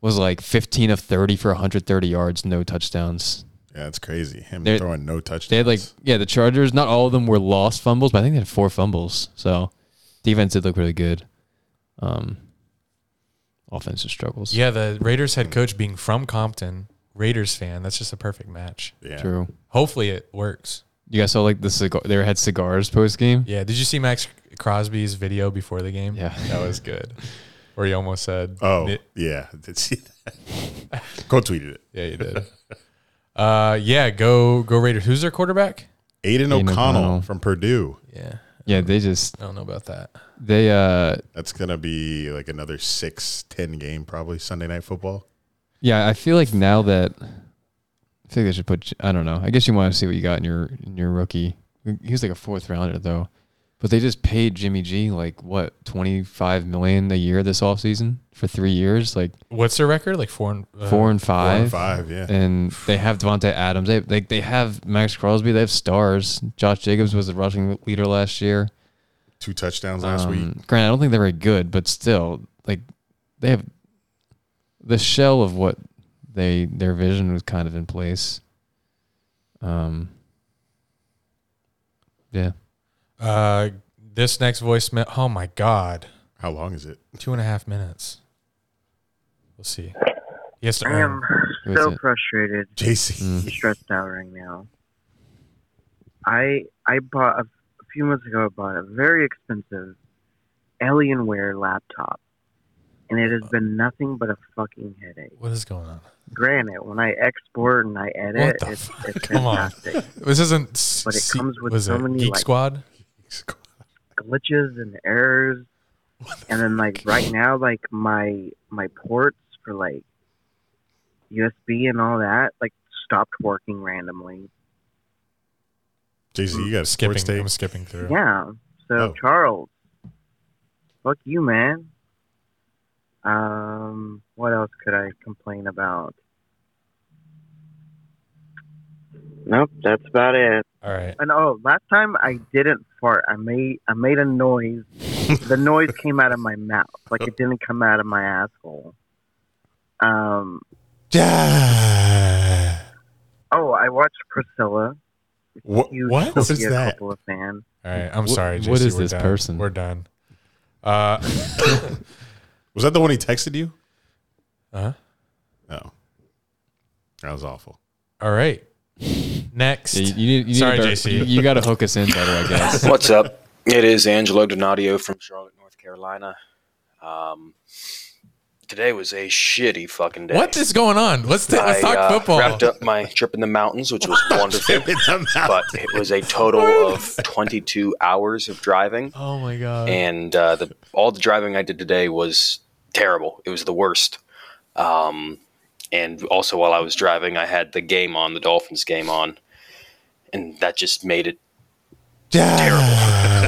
Speaker 4: was like fifteen of thirty for hundred thirty yards, no touchdowns.
Speaker 2: Yeah, it's crazy. Him
Speaker 4: They're-
Speaker 2: throwing no touchdowns.
Speaker 4: They had like yeah, the Chargers. Not all of them were lost fumbles, but I think they had four fumbles. So defense did look really good. Um, offensive struggles.
Speaker 1: Yeah, the Raiders head coach being from Compton, Raiders fan. That's just a perfect match.
Speaker 2: yeah.
Speaker 4: true.
Speaker 1: Hopefully it works.
Speaker 4: You guys saw like the cigar. They had cigars post game.
Speaker 1: Yeah. Did you see Max Crosby's video before the game?
Speaker 4: Yeah.
Speaker 1: That was good. Or you almost said.
Speaker 2: Oh,
Speaker 1: Ni-
Speaker 2: yeah. I Did see that? Go tweeted it.
Speaker 1: yeah, you did. uh, yeah, go go Raiders. Who's their quarterback?
Speaker 2: Aiden,
Speaker 4: Aiden
Speaker 2: O'Connell,
Speaker 4: O'Connell.
Speaker 2: from Purdue.
Speaker 1: Yeah,
Speaker 4: Yeah, they just
Speaker 1: I don't know about that.
Speaker 4: they uh
Speaker 2: That's gonna be like another six ten game probably Sunday night football.
Speaker 4: yeah, I feel like now that I feel like they should put I don't know. I guess you want to see what you got in your in your rookie. He was like a fourth rounder though. But they just paid Jimmy G like what, twenty five million a year this offseason for three years, like
Speaker 1: What's their record? Like four and uh,
Speaker 4: four and
Speaker 2: Four
Speaker 4: five.
Speaker 2: and five, yeah.
Speaker 4: and they have Devonte Adams. They like they have Max Crosby. They have stars. Josh Jacobs was the rushing leader last year.
Speaker 2: Two touchdowns last
Speaker 4: Um,
Speaker 2: week.
Speaker 4: Granted, I don't think they were good, but still, like they have the shell of what they their vision was kind of in place. Um. Yeah.
Speaker 1: Uh, this next voicemail. Oh my god,
Speaker 2: How long is it?
Speaker 1: two and a half minutes. We'll see. He has to earn.
Speaker 4: Who is
Speaker 10: so
Speaker 4: it?
Speaker 10: frustrated
Speaker 2: JC.
Speaker 1: Mm.
Speaker 10: and stressed out right now. I I bought a, a few months ago. I bought a very expensive Alienware laptop, and it
Speaker 1: Uh.
Speaker 10: has been nothing but a fucking headache.
Speaker 1: What is going on?
Speaker 10: Granted, when I export and I
Speaker 1: What
Speaker 10: edit,
Speaker 1: the
Speaker 10: it's,
Speaker 1: fuck?
Speaker 10: it's
Speaker 1: Come on.
Speaker 10: fantastic.
Speaker 1: This isn't.
Speaker 10: But it comes with
Speaker 1: was
Speaker 10: so
Speaker 1: it
Speaker 10: many,
Speaker 1: Geek
Speaker 10: like-
Speaker 1: Squad.
Speaker 10: glitches and errors. And then like right now, like my my ports for like USB and all that like stopped working randomly.
Speaker 2: JC, you got a
Speaker 1: Mm,
Speaker 2: sports
Speaker 1: Skipping.
Speaker 2: take?
Speaker 1: I'm skipping through.
Speaker 10: Yeah. So
Speaker 2: Oh.
Speaker 10: Charles, fuck you, man. Um, what else could I complain about? Nope, that's about it.
Speaker 1: All right.
Speaker 10: And oh, last time I didn't fart. I made I made a noise. the noise came out of my mouth, like it didn't come out of my asshole. Um. Oh, I watched Priscilla.
Speaker 2: What?
Speaker 10: Huge
Speaker 2: What is
Speaker 10: Sofia
Speaker 2: that?
Speaker 10: Coppola fan.
Speaker 1: All right. I'm
Speaker 4: Wh-
Speaker 1: sorry.
Speaker 4: what
Speaker 1: JC,
Speaker 4: is
Speaker 1: we're
Speaker 4: this
Speaker 1: done.
Speaker 4: person?
Speaker 1: We're done. Uh,
Speaker 2: Was that the one he texted you?
Speaker 1: uh,
Speaker 2: No. That was awful.
Speaker 1: all right. Next.
Speaker 4: Yeah, you, you need, you need
Speaker 1: Sorry,
Speaker 4: to-
Speaker 1: JC.
Speaker 4: You, got to hook us in better, I guess.
Speaker 11: What's up? It is Angelo Donadio from Charlotte, North Carolina. Um, today was a shitty fucking day.
Speaker 1: What is going on? Let's t- let's
Speaker 11: I,
Speaker 1: talk
Speaker 11: uh,
Speaker 1: football.
Speaker 11: Wrapped up my trip in the mountains, which was wonderful, but it was a total of 22 hours of driving,
Speaker 1: Oh my god.
Speaker 11: and uh, the, all the driving I did today was terrible. It was the worst. Um, and also, while I was driving, I had the game on, the Dolphins game on, and that just made it terrible.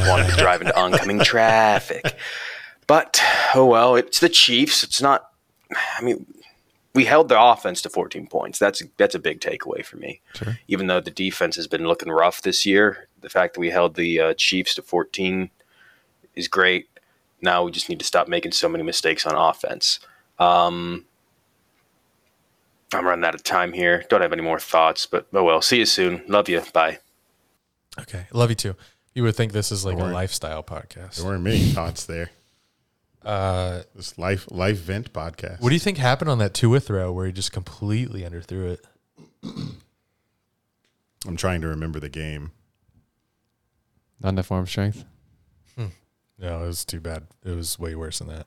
Speaker 11: Wanted to drive into oncoming traffic. But oh well, it's the Chiefs. It's not I mean we held the offense to 14 points. That's that's a big takeaway for me. Even though the defense has been looking rough this year, the fact that we held the uh, Chiefs to 14 is great. Now we just need to stop making so many mistakes on offense. Um, I'm running out of time here. Don't have any more thoughts, but oh well. See you soon. Love you. Bye.
Speaker 1: Okay. Love you too. You would think this is like
Speaker 2: Don't
Speaker 1: a
Speaker 2: worry.
Speaker 1: lifestyle
Speaker 2: There
Speaker 1: podcast.
Speaker 2: weren't many thoughts there.
Speaker 1: Uh,
Speaker 2: This life life vent podcast.
Speaker 1: what do you think happened on that two throw where he just completely underthrew it?
Speaker 2: I'm trying to remember the game.
Speaker 4: Not enough arm strength.
Speaker 1: No, it was too bad. It was way worse than that.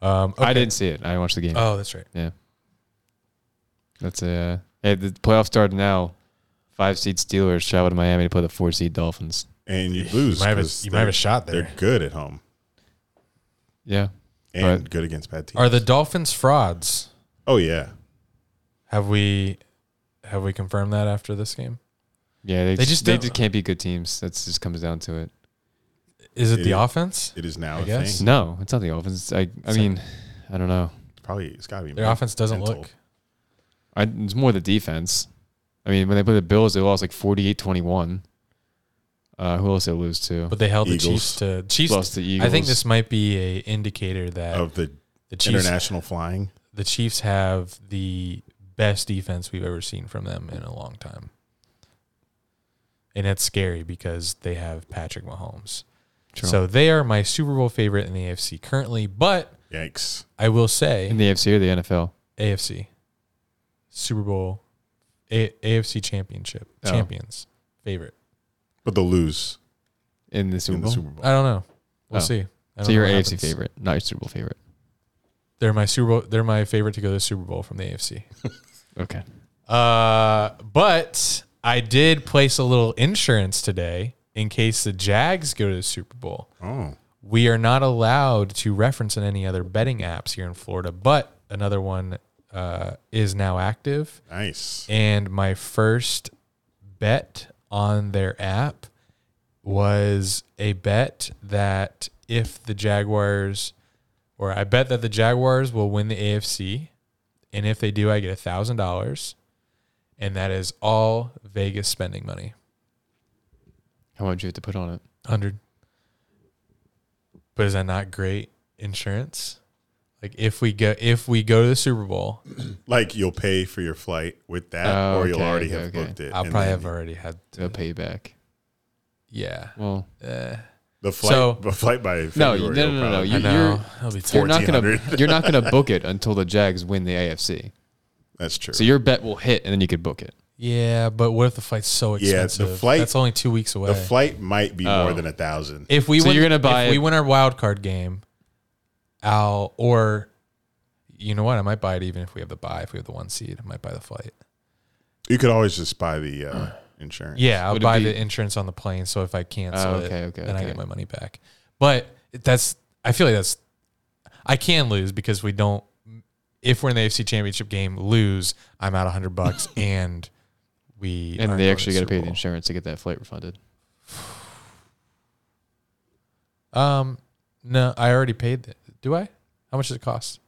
Speaker 1: Um, okay.
Speaker 4: I didn't see it. I watched the game.
Speaker 1: Oh, that's right.
Speaker 4: That's a hey, the playoff started now. Five seed Steelers travel to Miami to play the four seed Dolphins.
Speaker 2: And you'd lose.
Speaker 1: You might have a-
Speaker 2: 'cause
Speaker 1: you might have a
Speaker 2: they're-
Speaker 1: shot there.
Speaker 2: They're good at home
Speaker 4: Yeah,
Speaker 2: and
Speaker 4: But-
Speaker 2: good against bad teams.
Speaker 1: Are the Dolphins frauds?
Speaker 2: oh, yeah.
Speaker 1: Have we have we confirmed that after this game?
Speaker 4: yeah. They,
Speaker 1: They
Speaker 4: just
Speaker 1: just
Speaker 4: they
Speaker 1: don't-
Speaker 4: just can't be good teams. That's just comes down to it.
Speaker 1: Is it
Speaker 2: It
Speaker 1: the
Speaker 2: is.
Speaker 1: offense?
Speaker 2: It is now
Speaker 1: I
Speaker 2: a
Speaker 1: guess.
Speaker 2: thing.
Speaker 4: No, it's not the offense. It's, I I
Speaker 1: So-
Speaker 4: mean, I don't know.
Speaker 2: It's probably, it's got to be.
Speaker 1: Their
Speaker 2: men-
Speaker 1: offense doesn't
Speaker 2: mental.
Speaker 1: look.
Speaker 4: I, it's more the defense. I mean, when they play the Bills, they lost like 48-21. Uh, who else they lose to?
Speaker 1: But they held the
Speaker 2: Eagles.
Speaker 1: Chiefs to Chiefs.
Speaker 4: Lost to
Speaker 1: I think
Speaker 4: Eagles.
Speaker 1: this might be a indicator that
Speaker 2: Of the
Speaker 1: the Chiefs
Speaker 2: international flying.
Speaker 1: the Chiefs have the best defense we've ever seen from them in a long time. And that's scary because they have Patrick Mahomes.
Speaker 4: True.
Speaker 1: So they are my Super Bowl favorite in the AFC currently, but
Speaker 2: Yikes.
Speaker 1: I will say
Speaker 4: in the AFC or the NFL?
Speaker 1: AFC Super Bowl a- AFC Championship
Speaker 4: Oh.
Speaker 1: champions favorite.
Speaker 2: But they'll lose
Speaker 4: In the Super
Speaker 2: in the
Speaker 4: Bowl.
Speaker 2: Super Bowl.
Speaker 1: I don't know. We'll
Speaker 4: Oh.
Speaker 1: see. I don't
Speaker 4: So
Speaker 1: know
Speaker 4: your
Speaker 1: what
Speaker 4: AFC
Speaker 1: happens.
Speaker 4: favorite, not your Super Bowl favorite.
Speaker 1: They're my Super Bowl. They're my favorite to go to the Super Bowl from the AFC.
Speaker 4: Okay.
Speaker 1: Uh, but I did place a little insurance today in case the Jags go to the Super Bowl.
Speaker 2: Oh,
Speaker 1: We are not allowed to reference in any other betting apps here in Florida, but another one uh, is now active.
Speaker 2: nice.
Speaker 1: And my first bet on their app was a bet that if the Jaguars, or I bet that the Jaguars will win the AFC. And if they do, I get $1,000. And that is all Vegas spending money.
Speaker 4: How much do you have to put on it?
Speaker 1: 100. But is that not great insurance? Like if we go if we go to the Super Bowl,
Speaker 2: Like you'll pay for your flight with that,
Speaker 4: Oh,
Speaker 2: or you'll
Speaker 4: okay,
Speaker 2: already
Speaker 4: okay,
Speaker 2: have
Speaker 4: okay.
Speaker 2: booked it.
Speaker 1: I'll
Speaker 2: and
Speaker 1: probably
Speaker 2: then
Speaker 1: have already had
Speaker 4: Do a payback.
Speaker 1: yeah.
Speaker 4: Well,
Speaker 2: the flight.
Speaker 1: So-
Speaker 2: the flight by
Speaker 4: no,
Speaker 2: February.
Speaker 4: you-
Speaker 2: will
Speaker 4: no, no, no, no.
Speaker 2: probably-
Speaker 4: You,
Speaker 1: I
Speaker 4: you're
Speaker 1: know. That'll be
Speaker 4: you're not gonna
Speaker 2: 1400.
Speaker 4: you're not gonna book it until the Jags win the AFC.
Speaker 2: That's true.
Speaker 4: So your bet will hit, and then you could book it.
Speaker 1: Yeah, but what if the flight's so
Speaker 2: Yeah, the
Speaker 1: expensive?
Speaker 2: flight-
Speaker 1: that's only two weeks away.
Speaker 2: the flight might be more
Speaker 4: Oh.
Speaker 2: than a thousand.
Speaker 1: if we
Speaker 4: So
Speaker 1: win,
Speaker 4: you're gonna buy
Speaker 1: if we
Speaker 4: it-
Speaker 1: win our wild card game, I'll or you know what? I might buy it even if we have the buy. If we have the one seed, I might buy the flight.
Speaker 2: You could always just buy the uh, insurance.
Speaker 1: Yeah, I'll
Speaker 4: Would it
Speaker 1: buy
Speaker 4: be-
Speaker 1: the insurance on the plane. So if I cancel
Speaker 4: Oh, okay,
Speaker 1: it,
Speaker 4: okay,
Speaker 1: then I
Speaker 4: okay.
Speaker 1: get my money back. But that's I feel like that's I can lose because we don't. If we're in the AFC Championship game, lose, I'm out hundred bucks, and we
Speaker 4: And
Speaker 1: aren't
Speaker 4: they
Speaker 1: going
Speaker 4: actually got to
Speaker 1: Super
Speaker 4: pay the
Speaker 1: Bowl.
Speaker 4: insurance to get that flight refunded.
Speaker 1: Um, no, I already paid. The, do I? How much does it cost?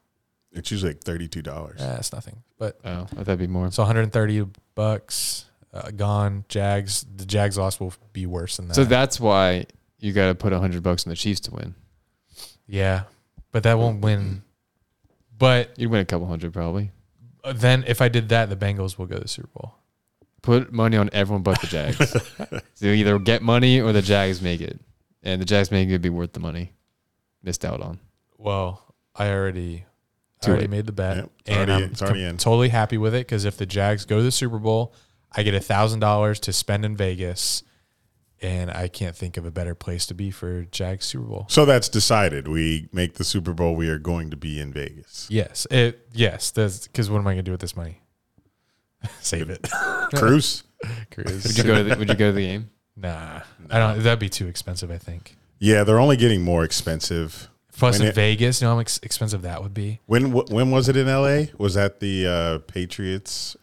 Speaker 2: It's usually like thirty-two dollars.
Speaker 1: Eh, it's nothing. But
Speaker 4: Oh, that'd be more.
Speaker 1: so 130 bucks uh, gone. Jags. The Jags loss will be worse than that.
Speaker 4: So that's why you got to put hundred bucks on the Chiefs to win.
Speaker 1: yeah, but that won't win. But
Speaker 4: You'd win a couple hundred probably.
Speaker 1: uh, then if I did that, the Bengals will go to the Super Bowl.
Speaker 4: Put money on everyone but the Jags. so you either get money or the Jags make it, and the Jags make it would be worth the money. Missed out on.
Speaker 1: Well, I already. I
Speaker 4: Too
Speaker 1: already
Speaker 4: late.
Speaker 1: made the bet,
Speaker 2: Yep, it's
Speaker 1: and
Speaker 2: already-
Speaker 1: I'm
Speaker 2: it's already
Speaker 1: com-
Speaker 2: in.
Speaker 1: totally happy with it. Because if the Jags go to the Super Bowl, I get a thousand dollars to spend in Vegas, and I can't think of a better place to be for Jags Super Bowl.
Speaker 2: So that's decided. We make the Super Bowl. We are going to be in Vegas.
Speaker 1: Yes. It yes, that's because what am I gonna do with this money? Save it.
Speaker 2: Cruise.
Speaker 4: Would
Speaker 1: Cruise.
Speaker 4: you go? To the, would you go to the game?
Speaker 1: nah. I don't uh, that'd be too expensive, I think.
Speaker 2: Yeah, they're only getting more expensive.
Speaker 1: Plus
Speaker 2: When
Speaker 1: in
Speaker 2: it-
Speaker 1: Vegas, you know how ex- expensive that would be?
Speaker 2: When wh- when was it in L.A.? Was that the uh, Patriots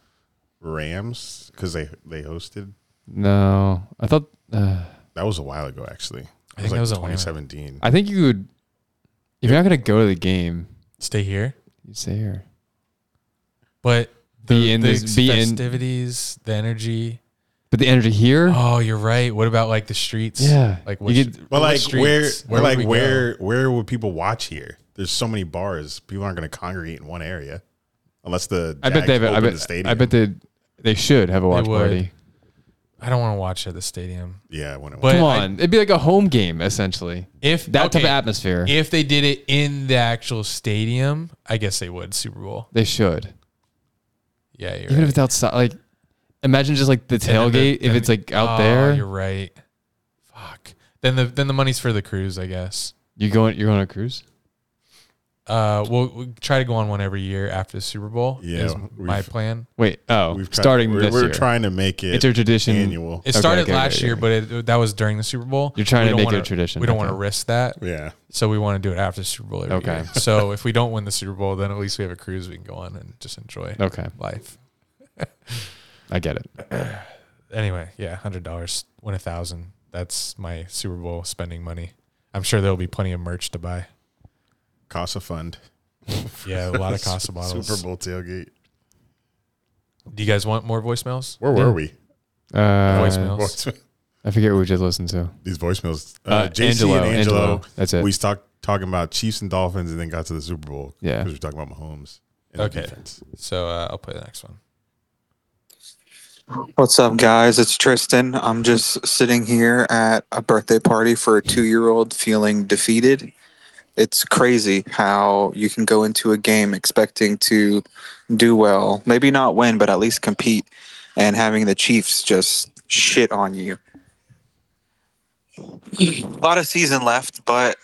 Speaker 2: Rams? Because they they hosted.
Speaker 4: No, I thought. Uh,
Speaker 2: That was a while ago, actually.
Speaker 1: I think that was Atlanta.
Speaker 2: 2017.
Speaker 4: I think you would. If you're not gonna go to the game,
Speaker 1: Stay here.
Speaker 4: you stay here.
Speaker 1: But the,
Speaker 4: Be in
Speaker 1: the
Speaker 4: this- be in-
Speaker 1: festivities, the energy.
Speaker 4: But the energy here,
Speaker 1: Oh, you're right. What about like the streets?
Speaker 4: Yeah.
Speaker 1: Like
Speaker 4: You
Speaker 1: what
Speaker 4: could-
Speaker 2: But like where,
Speaker 1: would
Speaker 2: where like
Speaker 1: we go?
Speaker 2: where where would people watch here? There's so many bars. People aren't going to congregate in one area, unless the
Speaker 4: I bet
Speaker 2: Jags
Speaker 4: they. Have, a- I
Speaker 2: open
Speaker 4: bet.
Speaker 2: the stadium.
Speaker 4: I bet they. They should have a watch
Speaker 1: would.
Speaker 4: party.
Speaker 1: I don't want to watch at the stadium.
Speaker 2: yeah. When it
Speaker 1: But
Speaker 4: Come
Speaker 1: I-
Speaker 4: on, it'd be like a home game essentially.
Speaker 1: If
Speaker 4: That type
Speaker 1: okay,
Speaker 4: of atmosphere,
Speaker 1: If they did it in the actual stadium, I guess they would. Super Bowl.
Speaker 4: they should.
Speaker 1: Yeah, you're
Speaker 4: Even
Speaker 1: right.
Speaker 4: if it's outside, like imagine just like the
Speaker 1: And then the-
Speaker 4: tailgate. if
Speaker 1: then-
Speaker 4: it's like out
Speaker 1: Oh,
Speaker 4: there,
Speaker 1: You're
Speaker 4: you're,
Speaker 1: right. Fuck. Then the then the money's for the cruise, I guess.
Speaker 4: going. You're going on a cruise.
Speaker 1: Uh, we'll, we'll try to go on one every year after the Super Bowl.
Speaker 2: Yeah,
Speaker 1: is
Speaker 2: we've-
Speaker 1: my plan.
Speaker 4: Wait. Oh,
Speaker 2: we've tried-
Speaker 4: starting
Speaker 2: we're,
Speaker 4: this
Speaker 2: we're
Speaker 4: year.
Speaker 2: trying to make it
Speaker 4: it's a tradition.
Speaker 2: annual.
Speaker 1: It
Speaker 4: Okay,
Speaker 1: started
Speaker 4: okay, okay,
Speaker 1: last
Speaker 4: okay.
Speaker 1: year, but it, that was during the Super Bowl.
Speaker 4: You're trying
Speaker 1: We
Speaker 4: to
Speaker 1: don't
Speaker 4: make it
Speaker 1: wanna-
Speaker 4: a tradition.
Speaker 1: We don't want to
Speaker 4: Okay.
Speaker 1: risk that,
Speaker 2: yeah.
Speaker 1: so we want to do it after the Super Bowl. Every
Speaker 4: Okay.
Speaker 1: Year. So if we don't win the Super Bowl, then at least we have a cruise we can go on and just enjoy
Speaker 4: Okay,
Speaker 1: life.
Speaker 4: I get it.
Speaker 1: Anyway, yeah, hundred dollars, win a thousand. That's my Super Bowl spending money. I'm sure there'll be plenty of merch to buy.
Speaker 2: Casa fund.
Speaker 1: Yeah, a lot of Casa bottles.
Speaker 2: Super Bowl tailgate.
Speaker 1: Do you guys want more voicemails?
Speaker 2: Where were we?
Speaker 4: Uh,
Speaker 1: Voicemails.
Speaker 4: I forget what we just listened to.
Speaker 2: These voicemails. Uh,
Speaker 4: Uh,
Speaker 2: JC and Angelo.
Speaker 4: Angelo, that's it.
Speaker 2: We talked talking about Chiefs and Dolphins, and then got to the Super Bowl.
Speaker 4: Yeah.
Speaker 2: because we're talking about Mahomes. And
Speaker 1: Okay.
Speaker 2: The defense.
Speaker 1: So uh, I'll play the next one.
Speaker 7: What's up, guys? It's Tristan. I'm just sitting here at a birthday party for a two year old feeling defeated. It's crazy how you can go into a game expecting to do well, maybe not win, but at least compete, and having the Chiefs just shit on you. A lot of season left, but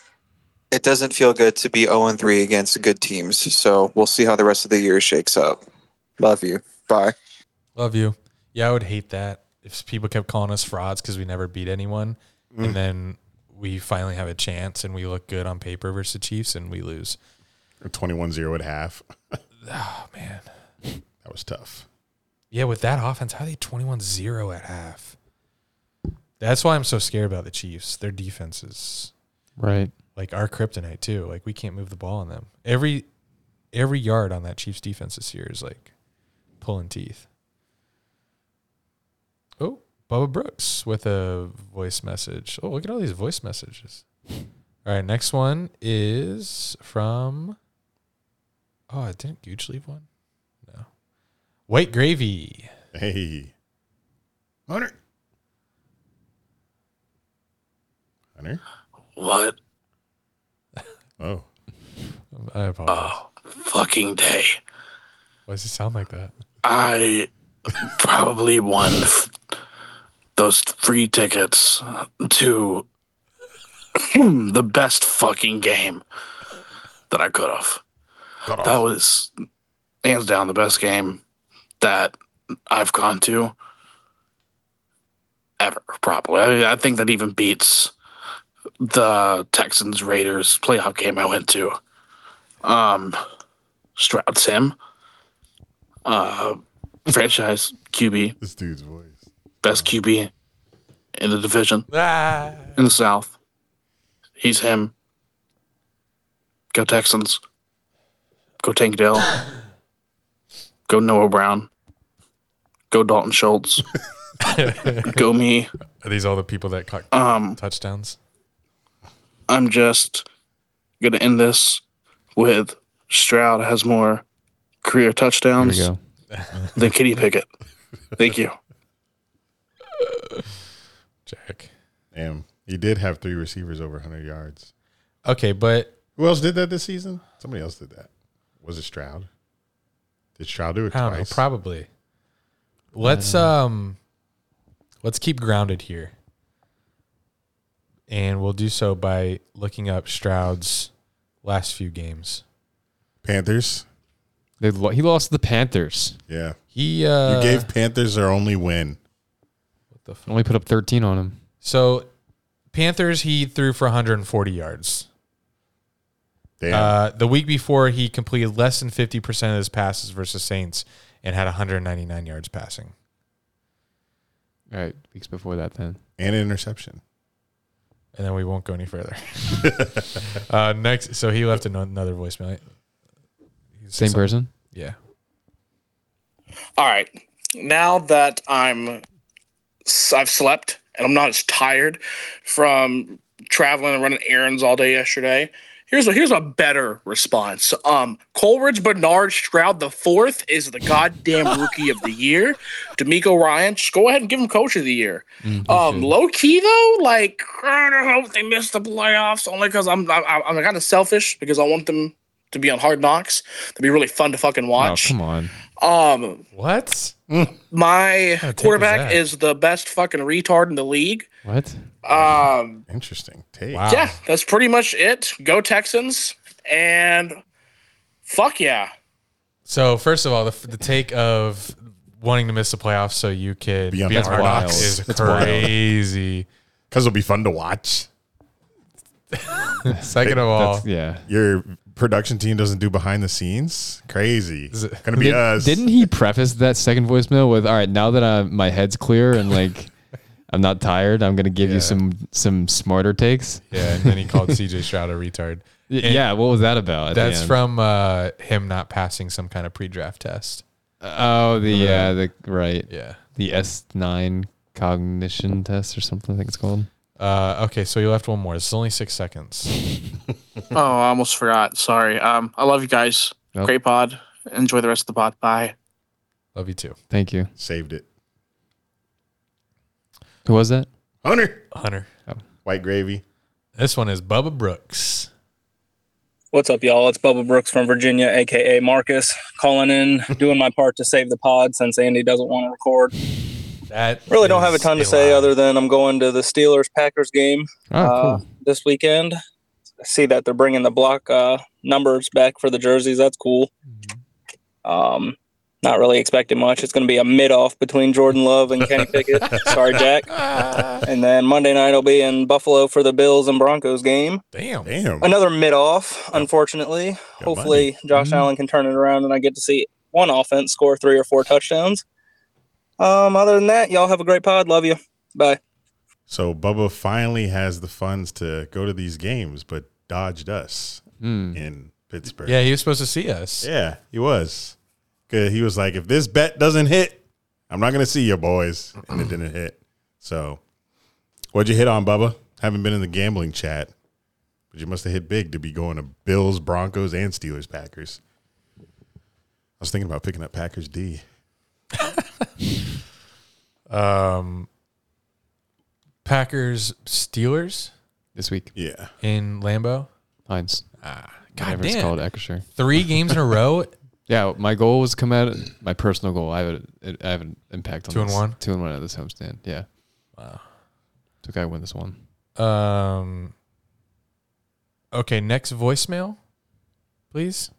Speaker 7: it doesn't feel good to be 0 3 against good teams. So we'll see how the rest of the year shakes up. Love you. Bye.
Speaker 1: Love you. Yeah, I would hate that if people kept calling us frauds because we never beat anyone,
Speaker 2: Mm.
Speaker 1: and then we finally have a chance and we look good on paper versus the Chiefs and we lose.
Speaker 2: 21 0 at half.
Speaker 1: Oh man.
Speaker 2: That was tough.
Speaker 1: Yeah, with that offense, how are they 21-0 at half? That's why I'm so scared about the Chiefs. Their defense is
Speaker 4: Right.
Speaker 1: like our kryptonite too. Like we can't move the ball on them. Every every yard on that Chiefs defense this year is like pulling teeth. Oh, Bubba Brooks with a voice message. Oh, look at all these voice messages. All right, next one is from. Oh, didn't Gooch leave one? No. White gravy.
Speaker 2: Hey. Hunter. Hunter?
Speaker 12: What
Speaker 2: Oh.
Speaker 1: I apologize.
Speaker 12: fucking day?
Speaker 1: Why does he sound like that?
Speaker 12: I probably won f- those free tickets to the best fucking game that I could have. That was hands down the best game that I've gone to ever, probably. I, I think that even beats the Texans Raiders playoff game I went to. Um, Stroud's him. Uh, franchise QB,
Speaker 2: This dude's voice.
Speaker 12: best QB in the division
Speaker 1: Ah.
Speaker 12: in the South. He's him. Go Texans. Go Tank Dell. Go Noah Brown. Go Dalton Schultz. Go me.
Speaker 1: Are these all the people that caught
Speaker 12: Um,
Speaker 1: touchdowns?
Speaker 12: I'm just gonna end this with Stroud has more career
Speaker 4: There we
Speaker 12: touchdowns
Speaker 4: go.
Speaker 12: than Kitty Pickett. Thank you.
Speaker 1: Jack.
Speaker 2: Damn. He did have three receivers over 100 yards.
Speaker 1: Okay, but
Speaker 2: Who else did that this season? Somebody else did that. Was it Stroud? Did Stroud do it
Speaker 1: I don't
Speaker 2: twice?
Speaker 1: know. Probably. Let's
Speaker 4: Uh.
Speaker 1: um, let's keep grounded here, and we'll do so by looking up Stroud's last few games.
Speaker 2: Panthers.
Speaker 4: They lo- he lost to the Panthers.
Speaker 2: Yeah.
Speaker 1: He
Speaker 2: You
Speaker 1: uh,
Speaker 2: gave Panthers their only win.
Speaker 1: what the fuck?
Speaker 4: Only put up 13 on him.
Speaker 1: so Panthers. He threw for 140 yards.
Speaker 2: Damn.
Speaker 1: Uh, the week before, he completed less than 50 percent of his passes versus Saints and had 199 yards passing.
Speaker 4: All right. Weeks before that, then.
Speaker 2: and an interception.
Speaker 1: and then we won't go any further. uh, next, so he left an- another voicemail. He said
Speaker 4: Same
Speaker 1: something-
Speaker 4: person?
Speaker 1: Yeah.
Speaker 12: All right. Now that I'm I've slept and I'm not as tired from traveling and running errands all day yesterday, here's a here's a better response. Um Coleridge Bernard Stroud the fourth is the goddamn rookie of the year. D'Amico Ryan, just go ahead and give him coach of the year. Um, low key though, like I hope they miss the playoffs only because I'm I'm, I'm kind of selfish because I want them to be on Hard Knocks. That'd be really fun to fucking
Speaker 4: Oh,
Speaker 12: watch.
Speaker 4: come on.
Speaker 12: um,
Speaker 1: What?
Speaker 12: my
Speaker 1: How tight is
Speaker 12: quarterback
Speaker 1: that?
Speaker 12: is the best fucking retard in the league.
Speaker 4: What?
Speaker 12: Um,
Speaker 2: Interesting. Take.
Speaker 1: Wow.
Speaker 12: yeah, that's pretty much it. Go Texans and fuck yeah.
Speaker 1: So first of all, the, the take of wanting to miss the playoffs so you could
Speaker 2: Be on
Speaker 1: Hard
Speaker 2: Hard Knocks.
Speaker 1: Knocks is
Speaker 4: That's wild.
Speaker 1: crazy.
Speaker 2: Because it'll be fun to watch.
Speaker 1: Second of all,
Speaker 4: That's, yeah.
Speaker 2: Your production team doesn't do behind the scenes. Crazy.
Speaker 1: Is it-
Speaker 2: Gonna be
Speaker 4: Did,
Speaker 2: us.
Speaker 4: Didn't he preface that second voicemail with, "All right, now that I, my head's clear and like I'm not tired, I'm gonna give
Speaker 1: Yeah.
Speaker 4: you some some smarter takes."
Speaker 1: yeah, and then he called CJ Stroud a retard.
Speaker 4: Y-
Speaker 1: And
Speaker 4: yeah. What was that about? at the
Speaker 1: That's
Speaker 4: end?
Speaker 1: from uh, him not passing some kind of pre-draft test.
Speaker 4: oh the yeah the right
Speaker 1: Yeah.
Speaker 4: the S nine cognition test or something. I think it's called.
Speaker 1: Uh, okay, so you left one more. This is only six seconds.
Speaker 12: Oh, I almost forgot. Sorry. Um, I love you guys.
Speaker 4: Nope.
Speaker 12: Great pod. Enjoy the rest of the pod. Bye.
Speaker 1: Love you too,
Speaker 4: Thank you.
Speaker 2: Saved it.
Speaker 4: Who was that?
Speaker 2: Hunter.
Speaker 1: Hunter.
Speaker 4: Oh.
Speaker 2: White gravy.
Speaker 1: This one is Bubba Brooks.
Speaker 13: What's up, y'all? It's Bubba Brooks from Virginia, aka Marcus, calling in, doing my part to save the pod since Andy doesn't want to record.
Speaker 1: That
Speaker 13: Really don't have a
Speaker 1: is
Speaker 13: ton to say
Speaker 1: lie.
Speaker 13: other than I'm going to the Steelers Packers game
Speaker 4: Oh,
Speaker 13: uh,
Speaker 4: cool.
Speaker 13: this weekend. see that they're bringing the block uh, numbers back for the jerseys. That's cool. Um, not really expecting much. It's going to be a mid off between Jordan Love and Kenny Pickett. Sorry, Jack. And then Monday night I'll be in Buffalo for the Bills and Broncos game.
Speaker 1: Damn.
Speaker 2: Damn.
Speaker 13: Another mid off, unfortunately. Hopefully Josh Allen can turn it around and I get to see one offense score three or four touchdowns. Um, other than that, y'all have a great pod. Love you. Bye.
Speaker 2: So Bubba finally has the funds to go to these games, but dodged us in Pittsburgh.
Speaker 1: Hmm. Yeah, he was supposed to see us.
Speaker 2: Yeah, he was. 'Cause He was like, if this bet doesn't hit, I'm not going to see you boys. And it didn't hit. So, what'd you hit on, Bubba? Haven't been in the gambling chat, but you must have hit big to be going to Bills, Broncos, and Steelers, Packers. I was thinking about picking up Packers D.
Speaker 1: Um, Packers Steelers
Speaker 4: this week.
Speaker 2: Yeah.
Speaker 1: in Lambeau.
Speaker 4: Heinz.
Speaker 1: Ah,
Speaker 4: Whatever it's
Speaker 1: goddamn.
Speaker 4: called, Akershire.
Speaker 1: Three games in a row.
Speaker 4: Yeah, my goal was come out. My personal goal. I have a, I have an impact on
Speaker 1: Two and
Speaker 4: this-
Speaker 1: one?
Speaker 4: Two and one at this homestand. Yeah. Wow. Took I win this one.
Speaker 1: Um. Okay, next voicemail, please.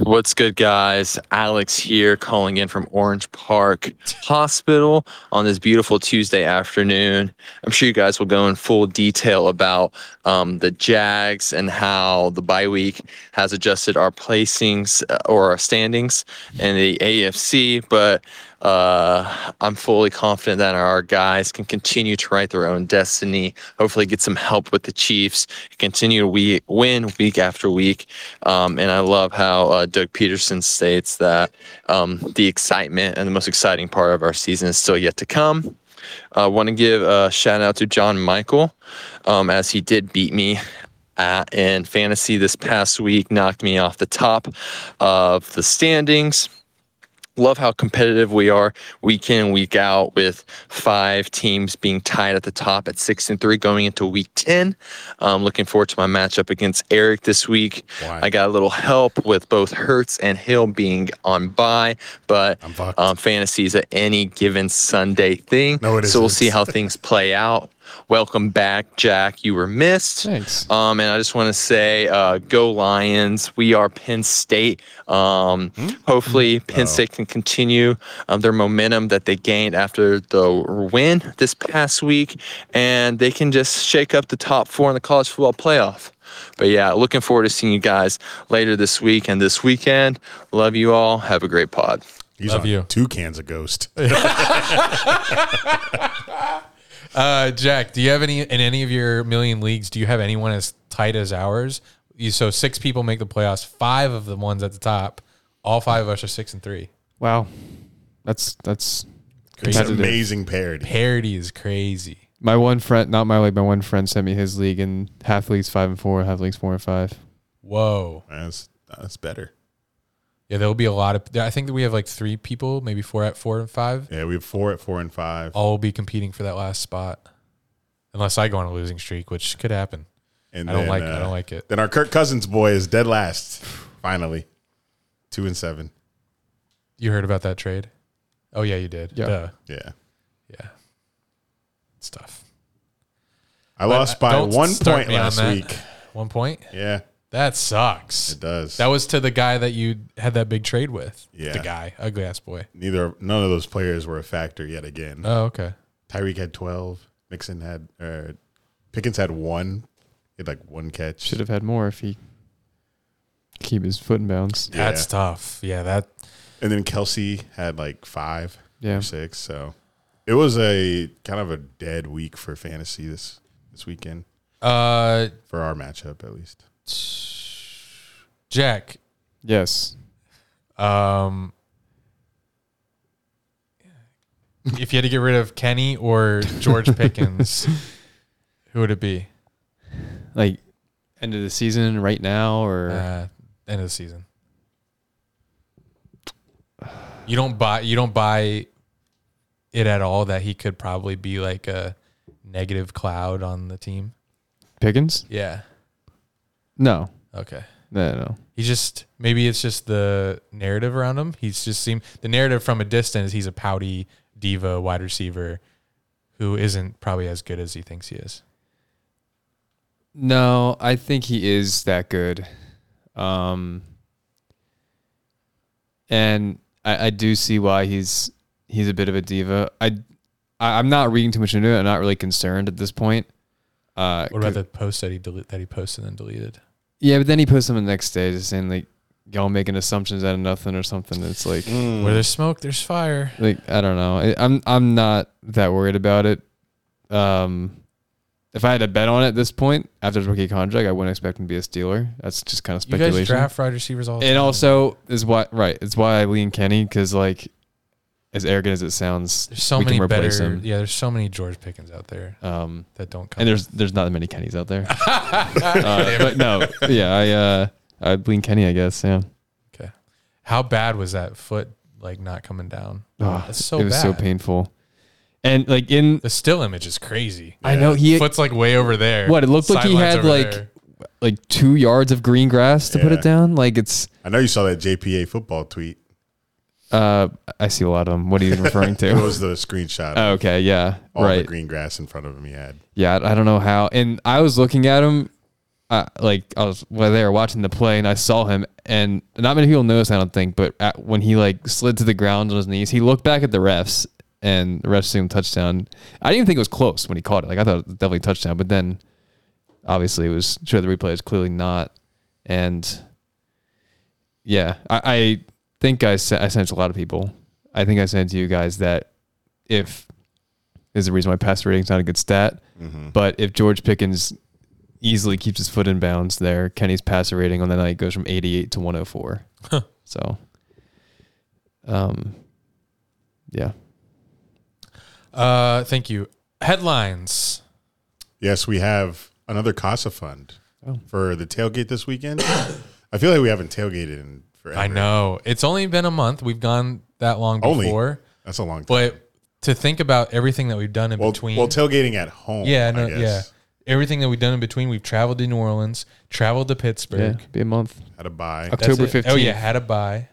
Speaker 14: What's good, guys? Alex here, calling in from Orange Park Hospital on this beautiful Tuesday afternoon. I'm sure you guys will go in full detail about um, the Jags and how the bye week has adjusted our placings uh, or our standings in the AFC. But uh, I'm fully confident that our guys can continue to write their own destiny. Hopefully, get some help with the Chiefs. Continue to we- win week after week. Um, and I love how uh, Doug Peterson states that um, the excitement and the most exciting part of our season is still yet to come. I want to give a shout out to John Michael um, as he did beat me at, in fantasy this past week, knocked me off the top of the standings love how competitive we are week in week out with five teams being tied at the top at six and three going into week 10 i'm looking forward to my matchup against eric this week
Speaker 2: Why?
Speaker 14: i got a little help with both hertz and hill being on bye but
Speaker 2: I'm fucked.
Speaker 14: um, fantasy is a any given sunday thing
Speaker 2: No, it
Speaker 14: so we'll
Speaker 2: isn't.
Speaker 14: see how things play out welcome back jack you were missed
Speaker 4: Thanks.
Speaker 14: um, and I just want to say, uh, go Lions. We are Penn State. Um,
Speaker 1: Hmm?
Speaker 14: Hopefully, Penn
Speaker 1: Oh.
Speaker 14: State can continue um, their momentum that they gained after the win this past week, and they can just shake up the top four in the college football playoff. But yeah, looking forward to seeing you guys later this week and this weekend. Love you all. Have a great pod.
Speaker 2: He's
Speaker 1: Love
Speaker 2: on
Speaker 1: you.
Speaker 2: two cans of Ghost.
Speaker 1: Uh, Jack, do you have any in any of your million leagues? Do you have anyone as tight as ours? You so six people make the playoffs. Five of the ones at the top. All five of us are six and three.
Speaker 4: Wow. That's that's
Speaker 2: It's an
Speaker 4: competitive.
Speaker 2: amazing parody.
Speaker 1: Parity is crazy.
Speaker 4: My one friend, not my league, my one friend sent me his league, and half leagues five and four, half leagues four and five.
Speaker 1: Whoa.
Speaker 2: That's, that's better.
Speaker 1: Yeah, there'll be a lot of. I think that we have like three people, maybe four at four and five.
Speaker 2: Yeah, we have four at four and five.
Speaker 1: All will be competing for that last spot, unless I go on a losing streak, which could happen.
Speaker 2: And
Speaker 1: I don't
Speaker 2: then,
Speaker 1: like it. I
Speaker 2: uh,
Speaker 1: don't like it.
Speaker 2: Then our Kirk Cousins boy is dead last. Finally, two and seven.
Speaker 1: You heard about that trade? Oh yeah, you did.
Speaker 4: Yeah.
Speaker 1: Duh.
Speaker 2: Yeah,
Speaker 1: yeah. It's tough. uh,
Speaker 2: I lost by
Speaker 1: don't
Speaker 2: one
Speaker 1: start
Speaker 2: point
Speaker 1: me on
Speaker 2: last
Speaker 1: that.
Speaker 2: week.
Speaker 1: One point.
Speaker 2: Yeah,
Speaker 1: That sucks.
Speaker 2: it does.
Speaker 1: That was to the guy that you had that big trade with.
Speaker 2: Yeah.
Speaker 1: The guy, ugly ass boy.
Speaker 2: Neither none of those players were a factor yet again.
Speaker 1: Oh, okay.
Speaker 2: Tyreek had twelve. Mixon had or Pickens had one. He had like one catch.
Speaker 4: Should have had more if he keep his foot in bounds.
Speaker 2: Yeah.
Speaker 1: That's tough. Yeah, that
Speaker 2: And then Kelsey had like five
Speaker 4: Yeah.
Speaker 2: or six. So it was a kind of a dead week for fantasy this this weekend
Speaker 1: uh
Speaker 2: for our matchup at least.
Speaker 1: Jack,
Speaker 4: Yes.
Speaker 1: um if you had to get rid of Kenny or George Pickens, who would it be?
Speaker 4: Like end of the season right now, or
Speaker 1: Uh, end of the season. You don't buy you don't buy it at all that he could probably be like a negative cloud on the team.
Speaker 4: Pickens?
Speaker 1: Yeah.
Speaker 4: No.
Speaker 1: Okay.
Speaker 4: No. No.
Speaker 1: He just maybe it's just the narrative around him. He's just seem the narrative from a distance. He's a pouty diva wide receiver who isn't probably as good as he thinks he is.
Speaker 4: No, I think he is that good. Um, and I, I do see why he's he's a bit of a diva. I, I am not reading too much into it. I'm not really concerned at this point. Uh,
Speaker 1: What about
Speaker 4: 'cause-
Speaker 1: the post that he delete that he posted and deleted?
Speaker 4: yeah, but then he posts something the next day just saying like y'all making assumptions out of nothing or something. It's like
Speaker 1: Where there's smoke, there's fire.
Speaker 4: like I don't know. I, I'm I'm not that worried about it. Um, if I had to bet on it at this point after his rookie contract, I wouldn't expect him to be a Steeler. That's just kind of
Speaker 1: You
Speaker 4: speculation.
Speaker 1: guys draft wide receivers all the
Speaker 4: and
Speaker 1: time.
Speaker 4: also is why right. It's why I lean Kenny because like as arrogant as it sounds,
Speaker 1: There's so
Speaker 4: we
Speaker 1: many
Speaker 4: can replace
Speaker 1: better.
Speaker 4: him.
Speaker 1: Yeah, there's so many George Pickens out there
Speaker 4: Um,
Speaker 1: that don't come.
Speaker 4: and there's there's not that many Kennys out there. uh, but no, yeah, I uh, I lean Kenny, I guess. Yeah,
Speaker 1: okay. How bad was that foot like not coming down?
Speaker 4: Ugh,
Speaker 1: That's so
Speaker 4: Ah, it was
Speaker 1: bad.
Speaker 4: so painful. And like in
Speaker 1: The still image is crazy.
Speaker 4: I know he
Speaker 1: Foot's like way over there.
Speaker 4: What it looked like he
Speaker 1: Sidelines
Speaker 4: had
Speaker 1: over
Speaker 4: like
Speaker 1: there.
Speaker 4: like two yards of green grass to put
Speaker 2: Yeah.
Speaker 4: it down. Like it's
Speaker 2: I know you saw that JPA football tweet.
Speaker 4: uh I see a lot of them. What are you referring
Speaker 2: It was
Speaker 4: to?
Speaker 2: the screenshot.
Speaker 4: Oh, okay, yeah,
Speaker 2: all the
Speaker 4: right.
Speaker 2: green grass in front of him. He had.
Speaker 4: Yeah, I I don't know how. And I was looking at him, uh, like I was well, they were watching the play, and I saw him. And not many people noticed, I don't think, but at, when he like slid to the ground on his knees, he looked back at the refs, and the refs assumed touchdown. I didn't even think it was close when he caught it. Like I thought it was definitely touchdown, but then obviously it was sure the replay is clearly not. And yeah, I, I think I sent, I sent to a lot of people. I think I sent to you guys that if is the reason why passer rating's not a good stat.
Speaker 2: Mm-hmm.
Speaker 4: But if George Pickens easily keeps his foot in bounds there, Kenny's passer rating on the night goes from 88 to 104. So, um, yeah.
Speaker 1: Uh, thank you. Headlines.
Speaker 2: Yes, we have another CASA fund
Speaker 4: Oh.
Speaker 2: for the tailgate this weekend. I feel like we haven't tailgated in forever.
Speaker 1: I know it's only been a month. We've gone that long
Speaker 2: Only.
Speaker 1: before,
Speaker 2: That's a long time.
Speaker 1: but to think about everything that we've done in
Speaker 2: well,
Speaker 1: between.
Speaker 2: well, tailgating at home.
Speaker 1: yeah, no,
Speaker 2: I guess.
Speaker 1: yeah. Everything that we've done in between, we've traveled to New Orleans, traveled to
Speaker 4: Yeah.
Speaker 1: Pittsburgh.
Speaker 4: Be a month.
Speaker 2: Had a buy.
Speaker 4: Okay.
Speaker 1: That's
Speaker 4: October
Speaker 1: it. Oh yeah,
Speaker 4: 15th.
Speaker 1: had a buy.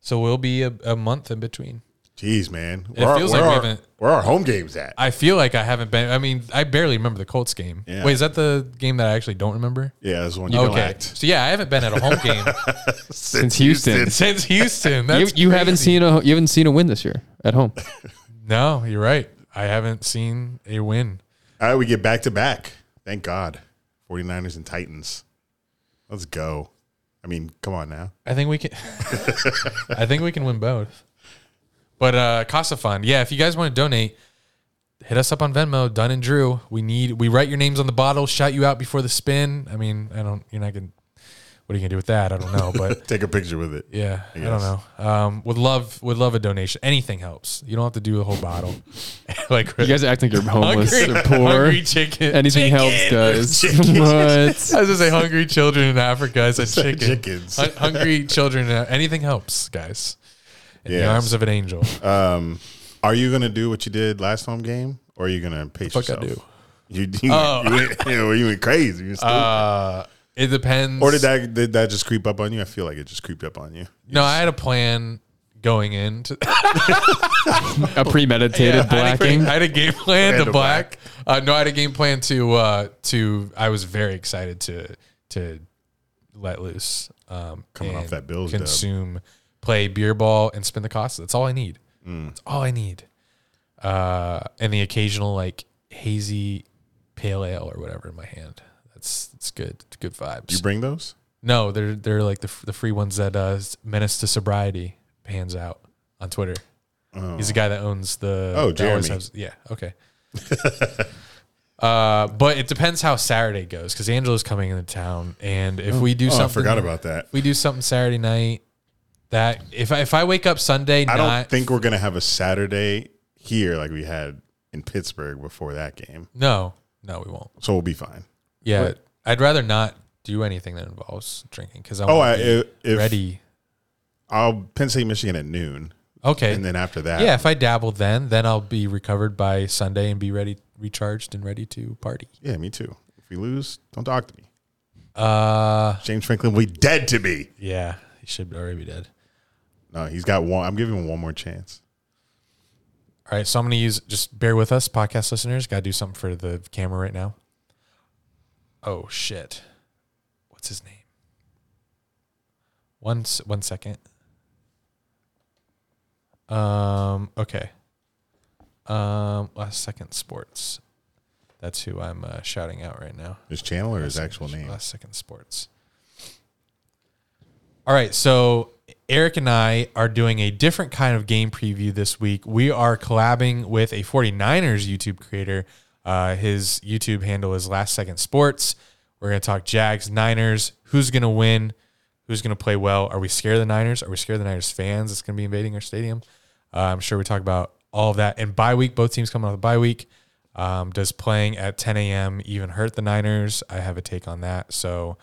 Speaker 1: So we'll be a, a month in between.
Speaker 2: Jeez, man.
Speaker 1: It feels like
Speaker 2: where,
Speaker 1: we
Speaker 2: our,
Speaker 1: haven't-
Speaker 2: where our home games at?
Speaker 1: I feel like I haven't been. I mean, I barely remember the Colts game.
Speaker 2: Yeah.
Speaker 1: Wait, is that the game that I actually don't remember?
Speaker 2: yeah, there's one you
Speaker 1: okay.
Speaker 2: lacked.
Speaker 1: So yeah, I haven't been at a home game
Speaker 4: Since Houston.
Speaker 1: since Houston.
Speaker 4: You,
Speaker 1: That's
Speaker 4: you haven't
Speaker 1: crazy.
Speaker 4: seen a you haven't seen a win this year at home.
Speaker 1: No, you're right. I haven't seen a win.
Speaker 2: All right, we get back to back. Thank God. 49ers and Titans. Let's go. I mean, come on now.
Speaker 1: I think we can. I think we can win both. But uh, Casa Fund, yeah. If you guys want to donate, hit us up on Venmo. Dunn and Drew. We need. We write your names on the bottle. Shout you out before the spin. I mean, I don't. You're not gonna. What are you gonna do with that? I don't know. But
Speaker 2: Take a picture with it.
Speaker 1: Yeah, I, don't
Speaker 2: guess.
Speaker 1: know. Um, would love would love a donation. Anything helps. You don't have to do a whole bottle. like
Speaker 4: You guys are acting like you're homeless
Speaker 1: hungry,
Speaker 4: or poor.
Speaker 1: hungry chicken.
Speaker 4: Anything
Speaker 1: Chicken!
Speaker 4: helps, guys.
Speaker 2: Chicken.
Speaker 1: I
Speaker 4: what?
Speaker 1: was gonna say hungry children in Africa. I said chicken.
Speaker 2: chickens.
Speaker 1: Hun- hungry children. in- anything helps, guys. In
Speaker 2: Yes.
Speaker 1: the arms of an angel.
Speaker 2: Um, are you gonna do what you did last home game, or are you gonna pace
Speaker 1: fuck I
Speaker 2: yourself?
Speaker 1: do?
Speaker 2: You, you,
Speaker 1: Oh.
Speaker 2: you, went, you, know, you went crazy. You went stupid.
Speaker 1: Uh, it depends.
Speaker 2: or did that did that just creep up on you? I feel like it just creeped up on you.
Speaker 1: No, I had a plan going in. To,
Speaker 4: A premeditated
Speaker 1: I had a great-
Speaker 4: blacking.
Speaker 1: I had a game plan
Speaker 2: Plan
Speaker 1: to
Speaker 2: to
Speaker 1: black. Uh, no, I had a game plan to uh, to. I was very excited to to let loose. Um,
Speaker 2: Coming off
Speaker 1: and
Speaker 2: that Bills dub.
Speaker 1: consume, play beer ball, and spin the cost. That's all I need.
Speaker 2: Mm.
Speaker 1: That's all I need. Uh, and the occasional like hazy pale ale or whatever in my hand. That's that's good. It's good vibes.
Speaker 2: You bring those?
Speaker 1: no, they're they're like the f- the free ones that uh, Menace to Sobriety pans out on Twitter.
Speaker 2: Oh.
Speaker 1: He's the guy that owns the.
Speaker 2: Oh,
Speaker 1: that always
Speaker 2: Jeremy.
Speaker 1: has- yeah. Okay. uh, but it depends how Saturday goes because Angela's coming into town, and if we do
Speaker 2: Oh,
Speaker 1: something,
Speaker 2: I forgot about that.
Speaker 1: If we do something Saturday night. That if I, if I wake up Sunday,
Speaker 2: I
Speaker 1: not,
Speaker 2: don't think we're gonna have a Saturday here like we had in Pittsburgh before that game,
Speaker 1: no, no, we won't.
Speaker 2: so we'll be fine.
Speaker 1: Yeah, I'd rather not do anything that involves drinking because I'm
Speaker 2: Oh, I, if, if
Speaker 1: ready.
Speaker 2: I'll Penn State, Michigan at noon,
Speaker 1: Okay,
Speaker 2: and then after that,
Speaker 1: yeah, if I dabble then, then I'll be recovered by Sunday and be ready, recharged and ready to party.
Speaker 2: yeah, me too. If we lose, don't talk to me.
Speaker 1: Uh,
Speaker 2: James Franklin, we dead to be.
Speaker 1: yeah, you should already be dead.
Speaker 2: No, he's got one. I'm giving him one more chance.
Speaker 1: All right, so I'm going to use just bear with us, podcast listeners. Got to do something for the camera right now. Oh shit. What's his name? One s- one second. Um. Okay. Um. Last second sports. That's who I'm uh, shouting out right now.
Speaker 2: His channel or his
Speaker 1: Last
Speaker 2: actual
Speaker 1: Second-
Speaker 2: name?
Speaker 1: Last second sports. All right, so Eric and I are doing a different kind of game preview this week. We are collabing with a 49ers YouTube creator. Uh, his YouTube handle is Last Second Sports. We're going to talk Jags, Niners, who's going to win, who's going to play well. Are we scared of the Niners? Are we scared of the Niners fans that's going to be invading our stadium? Uh, I'm sure we talk about all of that. And bye week, both teams coming off the bye week. Um, does playing at 10 a.m. even hurt the Niners? I have a take on that. So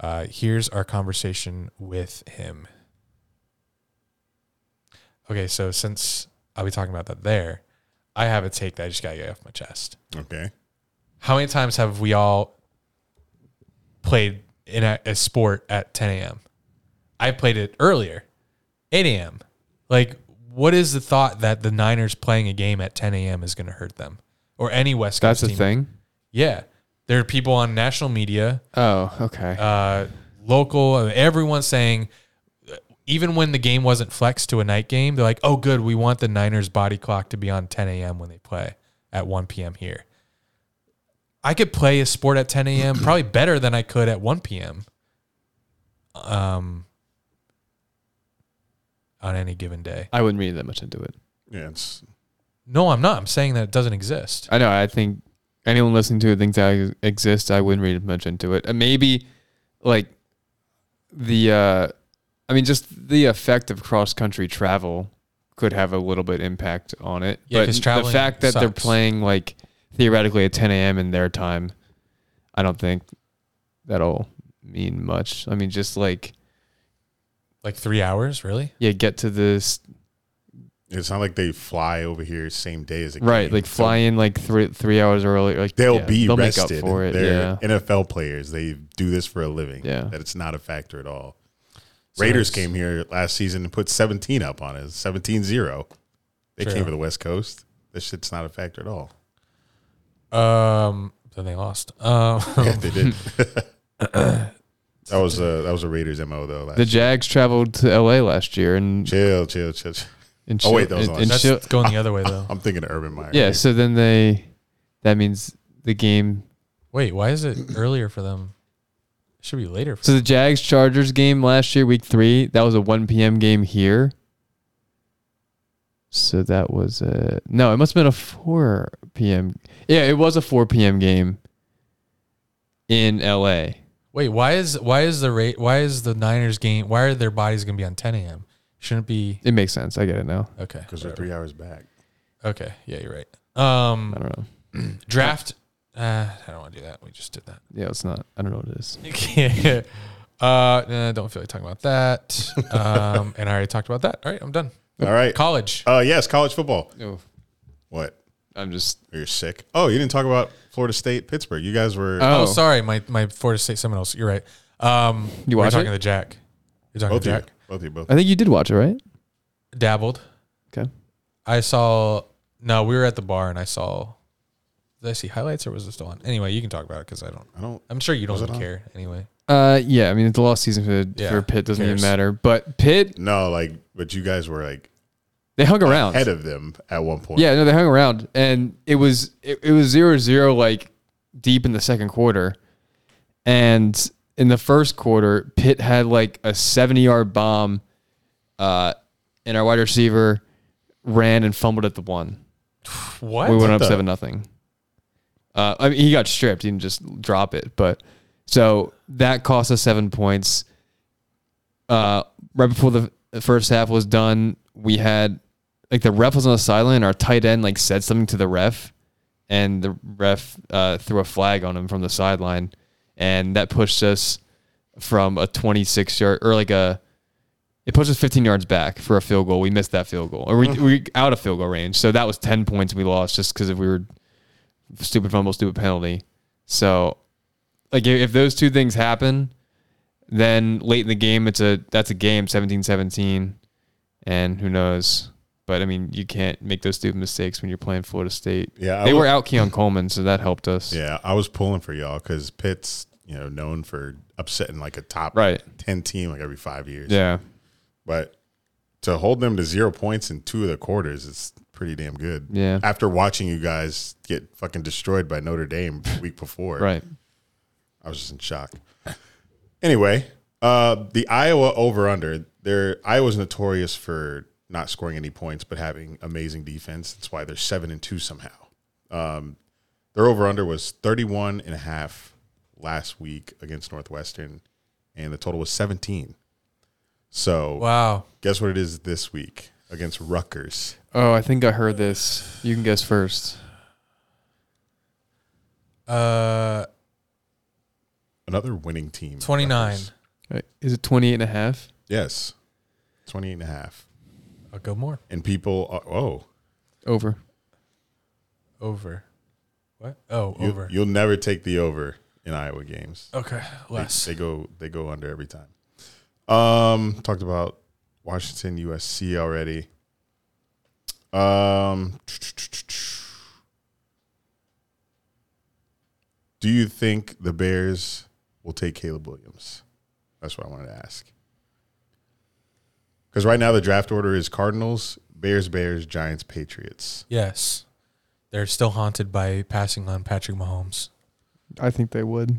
Speaker 1: uh, here's our conversation with him. Okay, so since I'll be talking about that there, I have a take that I just got to get off my chest.
Speaker 2: Okay.
Speaker 1: How many times have we all played in a, a sport at 10 a.m.? I played it earlier, 8 a.m. Like, what is the thought that the Niners playing a game at 10 a.m. is going to hurt them or any West Coast
Speaker 4: That's a
Speaker 1: team?
Speaker 4: thing?
Speaker 1: Yeah. There are people on national media
Speaker 4: Oh, okay.
Speaker 1: uh, local, everyone saying, uh, even when the game wasn't flexed to a night game, they're like, oh, good, we want the Niners body clock to be on 10 a.m. when they play at 1 p.m. here. I could play a sport at 10 a.m. probably better than I could at 1 p.m. Um, on any given day.
Speaker 4: I wouldn't read that much into it.
Speaker 2: Yeah, it's
Speaker 1: No, I'm not. I'm saying that it doesn't exist.
Speaker 4: I know. I think anyone listening to it thinks I ex- exist. I wouldn't read much into it. Uh, Maybe like the, uh, I mean, just the effect of cross country travel could have a little bit impact on it.
Speaker 1: Yeah,
Speaker 4: But
Speaker 1: 'cause traveling
Speaker 4: the fact that they're
Speaker 1: sucks.
Speaker 4: playing like theoretically at 10 a.m. in their time, I don't think that'll mean much. I mean, just like
Speaker 1: Like three hours, really?
Speaker 4: yeah, get to this
Speaker 2: it's not like they fly over here same day as a game.
Speaker 4: right, like
Speaker 2: So
Speaker 4: fly in like three three hours early. Like
Speaker 2: They'll
Speaker 4: yeah,
Speaker 2: be
Speaker 4: they'll
Speaker 2: rested.
Speaker 4: make up for it. Yeah,
Speaker 2: They're NFL players. They do this for a living.
Speaker 4: Yeah.
Speaker 2: that it's not a factor at all.
Speaker 1: So
Speaker 2: Raiders
Speaker 1: it's-
Speaker 2: came here last season and put 17 up on us, 17-0. They
Speaker 1: True.
Speaker 2: came for the West Coast. This shit's not a factor at all.
Speaker 1: Um, then they lost. Um,
Speaker 2: Yeah, they did. that was a that was a Raiders mo though. Last
Speaker 4: the Jags traveled to L.A. last year and
Speaker 2: chill, chill, chill. chill.
Speaker 4: And
Speaker 2: Oh,
Speaker 4: she'll-
Speaker 2: wait, that was
Speaker 4: and-
Speaker 2: the
Speaker 4: and
Speaker 2: last-
Speaker 4: she'll-
Speaker 1: That's going the other way, though.
Speaker 2: I'm thinking of Urban Meyer.
Speaker 4: yeah. So then they, that means the game.
Speaker 1: Wait, why is it earlier for them? It should be later. For
Speaker 4: So the Jags Chargers game last year, week three, that was a 1 p.m. game here. So that was a no. It must have been a 4 p.m. Yeah, it was a 4 p.m. game in L.A.
Speaker 1: Wait, why is why is the rate why is the Niners game why are their bodies gonna be on 10 a.m. Shouldn't it be
Speaker 4: It makes sense. I get it now.
Speaker 1: okay.
Speaker 2: because they're three hours back.
Speaker 1: Okay, yeah, you're right. Um,
Speaker 4: I don't know.
Speaker 1: draft. Uh, I don't want to do that. We just did that.
Speaker 4: Yeah, it's not. I don't know what it is.
Speaker 1: Yeah. uh, no, I don't feel like talking about that. Um, and I already talked about that. All right, I'm done.
Speaker 2: All right.
Speaker 1: College.
Speaker 2: Uh, yes, college football.
Speaker 4: Oh,
Speaker 2: What?
Speaker 4: I'm just.
Speaker 2: You're sick. Oh, you didn't talk about Florida State, Pittsburgh. You guys were
Speaker 4: Oh,
Speaker 1: Oh, sorry, my my Florida State Seminoles. You're right. Um,
Speaker 4: You
Speaker 1: we're
Speaker 4: watch
Speaker 1: talking
Speaker 4: it?
Speaker 1: to Jack. You're talking
Speaker 2: both
Speaker 1: to
Speaker 2: of you.
Speaker 1: Jack.
Speaker 2: Both of you both.
Speaker 4: I think you did watch it, right?
Speaker 1: Dabbled.
Speaker 4: Okay.
Speaker 1: I saw. No, we were at the bar and I saw. Did I see highlights or was it still on? Anyway, you can talk about it because I don't.
Speaker 2: I don't
Speaker 1: I'm sure you don't
Speaker 2: Was it
Speaker 1: even
Speaker 2: on?
Speaker 1: care. Anyway,
Speaker 4: Uh, yeah. I mean, it's a lost season for,
Speaker 1: Yeah,
Speaker 4: for Pitt. Doesn't
Speaker 1: who
Speaker 4: even
Speaker 1: cares?
Speaker 4: matter. But Pitt,
Speaker 2: No, like but you guys were like
Speaker 4: they hung around.
Speaker 2: ahead of them at one point.
Speaker 4: Yeah, no, they hung around, and it was it, it was zero zero like deep in the second quarter, and in the first quarter, Pitt had like a seventy yard bomb, uh, and our wide receiver ran and fumbled at the one.
Speaker 1: what?
Speaker 4: We went up
Speaker 2: the-
Speaker 4: seven nothing. Uh, I mean, he got stripped. He didn't just drop it, but so that cost us seven points. Uh, right before the f- first half was done, we had like the ref was on the sideline. Our tight end like said something to the ref, and the ref uh, threw a flag on him from the sideline, and that pushed us from a twenty-six yard or like a it pushed us 15 yards back for a field goal. We missed that field goal, or we we out of field goal range. So that was 10 points we lost just because if we were stupid fumble, stupid penalty. So like if if those two things happen, then late in the game it's a that's a game 17-17, and who knows But I mean, you can't make those stupid mistakes when you're playing Florida State.
Speaker 2: Yeah, I
Speaker 4: they were
Speaker 2: was-
Speaker 4: out Keon Coleman, so that helped us.
Speaker 2: Yeah, I was pulling for y'all because Pitt's you know known for upsetting like a top
Speaker 4: Right.
Speaker 2: ten team like every five years.
Speaker 4: Yeah.
Speaker 2: but to hold them to zero points in two of the quarters is pretty damn good.
Speaker 4: Yeah.
Speaker 2: after watching you guys get fucking destroyed by Notre Dame the week before,
Speaker 4: Right.
Speaker 2: I was just in shock. Anyway, uh, the Iowa over under. They're Iowa's notorious for not scoring any points, but having amazing defense. That's why they're seven and two somehow. Um, their over under was 31 and a half last week against Northwestern, and the total was 17. So
Speaker 1: Wow.
Speaker 2: guess what it is this week against Rutgers.
Speaker 4: Oh, I think I heard this. You can guess first.
Speaker 1: Uh,
Speaker 2: Another winning team.
Speaker 1: 29.
Speaker 2: Rutgers.
Speaker 4: Right. Uh, Is it 28 and a half?
Speaker 2: Yes. 28 and a half.
Speaker 1: I'll go more.
Speaker 2: And people are, oh,
Speaker 4: Over.
Speaker 1: Over. What? Oh,
Speaker 2: you,
Speaker 1: over.
Speaker 2: You'll never take the over in Iowa games.
Speaker 1: Okay,
Speaker 2: They-
Speaker 1: less.
Speaker 2: They, go they go under every time. Um, talked about Washington, USC already. Um, do you think the Bears will take Caleb Williams? That's what I wanted to ask. Because right now the draft order is Cardinals, Bears, Bears, Giants, Patriots.
Speaker 1: Yes. They're still haunted by passing on Patrick Mahomes.
Speaker 4: I think they would.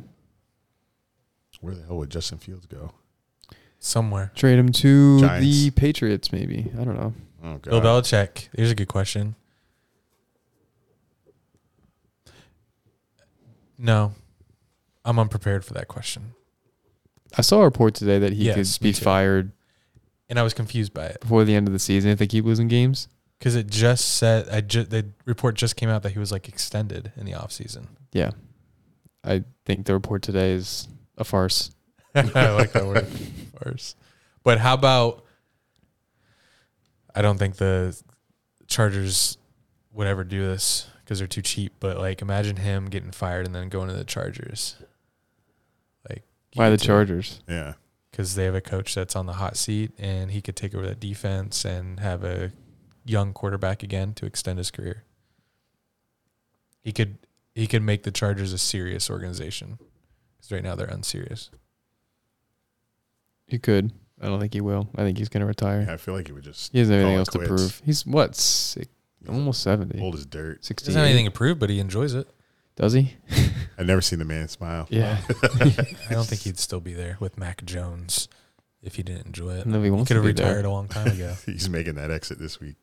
Speaker 2: Where the hell would Justin Fields go?
Speaker 1: Somewhere.
Speaker 4: Trade him to
Speaker 2: Giants.
Speaker 4: the Patriots, maybe. I don't know.
Speaker 2: Oh
Speaker 1: Bill
Speaker 2: god.
Speaker 1: Belichick. Here's a good question. No, I'm unprepared for that question,
Speaker 4: I saw a report today that he
Speaker 1: Yes,
Speaker 4: could be
Speaker 1: me too.
Speaker 4: fired
Speaker 1: and I was confused by it
Speaker 4: before the end of the season if they keep losing games.
Speaker 1: because it just said I ju- the report just came out that he was like extended in the offseason.
Speaker 4: Yeah. I think the report today is a farce.
Speaker 1: I like that word, farce. But how about? I don't think the Chargers would ever do this because they're too cheap. But like, imagine him getting fired and then going to the Chargers. Like
Speaker 4: Why the Chargers?
Speaker 2: Yeah.
Speaker 1: because they have a coach that's on the hot seat and he could take over that defense and have a young quarterback again to extend his career. He could he could make the Chargers a serious organization because right now they're unserious.
Speaker 4: He could. I don't think he will. I think he's going to retire.
Speaker 2: Yeah, I feel like he would just
Speaker 4: He doesn't have anything
Speaker 2: call it
Speaker 4: else to
Speaker 2: quits.
Speaker 4: prove. He's what, six,
Speaker 2: He's
Speaker 4: almost 70.
Speaker 2: old as dirt.
Speaker 1: He
Speaker 4: 60.
Speaker 1: doesn't have anything approved, but he enjoys it.
Speaker 4: Does he?
Speaker 2: I've never seen the man smile.
Speaker 4: Yeah.
Speaker 1: I don't think he'd still be there with Mac Jones if he didn't enjoy it.
Speaker 4: I know he
Speaker 1: He
Speaker 4: wants
Speaker 1: could
Speaker 4: to
Speaker 1: have
Speaker 4: be there.
Speaker 1: retired a long time ago.
Speaker 2: He's making that exit this week,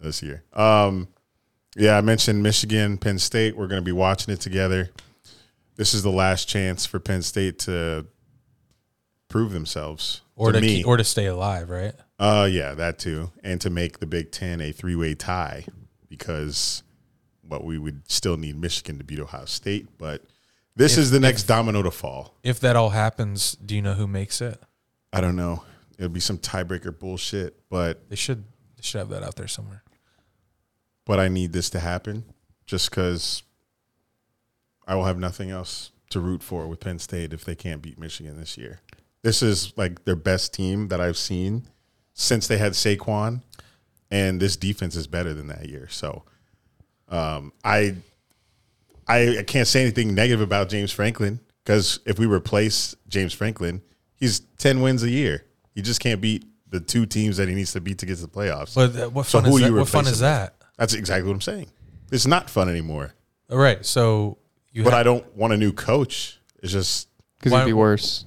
Speaker 2: uh, this year. Um, yeah, I mentioned Michigan, Penn State. We're going to be watching it together. This is the last chance for Penn State to prove themselves.
Speaker 1: Or to,
Speaker 2: me.
Speaker 1: keep, or to stay alive, right?
Speaker 2: Uh, yeah, that too, and to make the Big Ten a three-way tie because, well, we would still need Michigan to beat Ohio State, but this
Speaker 1: If-
Speaker 2: is the next domino to fall.
Speaker 1: If that all happens, do you know who makes it?
Speaker 2: I don't know. It'll be some tiebreaker bullshit, but
Speaker 1: They should they should have that out there somewhere.
Speaker 2: but I need this to happen just because I will have nothing else to root for with Penn State if they can't beat Michigan this year. This is like their best team that I've seen since they had Saquon, and this defense is better than that year. So, um, I, I I can't say anything negative about James Franklin because if we replace James Franklin, he's ten wins a year. He just can't beat the two teams that he needs to beat to get to the playoffs.
Speaker 1: But uh, what
Speaker 2: So
Speaker 1: fun
Speaker 2: who
Speaker 1: is
Speaker 2: you
Speaker 1: that? What fun
Speaker 2: replacing
Speaker 1: is
Speaker 2: with?
Speaker 1: that?
Speaker 2: That's exactly what I'm saying. It's not fun anymore.
Speaker 1: All right, so you
Speaker 2: But
Speaker 1: have-
Speaker 2: I don't want a new coach. It's just
Speaker 4: Because
Speaker 1: Why-
Speaker 4: he'd be worse.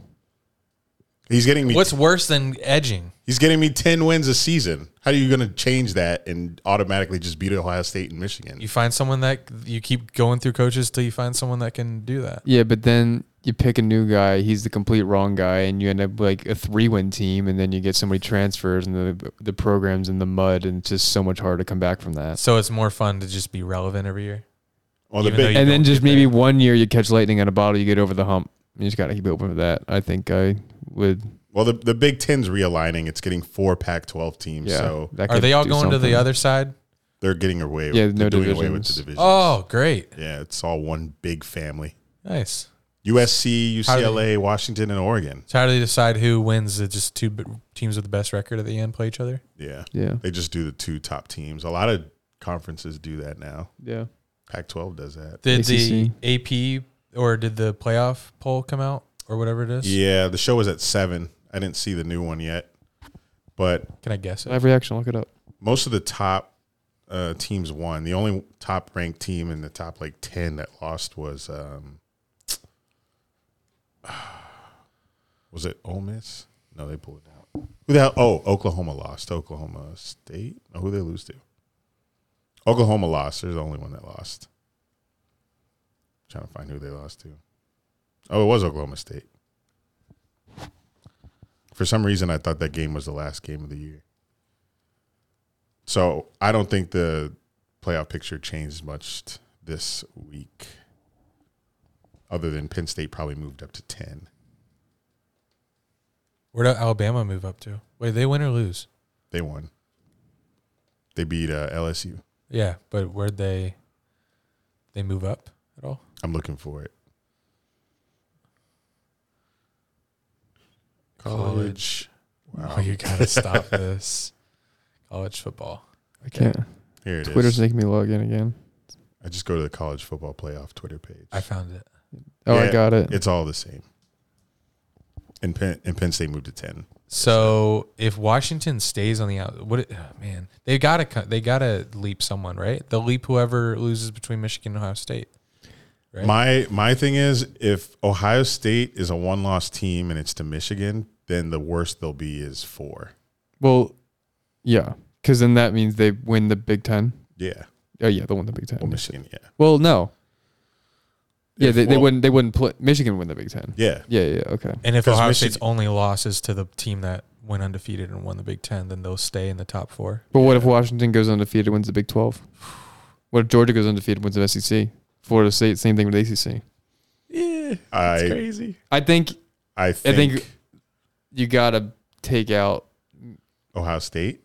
Speaker 2: he's getting me.
Speaker 1: what's worse than edging?
Speaker 2: he's getting me ten wins a season. How are you going to change that and automatically just beat Ohio State and Michigan?
Speaker 1: You find someone that you keep going through coaches till you find someone that can do that.
Speaker 4: Yeah, but then you pick a new guy. He's the complete wrong guy, and you end up like a three-win team, and then you get somebody transfers, and the the program's in the mud, and it's just so much harder to come back from that.
Speaker 1: So it's more fun to just be relevant every year.
Speaker 2: Well, the
Speaker 1: even though
Speaker 2: big,
Speaker 1: you-
Speaker 4: and then
Speaker 1: don't
Speaker 4: just
Speaker 1: get
Speaker 4: maybe
Speaker 1: that.
Speaker 4: one year you catch lightning in a bottle, you get over the hump. You just gotta keep open for that. I think I would.
Speaker 2: well, the, the Big Ten's realigning. It's getting four Pac-12 teams,
Speaker 4: Yeah,
Speaker 2: so
Speaker 4: that
Speaker 1: Are
Speaker 4: could
Speaker 1: they all
Speaker 4: do
Speaker 1: going to the
Speaker 4: something.
Speaker 1: other side?
Speaker 2: they're getting away.
Speaker 4: Yeah,
Speaker 2: they're
Speaker 4: no
Speaker 2: doing away with
Speaker 4: divisions.
Speaker 2: the divisions.
Speaker 1: Oh, great.
Speaker 2: yeah, it's all one big family.
Speaker 1: Nice.
Speaker 2: USC,
Speaker 1: How do they-
Speaker 2: UCLA, Washington, and Oregon.
Speaker 1: So how do they decide who wins? It's just two b- teams with the best record at the end play each other.
Speaker 2: Yeah.
Speaker 4: Yeah.
Speaker 2: They just do the two top teams. A lot of conferences do that now.
Speaker 4: Yeah.
Speaker 2: Pac 12 does that.
Speaker 1: Did
Speaker 4: ACC.
Speaker 1: the AP or did the playoff poll come out or whatever it is?
Speaker 2: Yeah. The show was at seven. I didn't see the new one yet. But
Speaker 1: Can I guess it?
Speaker 4: Live reaction. Look it up.
Speaker 2: most of the top uh, teams won. The only top ranked team in the top like 10 that lost was, um, was it Ole Miss? No, they pulled it out. Who the hell? Oh, Oklahoma lost. Oklahoma State? Oh, who they lose to? Oklahoma lost. They're the only one that lost. trying to find who they lost to. Oh, it was Oklahoma State. For some reason, I thought that game was the last game of the year. So I don't think the playoff picture changed much t- this week, other than Penn State probably moved up to 10.
Speaker 1: Where did Alabama move up to? Wait, they win or lose?
Speaker 2: They won. They beat uh, LSU.
Speaker 1: Yeah, but where'd they they move up at all?
Speaker 2: I'm looking for it.
Speaker 1: College.
Speaker 2: Wow.
Speaker 1: Oh, you gotta stop this. College football.
Speaker 4: I can't.
Speaker 2: Here it is.
Speaker 4: Twitter's making me log in again.
Speaker 2: I just go to the college football playoff Twitter page.
Speaker 1: I found it.
Speaker 4: Oh, I
Speaker 2: Yeah,
Speaker 4: got it.
Speaker 2: It's all the same. And Penn, and Penn State moved to 10.
Speaker 1: So if Washington stays on the out, what it, oh, man they gotta co- they gotta leap someone right? They'll leap whoever loses between Michigan and Ohio State. Right.
Speaker 2: My my thing is if Ohio State is a one loss team and it's to Michigan, then the worst they'll be is four.
Speaker 4: Well, yeah, because then that means they win the Big Ten.
Speaker 2: Yeah.
Speaker 4: Oh yeah, they won the Big Ten.
Speaker 2: Well, Michigan, yeah.
Speaker 4: Well, no. Yeah,
Speaker 2: If-
Speaker 4: they, they
Speaker 2: well-
Speaker 4: wouldn't. They wouldn't play. Michigan win the Big Ten.
Speaker 2: Yeah.
Speaker 4: Yeah, yeah, okay.
Speaker 1: And if
Speaker 2: 'Cause
Speaker 1: Ohio
Speaker 2: Michi-
Speaker 1: State's only loss is to the team that went undefeated and won the Big Ten, then they'll stay in the top four.
Speaker 4: But what if Washington goes undefeated, wins the Big Twelve? What if Georgia goes undefeated, wins the SEC? Florida State, same thing with the ACC.
Speaker 2: Yeah. I
Speaker 1: Crazy.
Speaker 4: I think
Speaker 2: I think,
Speaker 4: think- you gotta take out.
Speaker 2: Ohio State.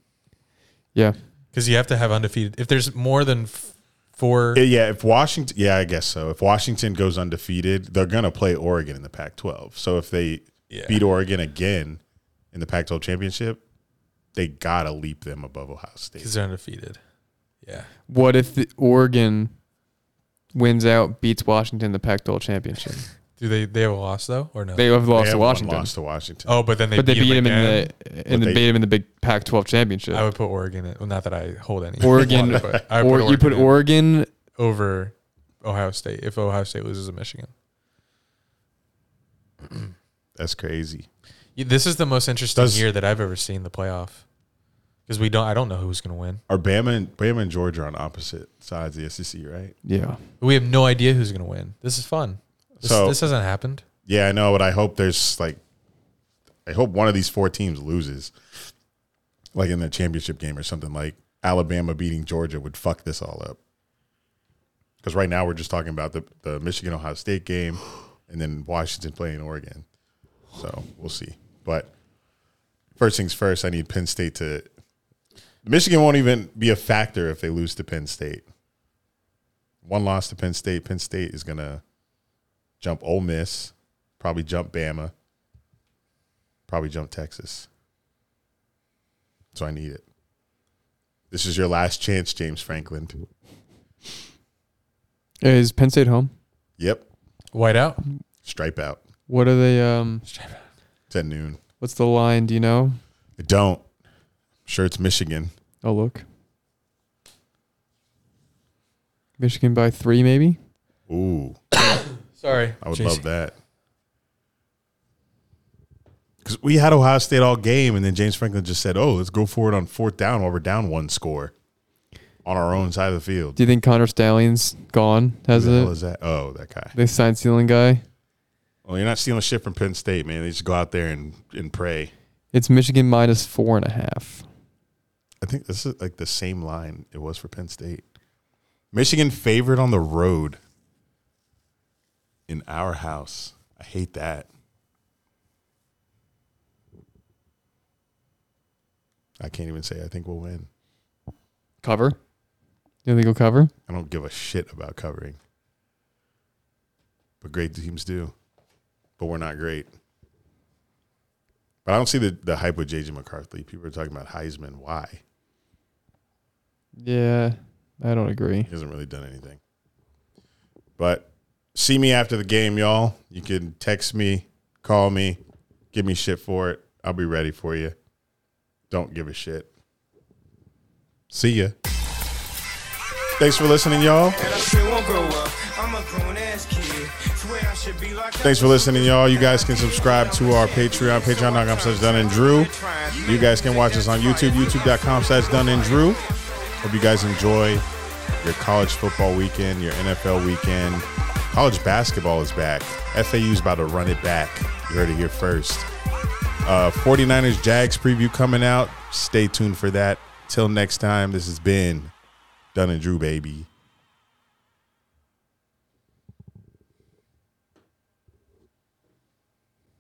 Speaker 4: Yeah,
Speaker 1: Because you have to have undefeated. If there's more than f- four,
Speaker 2: Eh, Yeah, if Washington yeah, I guess so. If Washington goes undefeated, they're gonna play Oregon in the Pac twelve. So if they
Speaker 1: Yeah.
Speaker 2: beat Oregon again in the Pac twelve championship, they gotta leap them above Ohio State.
Speaker 1: because they're undefeated. Yeah.
Speaker 4: What if the Oregon wins out, beats Washington in the Pac-12 championship?
Speaker 1: Do they they have a loss though or no?
Speaker 4: They have
Speaker 2: They
Speaker 4: lost
Speaker 2: have
Speaker 4: to
Speaker 2: one
Speaker 4: Washington,
Speaker 2: loss to Washington.
Speaker 1: oh, but then they
Speaker 4: but they beat,
Speaker 1: them
Speaker 4: him in
Speaker 1: again?
Speaker 4: the and
Speaker 2: But
Speaker 4: they,
Speaker 2: they-
Speaker 4: beat him in the Big Pac-12 championship.
Speaker 1: I would put Oregon. In, well, not that I hold any.
Speaker 4: Oregon-
Speaker 1: but I would
Speaker 4: or you put
Speaker 1: in
Speaker 4: Oregon.
Speaker 1: over Ohio State if Ohio State loses to Michigan.
Speaker 2: That's crazy.
Speaker 1: Yeah, This is the most interesting
Speaker 2: Does-
Speaker 1: year that I've ever seen the playoff because we don't. I don't know who's going to win.
Speaker 2: Are Bama and Bama and Georgia are on opposite sides of the SEC, right?
Speaker 4: Yeah,
Speaker 1: We have no idea who's going to win. This is fun. This,
Speaker 2: So-
Speaker 1: this hasn't happened.
Speaker 2: Yeah, I know, but I hope there's like, I hope one of these four teams loses, like in the championship game or something. Like Alabama beating Georgia would fuck this all up. Because right now we're just talking about the the Michigan Ohio State game, and then Washington playing Oregon. So we'll see. But first things first, I need Penn State to. Michigan won't even be a factor if they lose to Penn State. One loss to Penn State, Penn State is gonna jump Ole Miss, probably jump Bama, probably jump Texas. So I need it. This is your last chance, James Franklin.
Speaker 4: is Penn State home?
Speaker 2: Yep,
Speaker 1: White out.
Speaker 2: stripe out.
Speaker 4: What are they? Um,
Speaker 2: It's at noon.
Speaker 4: what's the line? Do you know?
Speaker 2: I don't. I'm sure it's Michigan.
Speaker 4: Oh look, Michigan by three, maybe.
Speaker 2: Ooh,
Speaker 1: Sorry.
Speaker 2: I would
Speaker 1: JC.
Speaker 2: love that. Because we had Ohio State all game, and then James Franklin just said, "Oh, let's go for it on fourth down while we're down one score on our own side of the field."
Speaker 4: Do you think Connor Stallions gone? Has
Speaker 2: Who the hell
Speaker 4: it?
Speaker 2: is that? Oh, that guy.
Speaker 4: They signed ceiling guy.
Speaker 2: Well, you're not stealing shit from Penn State, man. They just go out there and, and pray.
Speaker 4: It's Michigan minus four and a half.
Speaker 2: I think this is like the same line it was for Penn State. Michigan favored on the road in our house. I hate that. I can't even say I think we'll win.
Speaker 4: Cover. You think he'll cover?
Speaker 2: I don't give a shit about covering. But great teams do. but we're not great. But I don't see the, the hype with JJ McCarthy. People are talking about Heisman. Why?
Speaker 4: Yeah, I don't agree.
Speaker 2: He hasn't really done anything. But see me after the game, y'all. You can text me, call me, give me shit for it. I'll be ready for you. Don't give a shit. See ya. Thanks for listening, y'all. Thanks for listening, y'all. You guys can subscribe to our Patreon, patreon.com slash Dunn and Drew. You guys can watch us on YouTube, youtube.com slash Dunn and Drew. Hope you guys enjoy your college football weekend, your NFL weekend. College basketball is back. FAU's about to run it back. You heard it here first. Uh, 49ers Jags preview coming out. Stay tuned for that. Till next time, this has been Dunn and Drew, baby.